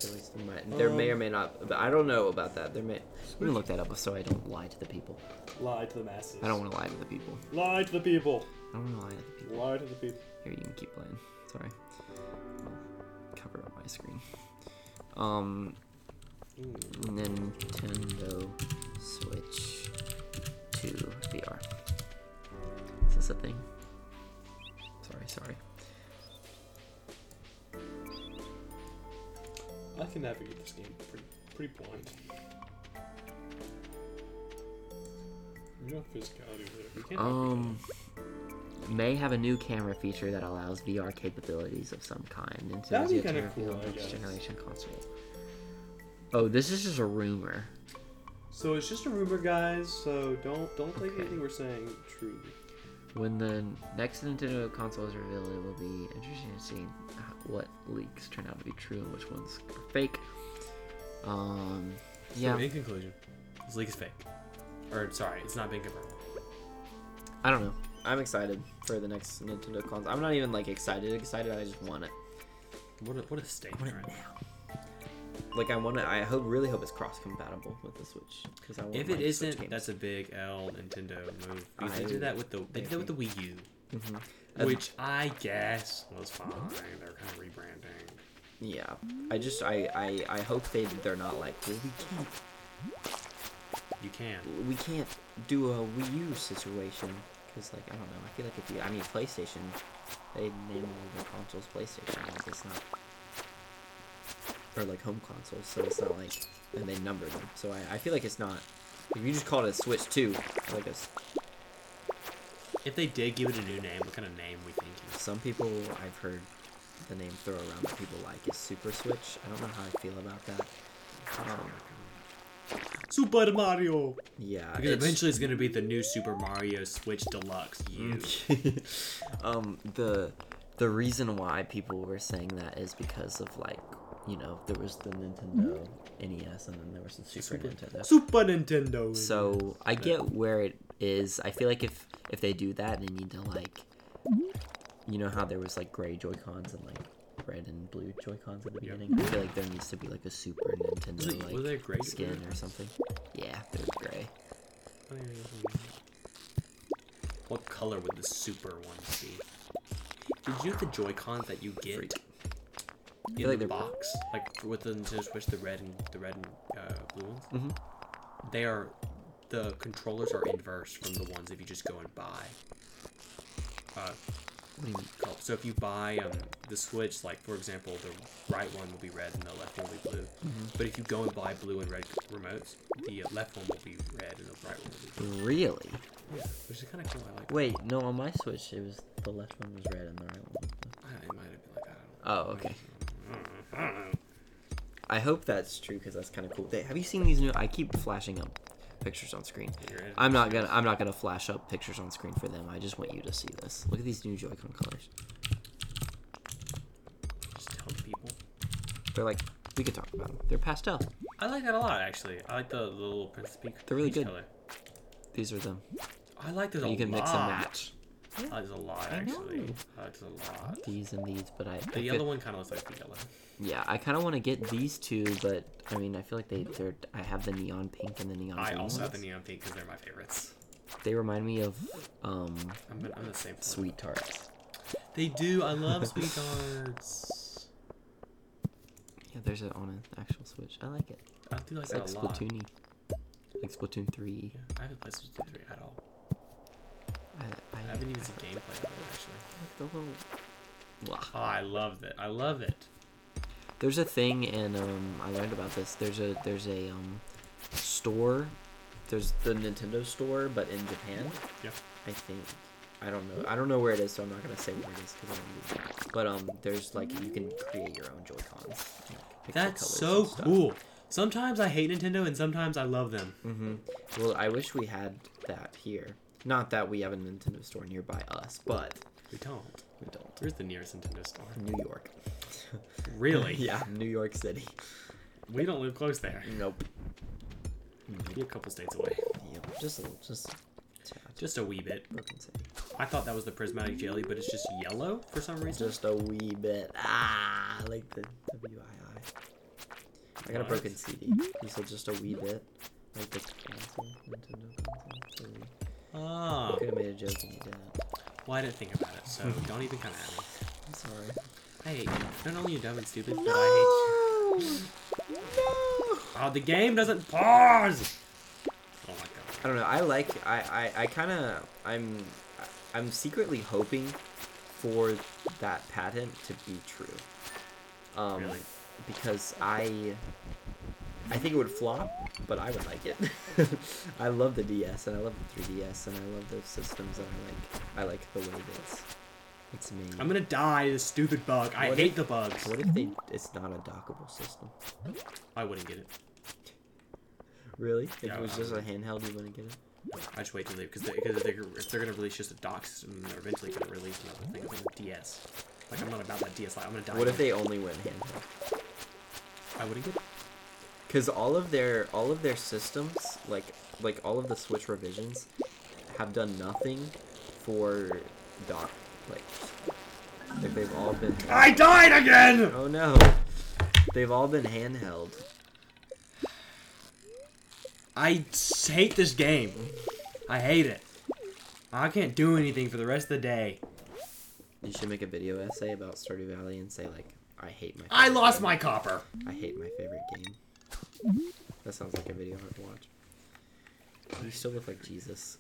Speaker 1: There, was, there, might, there may or may not, but I don't know about that. There may. I'm gonna Um, look that up so I don't lie to the people.
Speaker 2: Lie to the masses.
Speaker 1: I don't want to lie to the people.
Speaker 2: Lie to the people.
Speaker 1: I don't want to lie to the people.
Speaker 2: Lie to the people.
Speaker 1: Here, you can keep playing. Sorry. I'll cover up my screen. Um, Nintendo Switch 2 VR. Is this a thing? Sorry, sorry.
Speaker 2: I can navigate this game pretty pretty blind. You know physicality, but we can't.
Speaker 1: Um, may have a new camera feature that allows VR capabilities of some kind. Nintendo's
Speaker 2: That'd be
Speaker 1: new
Speaker 2: kinda
Speaker 1: camera for
Speaker 2: cool, I
Speaker 1: next
Speaker 2: guess.
Speaker 1: generation console. Oh, this is just a rumor.
Speaker 2: So it's just a rumor, guys. So don't don't take
Speaker 1: Okay.
Speaker 2: anything we're saying truly.
Speaker 1: When the next Nintendo console is revealed, it will be interesting to see what leaks turn out to be true and which ones are fake. Um, yeah,
Speaker 2: in conclusion, this leak is fake. Or sorry, it's not being confirmed.
Speaker 1: I don't know. I'm excited for the next Nintendo console. I'm not even like excited, excited. I just want it.
Speaker 2: What a, what a statement,
Speaker 1: want
Speaker 2: right?
Speaker 1: it now. Like I want to. I hope really hope it's cross compatible with the Switch because I want.
Speaker 2: If
Speaker 1: my
Speaker 2: it isn't,
Speaker 1: Switch
Speaker 2: that's a big L Nintendo move. Because they
Speaker 1: I-
Speaker 2: did that with the they did that with the Wii U,
Speaker 1: hmm
Speaker 2: which I guess was fine. They're kind of rebranding.
Speaker 1: yeah, I just I I, I hope they they're not like well, we can't
Speaker 2: You can.
Speaker 1: we can't do a Wii U situation because like I don't know. I feel like if you I mean PlayStation, they name all their consoles PlayStation. Like it's not or like home consoles, so it's not like and they number them. So I, I feel like it's not. If you just call it a Switch Two, like a s
Speaker 2: If they did give it a new name, what kind of name we thinking?
Speaker 1: Some people I've heard the name throw around that people like is Super Switch. I don't know how I feel about that. Um,
Speaker 2: Super Mario.
Speaker 1: yeah,
Speaker 2: Because
Speaker 1: it's-
Speaker 2: eventually it's gonna be the new Super Mario Switch Deluxe. You.
Speaker 1: Mm. um, the the reason why people were saying that is because of like you know there was the Nintendo NES and then there was the Super, Nintendo.
Speaker 2: Mm-hmm. Super Nintendo.
Speaker 1: So I get where it is. I feel like if if they do that, they need to like, you know how there was like gray Joy Cons and like red and blue Joy Cons at the beginning. I feel like there needs to be like a Super Nintendo
Speaker 2: Was it-
Speaker 1: like
Speaker 2: were they gray
Speaker 1: skin
Speaker 2: Joy-Cons?
Speaker 1: or something. Yeah, they're gray.
Speaker 2: I don't even know what it is. What color would the super one be? Did you get the Joy Cons that you get
Speaker 1: Freak.
Speaker 2: in
Speaker 1: like
Speaker 2: the
Speaker 1: they're pur-
Speaker 2: box, like with the Nintendo Switch, the red and the red and uh, blue ones? Mm-hmm. They are the controllers are inverse from the ones if you just go and buy. Uh,
Speaker 1: What do you mean?
Speaker 2: col- so if you buy um, the Switch, like for example, the right one will be red and the left one will be blue.
Speaker 1: Mm-hmm.
Speaker 2: But if you go and buy blue and red remotes, the uh, left one will be red and the right one will be blue.
Speaker 1: Really?
Speaker 2: Yeah, which is kind of cool. I like.
Speaker 1: Wait, no. On my Switch, it was the left one was red and the right one. was blue.
Speaker 2: I don't know, it might have been like that.
Speaker 1: Oh, okay. I hope that's true because that's kind of cool. They, have you seen these new? I keep flashing up pictures on screen.
Speaker 2: You're in.
Speaker 1: I'm not gonna. I'm not gonna flash up pictures on screen for them. I just want you to see this. Look at these new Joy-Con colors.
Speaker 2: Just tell people.
Speaker 1: They're like we could talk about them. They're pastel.
Speaker 2: I like that a lot, actually. I like the little Prince Peach.
Speaker 1: They're really
Speaker 2: peach
Speaker 1: good.
Speaker 2: Color.
Speaker 1: These are them.
Speaker 2: I like this a
Speaker 1: You can
Speaker 2: lot.
Speaker 1: mix and match
Speaker 2: I like this a lot, actually. I like this a lot.
Speaker 1: these and these, but I. I
Speaker 2: The
Speaker 1: feel-
Speaker 2: yellow one kind of looks like the yellow.
Speaker 1: Yeah, I kind of want to get these two, but I mean, I feel like they they're. I have the neon pink and the neon.
Speaker 2: I
Speaker 1: green
Speaker 2: also have the
Speaker 1: ones.
Speaker 2: neon pink because they're my favorites.
Speaker 1: They remind me of um
Speaker 2: I'm, gonna- I'm the same. Sweet.
Speaker 1: sweet tarts.
Speaker 2: They do. I love sweet tarts.
Speaker 1: Yeah, there's it on an actual Switch. I like it.
Speaker 2: I do like
Speaker 1: It's
Speaker 2: that
Speaker 1: like
Speaker 2: a lot.
Speaker 1: Splatoon. Like Splatoon three.
Speaker 2: Yeah, I haven't played Splatoon 3 at all.
Speaker 1: I,
Speaker 2: I
Speaker 1: I,
Speaker 2: haven't even seen gameplay of it, actually.
Speaker 1: the little. Blah.
Speaker 2: Oh, I love it. I love it.
Speaker 1: There's a thing, and um, I learned about this. There's a there's a um, store. There's the Nintendo store, but in Japan,
Speaker 2: Yeah.
Speaker 1: I think. I don't know. I don't know where it is, so I'm not gonna say where it is because I don't know. But um, there's like you can create your own Joy Cons.
Speaker 2: That's so cool. Sometimes I hate Nintendo and sometimes I love them.
Speaker 1: hmm Well, I wish we had that here. Not that we have a Nintendo store nearby us, but
Speaker 2: We don't.
Speaker 1: we don't.
Speaker 2: Where's the nearest Nintendo store?
Speaker 1: New York.
Speaker 2: Really?
Speaker 1: yeah, New York City.
Speaker 2: We don't live close there.
Speaker 1: Nope.
Speaker 2: Maybe a couple states away.
Speaker 1: Yep. Just a little, just. a tad.
Speaker 2: Just a wee bit.
Speaker 1: Broken City.
Speaker 2: I thought that was the prismatic jelly, but it's just yellow for some reason.
Speaker 1: Just a wee bit. Ah, I like the W I I. I got a
Speaker 2: Nice.
Speaker 1: broken CD. You said just a wee bit. Like the console, Nintendo console.
Speaker 2: Ah,
Speaker 1: Could have made a joke and you didn't.
Speaker 2: well, I didn't think about it, so don't even come at me.
Speaker 1: I'm sorry.
Speaker 2: I hate you. Not only are you dumb and stupid, but I hate you. Oh, the game doesn't pause! Oh my god.
Speaker 1: I don't know. I like. I. I. I kind of. I'm. I'm secretly hoping for that patent to be true. Um,
Speaker 2: Really?
Speaker 1: Because I. I think it would flop, but I would like it. I love the DS and I love the 3DS and I love those systems and I like. I like the way that it's. It's made.
Speaker 2: I'm gonna die, this stupid bug. I
Speaker 1: What
Speaker 2: hate the bugs.
Speaker 1: What if they? It's not a dockable system.
Speaker 2: I wouldn't get it.
Speaker 1: Really? If
Speaker 2: Yeah,
Speaker 1: it was
Speaker 2: I
Speaker 1: just a
Speaker 2: would.
Speaker 1: handheld, you wouldn't get it.
Speaker 2: I just wait till they because they, because they're, if they're gonna release just a dock system, they're eventually gonna release another thing like a DS. Like I'm not about that DS. Like I'm gonna die.
Speaker 1: What if
Speaker 2: here.
Speaker 1: they only went handheld?
Speaker 2: I wouldn't get. it.
Speaker 1: because all of their all of their systems like like all of the switch revisions have done nothing for dock like like they've all been
Speaker 2: I died again.
Speaker 1: oh no they've all been handheld
Speaker 2: I s- hate this game. I hate it. I can't do anything for the rest of the day.
Speaker 1: you should make a video essay about stardew valley and say like i hate my
Speaker 2: I
Speaker 1: favorite
Speaker 2: lost
Speaker 1: game.
Speaker 2: my copper.
Speaker 1: i hate my favorite game that sounds like a video i'd watch you still look like jesus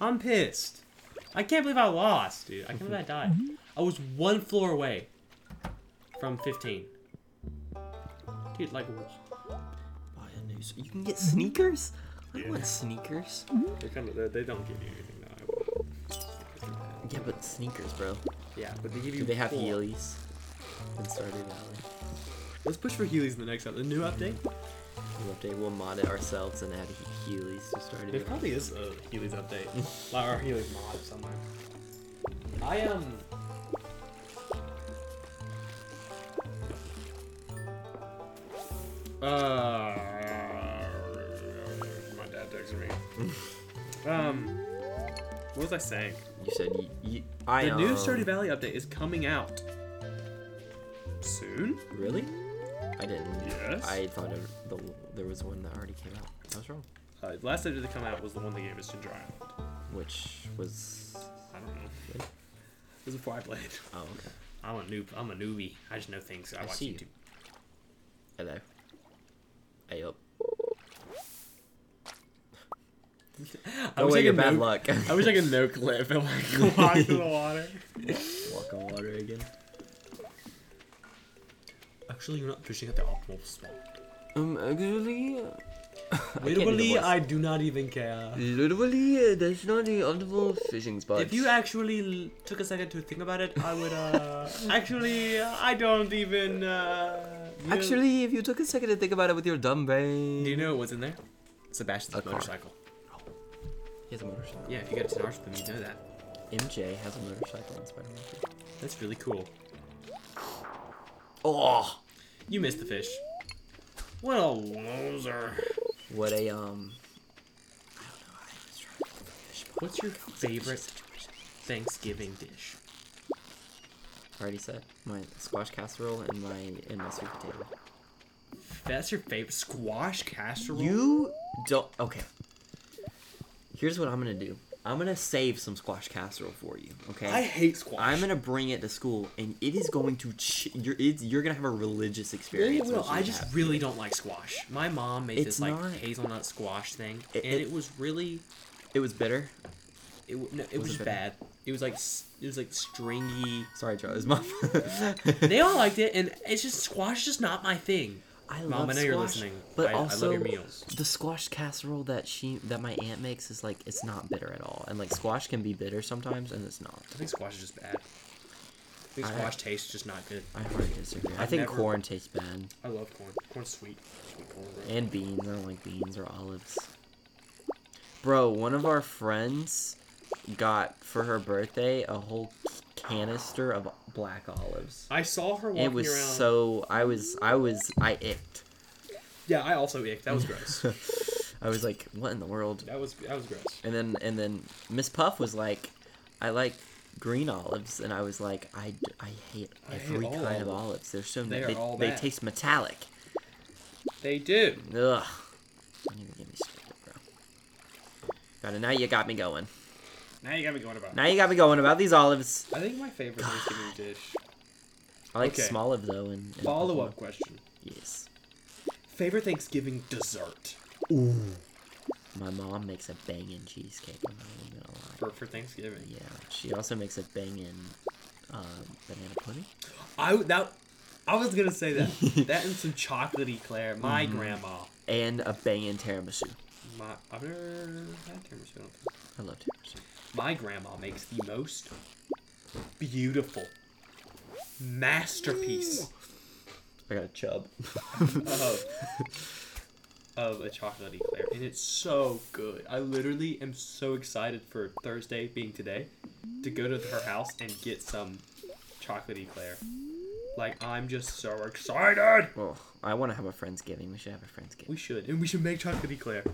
Speaker 2: I'm pissed. I can't believe I lost, dude. I can't believe I died. I was one floor away from 15. Dude, like,
Speaker 1: buy a new s- you can get sneakers i want sneakers
Speaker 2: they're kind of, they don't give you anything that I want.
Speaker 1: yeah but sneakers bro
Speaker 2: Yeah, but they give you.
Speaker 1: Do they have
Speaker 2: four.
Speaker 1: Heelys in Stardew Valley?
Speaker 2: Let's push for Heelys in the next update. The new update.
Speaker 1: We'll update. We'll mod it ourselves and add he- Heelys to Stardew
Speaker 2: There
Speaker 1: Valley.
Speaker 2: probably is a Heelys update, like or Heelys mod somewhere. I um. Uh, my dad texted me. um, what was I saying?
Speaker 1: You said you. you I
Speaker 2: The new
Speaker 1: um,
Speaker 2: Stardew Valley update is coming out soon?
Speaker 1: Really? I didn't.
Speaker 2: Yes.
Speaker 1: I thought it, the, there was one that already came out. I was wrong.
Speaker 2: Uh, the last update to come out was the one they gave us Ginger Island.
Speaker 1: Which was.
Speaker 2: I don't know. It was before I played.
Speaker 1: Oh, okay.
Speaker 2: I'm a noob. I'm a newbie. I just know things. I,
Speaker 1: I
Speaker 2: watch
Speaker 1: see you.
Speaker 2: YouTube.
Speaker 1: Hello. Hey up.
Speaker 2: I
Speaker 1: Oh
Speaker 2: wish I
Speaker 1: wait, you're
Speaker 2: could
Speaker 1: bad
Speaker 2: noob-
Speaker 1: luck.
Speaker 2: I wish I could no clip and like walk to the water.
Speaker 1: Walk on water again.
Speaker 2: Actually, you're not fishing at the optimal spot.
Speaker 1: Um,
Speaker 2: uh,
Speaker 1: actually, do
Speaker 2: Literally,
Speaker 1: the voice.
Speaker 2: I do not even care.
Speaker 1: literally, uh, that's not the optimal fishing spot.
Speaker 2: If you actually l- took a second to think about it, I would. uh... actually, I don't even. Uh, you know-
Speaker 1: actually, if you took a second to think about it with your dumb brain,
Speaker 2: do you know what's in there? Sebastian's
Speaker 1: A car.
Speaker 2: motorcycle.
Speaker 1: he has a motorcycle.
Speaker 2: Yeah, if you get to Naruto, then you know that.
Speaker 1: MJ has a motorcycle in Spider-Man. too.
Speaker 2: That's really cool.
Speaker 1: Oh,
Speaker 2: You missed the fish. What a loser.
Speaker 1: what a um. I don't know. I was trying to think of a fish, but
Speaker 2: What's your favorite
Speaker 1: situation.
Speaker 2: Thanksgiving dish?
Speaker 1: I already said my squash casserole and my and my sweet potato.
Speaker 2: That's your favorite squash casserole.
Speaker 1: You don't. Okay. Here's what I'm gonna do. I'm gonna save some squash casserole for you. Okay.
Speaker 2: I hate squash.
Speaker 1: I'm gonna bring it to school, and it is going to. Ch- you're it's, you're gonna have a religious
Speaker 2: Really
Speaker 1: experience.
Speaker 2: will.
Speaker 1: once you
Speaker 2: I just
Speaker 1: have-
Speaker 2: really don't like squash. My mom made
Speaker 1: It's
Speaker 2: this like
Speaker 1: not-
Speaker 2: hazelnut squash thing,
Speaker 1: It-
Speaker 2: and
Speaker 1: it-
Speaker 2: it, was really
Speaker 1: It was bitter.
Speaker 2: it w- no, it
Speaker 1: Was
Speaker 2: was,
Speaker 1: it
Speaker 2: bad. It was like s- it was like stringy.
Speaker 1: Sorry, Charlie's mom.
Speaker 2: They all liked it, and it's just squash is just not my thing.
Speaker 1: I love
Speaker 2: Mom, I know you're
Speaker 1: squash,
Speaker 2: listening.
Speaker 1: But
Speaker 2: I- I love
Speaker 1: also,
Speaker 2: your meals.
Speaker 1: the squash casserole that she that my aunt makes is like it's not bitter at all, and like squash can be bitter sometimes, and it's not.
Speaker 2: I think squash is just bad. I think
Speaker 1: I-
Speaker 2: squash tastes just not good.
Speaker 1: I hardly disagree. I
Speaker 2: I've
Speaker 1: think
Speaker 2: never-
Speaker 1: corn tastes bad,
Speaker 2: I love corn. Corn's sweet. Sweet corn. right?
Speaker 1: and beans. I don't like beans or olives. Bro, one of our friends got for her birthday a whole canister of black olives.
Speaker 2: I saw her walking
Speaker 1: It was
Speaker 2: around.
Speaker 1: so I was I was I icked.
Speaker 2: yeah, I also icked. That was gross.
Speaker 1: I was like, what in the world?
Speaker 2: that was that was gross.
Speaker 1: And then and then Miss Puff was like, I like green olives, and I was like, I, d- I hate
Speaker 2: I hate
Speaker 1: every
Speaker 2: all
Speaker 1: kind of
Speaker 2: olives.
Speaker 1: olives. They're so
Speaker 2: They
Speaker 1: they
Speaker 2: are
Speaker 1: they,
Speaker 2: all
Speaker 1: they
Speaker 2: bad.
Speaker 1: taste metallic.
Speaker 2: They do.
Speaker 1: Ugh. Don't even get me started, bro. Got it. Now you got me going.
Speaker 2: Now you got me going about. it.
Speaker 1: Now you got me going about these olives.
Speaker 2: I think my favorite Thanksgiving dish.
Speaker 1: I like
Speaker 2: Okay.
Speaker 1: small of though. And, and
Speaker 2: Follow up question.
Speaker 1: Yes.
Speaker 2: Favorite Thanksgiving dessert
Speaker 1: My mom makes a banging cheesecake. I'm not even gonna lie.
Speaker 2: for, for Thanksgiving?
Speaker 1: Yeah, she also makes a banging um, banana pudding.
Speaker 2: I w- that I was gonna say that that and some chocolate eclair. My grandma.
Speaker 1: and a banging tiramisu.
Speaker 2: My I've never had tiramisu. I don't think.
Speaker 1: I love tiramisu.
Speaker 2: My grandma makes the most beautiful masterpiece
Speaker 1: I got a chub.
Speaker 2: of of a chocolate eclair, and it's so good. I literally am so excited for Thursday being today to go to her house and get some chocolate eclair. Like I'm just so excited.
Speaker 1: well, I want to have a friendsgiving. We should have a friendsgiving.
Speaker 2: We
Speaker 1: We,
Speaker 2: should, and we should make chocolate eclair.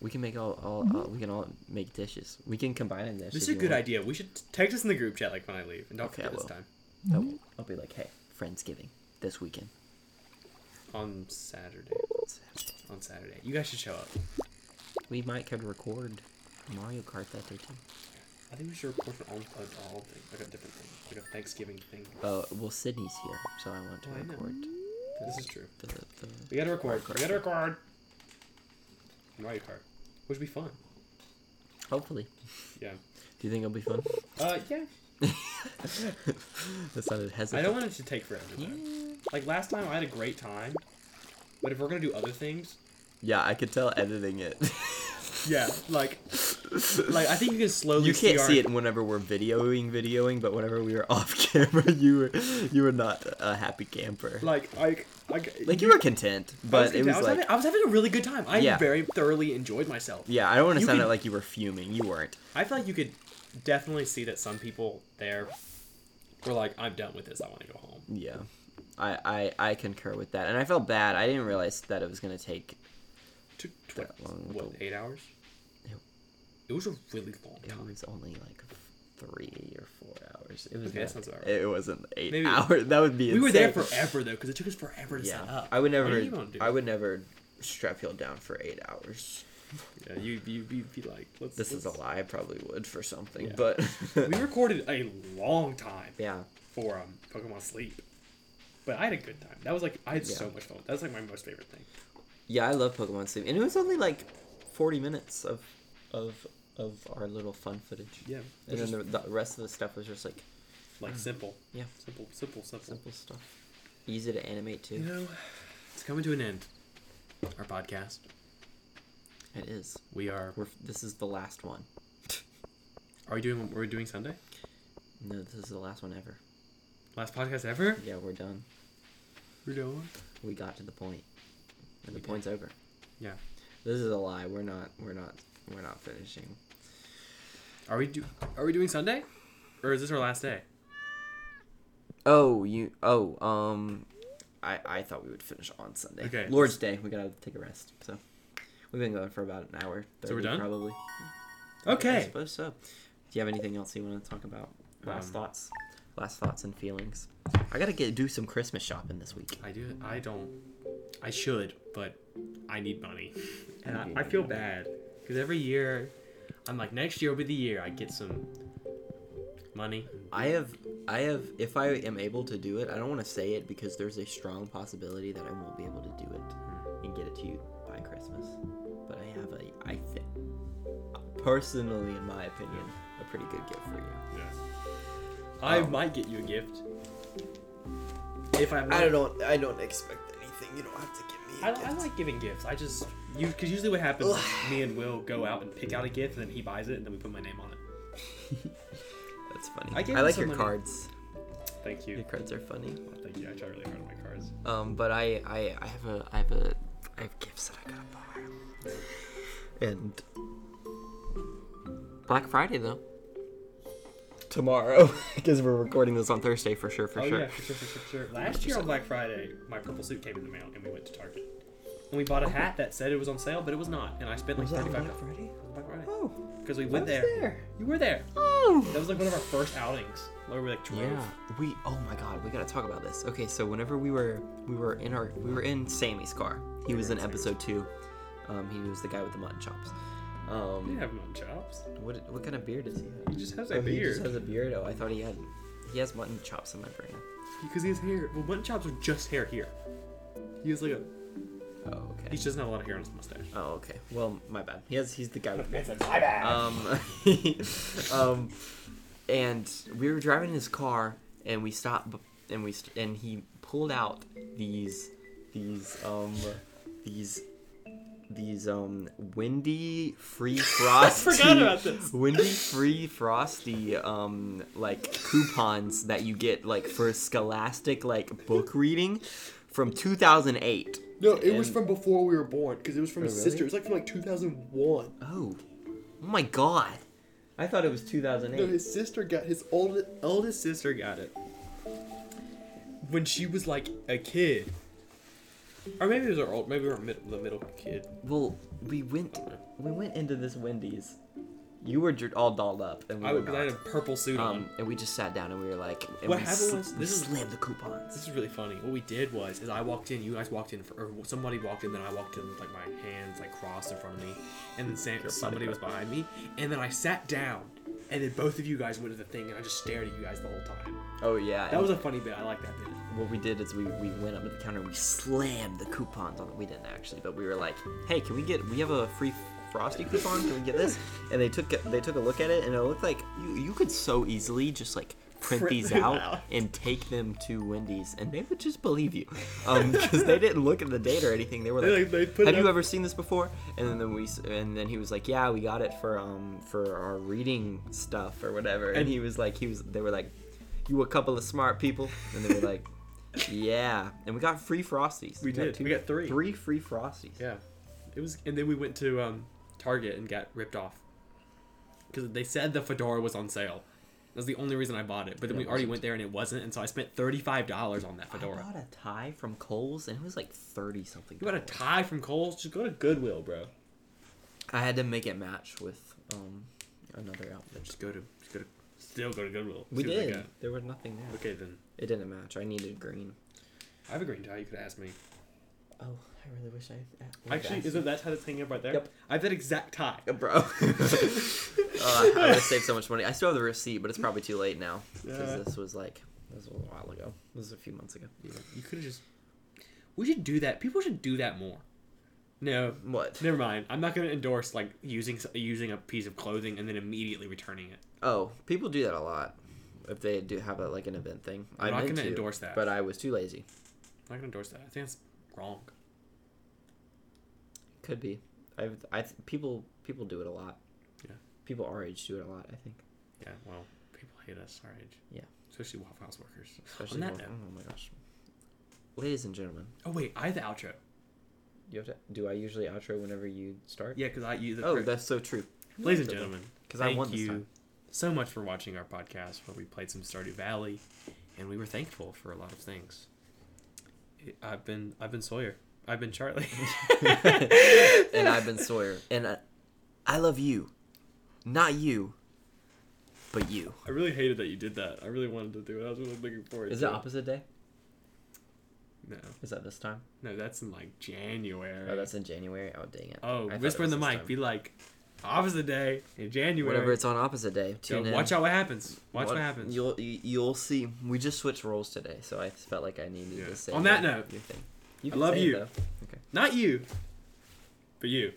Speaker 1: we can make all, all, all. We can all make dishes. We can combine in dishes.
Speaker 2: Mm-hmm. This is a
Speaker 1: if you
Speaker 2: good
Speaker 1: want.
Speaker 2: idea. We should text us in the group chat like when I leave, and don't
Speaker 1: Okay, I
Speaker 2: forget
Speaker 1: will.
Speaker 2: this time
Speaker 1: I'll, I'll be like, hey, friendsgiving this weekend.
Speaker 2: on Saturday. On Saturday, you guys should show up.
Speaker 1: We might could record Mario Kart that day too.
Speaker 2: I think we should record for all, like, all things, like a different thing, like a Thanksgiving thing.
Speaker 1: Uh, well, Sydney's here, so I want to
Speaker 2: Oh, I know.
Speaker 1: record.
Speaker 2: This is true.
Speaker 1: The, the,
Speaker 2: We gotta record. We gotta record. Mario Kart, which would be fun.
Speaker 1: hopefully,
Speaker 2: Yeah.
Speaker 1: do you think it'll be fun?
Speaker 2: Uh, yeah.
Speaker 1: that sounded hesitant.
Speaker 2: I don't want it to take forever. Though. Like last time, I had a great time. But if we're gonna do other things,
Speaker 1: Yeah, I could tell editing it.
Speaker 2: yeah, like, like I think you can slowly.
Speaker 1: You can't
Speaker 2: our-
Speaker 1: see it whenever we're videoing, videoing, but whenever we were off camera, you were you were not a happy camper. Like,
Speaker 2: Like, like, like,
Speaker 1: you were content,
Speaker 2: I was
Speaker 1: but it
Speaker 2: content-
Speaker 1: was
Speaker 2: I was,
Speaker 1: like,
Speaker 2: having, I was having a really good time. I
Speaker 1: Yeah.
Speaker 2: very thoroughly enjoyed myself.
Speaker 1: yeah, I don't want to
Speaker 2: you
Speaker 1: sound
Speaker 2: could-
Speaker 1: like you were fuming. You weren't.
Speaker 2: I feel like you could definitely see that some people there were like, "I'm done with this. I want to go home."
Speaker 1: Yeah, I, I I concur with that, and I felt bad. I didn't realize that it was gonna take.
Speaker 2: To
Speaker 1: That long
Speaker 2: what
Speaker 1: little-
Speaker 2: eight hours?
Speaker 1: It,
Speaker 2: It was a really long
Speaker 1: it
Speaker 2: time.
Speaker 1: was only like f- three or four hours. It was
Speaker 2: Okay, that
Speaker 1: not-
Speaker 2: sounds about right.
Speaker 1: It wasn't eight
Speaker 2: Maybe-
Speaker 1: hours. That would be
Speaker 2: We were there
Speaker 1: insane.
Speaker 2: forever though, because it took us forever to set
Speaker 1: Yeah,
Speaker 2: up.
Speaker 1: I would
Speaker 2: What
Speaker 1: never.
Speaker 2: are you gonna do?
Speaker 1: I would never strap y'all down for eight hours.
Speaker 2: Yeah, you you you'd be like, let's.
Speaker 1: This is a
Speaker 2: let's-
Speaker 1: lie. I probably would for something,
Speaker 2: Yeah.
Speaker 1: but
Speaker 2: We recorded a long time
Speaker 1: yeah.
Speaker 2: for um Pokemon Sleep, but I had a good time. That was like I had so
Speaker 1: Yeah.
Speaker 2: much fun. That was like my most favorite thing.
Speaker 1: Yeah, I love Pokemon Sleep, and it was only like forty minutes of of of our little fun footage.
Speaker 2: Yeah,
Speaker 1: and
Speaker 2: which
Speaker 1: then
Speaker 2: is
Speaker 1: the, the rest of the stuff was just like
Speaker 2: like simple,
Speaker 1: yeah,
Speaker 2: simple, simple, simple.
Speaker 1: simple stuff, easy to animate too.
Speaker 2: You know, it's coming to an end. Our podcast.
Speaker 1: It is.
Speaker 2: We are.
Speaker 1: We're this is the last one.
Speaker 2: Are we doing? We're doing Sunday.
Speaker 1: No, this is the last one ever.
Speaker 2: Last podcast ever.
Speaker 1: Yeah, we're done.
Speaker 2: We're doing.
Speaker 1: We got to the point, and
Speaker 2: We
Speaker 1: the
Speaker 2: did.
Speaker 1: point's over.
Speaker 2: Yeah.
Speaker 1: This is a lie. We're not. We're not. We're not finishing.
Speaker 2: Are we do? Are we doing Sunday? Or is this our last day?
Speaker 1: Oh, you. Oh, um, I I thought we would finish on Sunday.
Speaker 2: Okay.
Speaker 1: Lord's Day. We gotta take a rest. So we've been going for about an hour. 30,
Speaker 2: So we're done?
Speaker 1: Probably. I
Speaker 2: Okay.
Speaker 1: suppose so. Do you have anything else you want to talk about? Last
Speaker 2: Um,
Speaker 1: thoughts. Last thoughts and feelings. I gotta get do some Christmas shopping this week.
Speaker 2: I do. I don't. I should, but I need money, and
Speaker 1: You
Speaker 2: I,
Speaker 1: do
Speaker 2: I
Speaker 1: need
Speaker 2: feel
Speaker 1: money.
Speaker 2: bad because every year, I'm like, next year will be the year I get some money.
Speaker 1: I have. I have. If I am able to do it, I don't want to say it because there's a strong possibility that I won't be able to do it and get it to you by Christmas. But I have a. I think, personally, in my opinion, a pretty good gift for you.
Speaker 2: I
Speaker 1: Um,
Speaker 2: might get you a gift if I'm.
Speaker 1: I don't. I don't expect anything. You don't have to give me.
Speaker 2: I,
Speaker 1: a
Speaker 2: I
Speaker 1: gift.
Speaker 2: like giving gifts. I just you because usually what happens, is me and Will go out and pick out a gift, and then he buys it, and then we put my name on it.
Speaker 1: That's funny.
Speaker 2: I gave
Speaker 1: I,
Speaker 2: him
Speaker 1: like
Speaker 2: some
Speaker 1: your
Speaker 2: money.
Speaker 1: cards.
Speaker 2: Thank
Speaker 1: Your
Speaker 2: you.
Speaker 1: cards are funny.
Speaker 2: Thank you. I try really hard on my cards.
Speaker 1: Um, but I, I, I have a, I have a, I have gifts that I gotta buy. And Black Friday though. Tomorrow, because we're recording this on Thursday for sure, for
Speaker 2: oh
Speaker 1: sure.
Speaker 2: yeah, for sure, for sure, for sure. Last year on Black Friday, my purple suit came in the mail, and we went to Target, and we bought a hat that said it was on sale, but it was not, and I spent like
Speaker 1: Was that on
Speaker 2: thirty-five
Speaker 1: Black
Speaker 2: dollars.
Speaker 1: Friday?
Speaker 2: Black Friday.
Speaker 1: Oh,
Speaker 2: Because we
Speaker 1: I
Speaker 2: went
Speaker 1: was
Speaker 2: there.
Speaker 1: there.
Speaker 2: You were there. That
Speaker 1: Oh.
Speaker 2: was like one of our first outings where we like drove.
Speaker 1: Yeah, we. Oh my God, we gotta talk about this. Okay, so whenever we were, we were in our, we were in Sammy's car. He was in episode two. Um, he was the guy with the mutton chops.
Speaker 2: We
Speaker 1: Um,
Speaker 2: didn't have mutton chops.
Speaker 1: what what kind of beard does he have?
Speaker 2: He just has a
Speaker 1: Oh, He just
Speaker 2: beard.
Speaker 1: has a beard. Oh, I thought he had. He has mutton chops in my brain.
Speaker 2: Because he has hair. Well, mutton chops are just hair here. He has like a.
Speaker 1: Oh,
Speaker 2: He
Speaker 1: okay.
Speaker 2: just doesn't have a lot of hair on his mustache.
Speaker 1: Oh, okay. Well, my bad. He has. He's the guy with. the
Speaker 2: my bad.
Speaker 1: Um, um, and we were driving in his car, and we stopped, b- and we st- and he pulled out these, these um, these. These um windy free frosty
Speaker 2: about this.
Speaker 1: windy free frosty um like coupons that you get like for scholastic like book reading from 2008.
Speaker 2: no, it was
Speaker 1: and-
Speaker 2: from before we were born. Because it was from
Speaker 1: Oh,
Speaker 2: his
Speaker 1: really?
Speaker 2: sister. It was like from like 2001.
Speaker 1: Oh, oh my god! I thought it was 2008.
Speaker 2: No, his sister got his old, oldest sister got it when she was like a kid, or maybe it was our old, maybe we were mid, the middle kid.
Speaker 1: Well, we went we went into this Wendy's. You were dr- all dolled up, and we
Speaker 2: I,
Speaker 1: were
Speaker 2: would- 'cause I had a
Speaker 1: not.
Speaker 2: purple suit
Speaker 1: um,
Speaker 2: on.
Speaker 1: and we just sat down and we were like, and
Speaker 2: What
Speaker 1: we
Speaker 2: happened
Speaker 1: sl-
Speaker 2: was-
Speaker 1: we
Speaker 2: this is-
Speaker 1: slammed the
Speaker 2: This
Speaker 1: coupons.
Speaker 2: is really funny. What we did was, is I walked in, you guys walked in, for, or somebody walked in, then I walked in with like my hands like crossed in front of me, and then Sam, somebody was behind me, and then I sat down, and then both of you guys went to the thing, and I just stared at you guys the whole time.
Speaker 1: Oh yeah,
Speaker 2: That was a funny bit. I like that bit.
Speaker 1: what we did is we, we went up to the counter and we slammed the coupons on it. We didn't actually, but we were like, hey, can we get we have a free frosty coupon? Can we get this? And they took a- they took a look at it and it looked like you you could so easily just like print,
Speaker 2: Print
Speaker 1: these
Speaker 2: them
Speaker 1: out,
Speaker 2: out.
Speaker 1: and take them to Wendy's and they would just believe you, um, because they didn't look at the date or anything. They were
Speaker 2: They,
Speaker 1: like,
Speaker 2: like, they put
Speaker 1: have
Speaker 2: it
Speaker 1: you
Speaker 2: up-
Speaker 1: ever seen this before? And then we s- and then he was like, yeah, we got it for um for our reading stuff or whatever. And,
Speaker 2: And-
Speaker 1: he was like, he was they were like, you a couple of smart people, and they were like. Yeah, and we got free frosties.
Speaker 2: We
Speaker 1: got
Speaker 2: did. We got three.
Speaker 1: Three free frosties.
Speaker 2: Yeah, it was, and then we went to um, Target and got ripped off because they said the fedora was on sale. That's the only reason I bought it. But then
Speaker 1: Yeah,
Speaker 2: we
Speaker 1: it
Speaker 2: already
Speaker 1: wasn't.
Speaker 2: went there and it wasn't, and so I spent thirty five dollars on that
Speaker 1: I
Speaker 2: fedora.
Speaker 1: bought a tie from Kohl's and it was like thirty something.
Speaker 2: you bought a
Speaker 1: dollars.
Speaker 2: tie from Kohl's? Just go to Goodwill, bro.
Speaker 1: I had to make it match with um another outfit.
Speaker 2: Just go to just go to Still go to Goodwill.
Speaker 3: We
Speaker 2: See what they
Speaker 3: did.
Speaker 2: got.
Speaker 3: There was nothing there.
Speaker 2: Okay then.
Speaker 3: It didn't match. I needed green.
Speaker 2: I have a green tie. You could ask me.
Speaker 3: Oh, I really wish I.
Speaker 2: Actually, isn't that tie that's hanging up right there?
Speaker 3: Yep.
Speaker 2: I have that exact tie.
Speaker 1: bro. uh, I would have saved so much money. I still have the receipt, but it's probably too late now because
Speaker 2: Yeah.
Speaker 1: this was like this was a while ago. This was a few months ago.
Speaker 2: Yeah, you could have just. We should do that. People should do that more. No,
Speaker 1: What?
Speaker 2: never mind. I'm not gonna endorse like using s- using a piece of clothing and then immediately returning it.
Speaker 1: Oh, people do that a lot. If they do have a, like an event thing,
Speaker 2: I'm not
Speaker 1: meant
Speaker 2: gonna
Speaker 1: to,
Speaker 2: endorse that.
Speaker 1: But I was too lazy.
Speaker 2: I'm not gonna endorse that. I think that's wrong.
Speaker 1: Could be. I've I th- people people do it a lot.
Speaker 2: Yeah.
Speaker 1: People our age do it a lot. I think.
Speaker 2: Yeah, well, people hate us our age.
Speaker 1: Yeah.
Speaker 2: especially Waffle House workers.
Speaker 1: Especially
Speaker 2: that
Speaker 1: more-
Speaker 2: note-
Speaker 1: oh my gosh. Ladies and gentlemen,
Speaker 2: Oh wait, I have the outro.
Speaker 1: you have to, do I usually outro whenever you start?
Speaker 2: Yeah, because I use the
Speaker 1: Oh, that's so true.
Speaker 2: ladies and gentlemen.
Speaker 1: 'Cause I
Speaker 2: thank
Speaker 1: won this
Speaker 2: you
Speaker 1: time.
Speaker 2: so much for watching our podcast where we played some Stardew Valley, and we were thankful for a lot of things. I- I've been I've been Sawyer. I've been Charlie.
Speaker 1: and I've been Sawyer, and I, I love you, not you, but you.
Speaker 2: I really hated that you did that. I really wanted to do it. I was really looking forward
Speaker 1: Is
Speaker 2: to
Speaker 1: it opposite day?
Speaker 2: No.
Speaker 1: Is that this time?
Speaker 2: No, that's in like January.
Speaker 1: Oh, that's in January. Oh, dang it.
Speaker 2: Oh,
Speaker 1: I thought it
Speaker 2: whisper in
Speaker 1: was
Speaker 2: the
Speaker 1: this
Speaker 2: mic.
Speaker 1: time.
Speaker 2: Be like, opposite day in January.
Speaker 1: Whenever it's on opposite day,
Speaker 2: Go,
Speaker 1: tune in.
Speaker 2: watch out what happens. Watch what,
Speaker 1: Wa-
Speaker 2: happens.
Speaker 1: You'll you- you'll see. We just switched roles today, so I felt like I needed
Speaker 2: Yeah.
Speaker 1: to say.
Speaker 2: On that
Speaker 1: your-
Speaker 2: note,
Speaker 1: your thing.
Speaker 2: I
Speaker 1: can
Speaker 2: love
Speaker 1: say it,
Speaker 2: you.
Speaker 1: though.
Speaker 2: Not you, but you.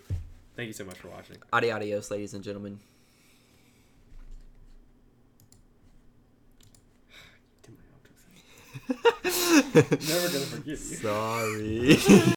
Speaker 2: Thank you so much for watching.
Speaker 1: Adi adios, ladies and gentlemen.
Speaker 2: Never gonna forgive you.
Speaker 1: Sorry.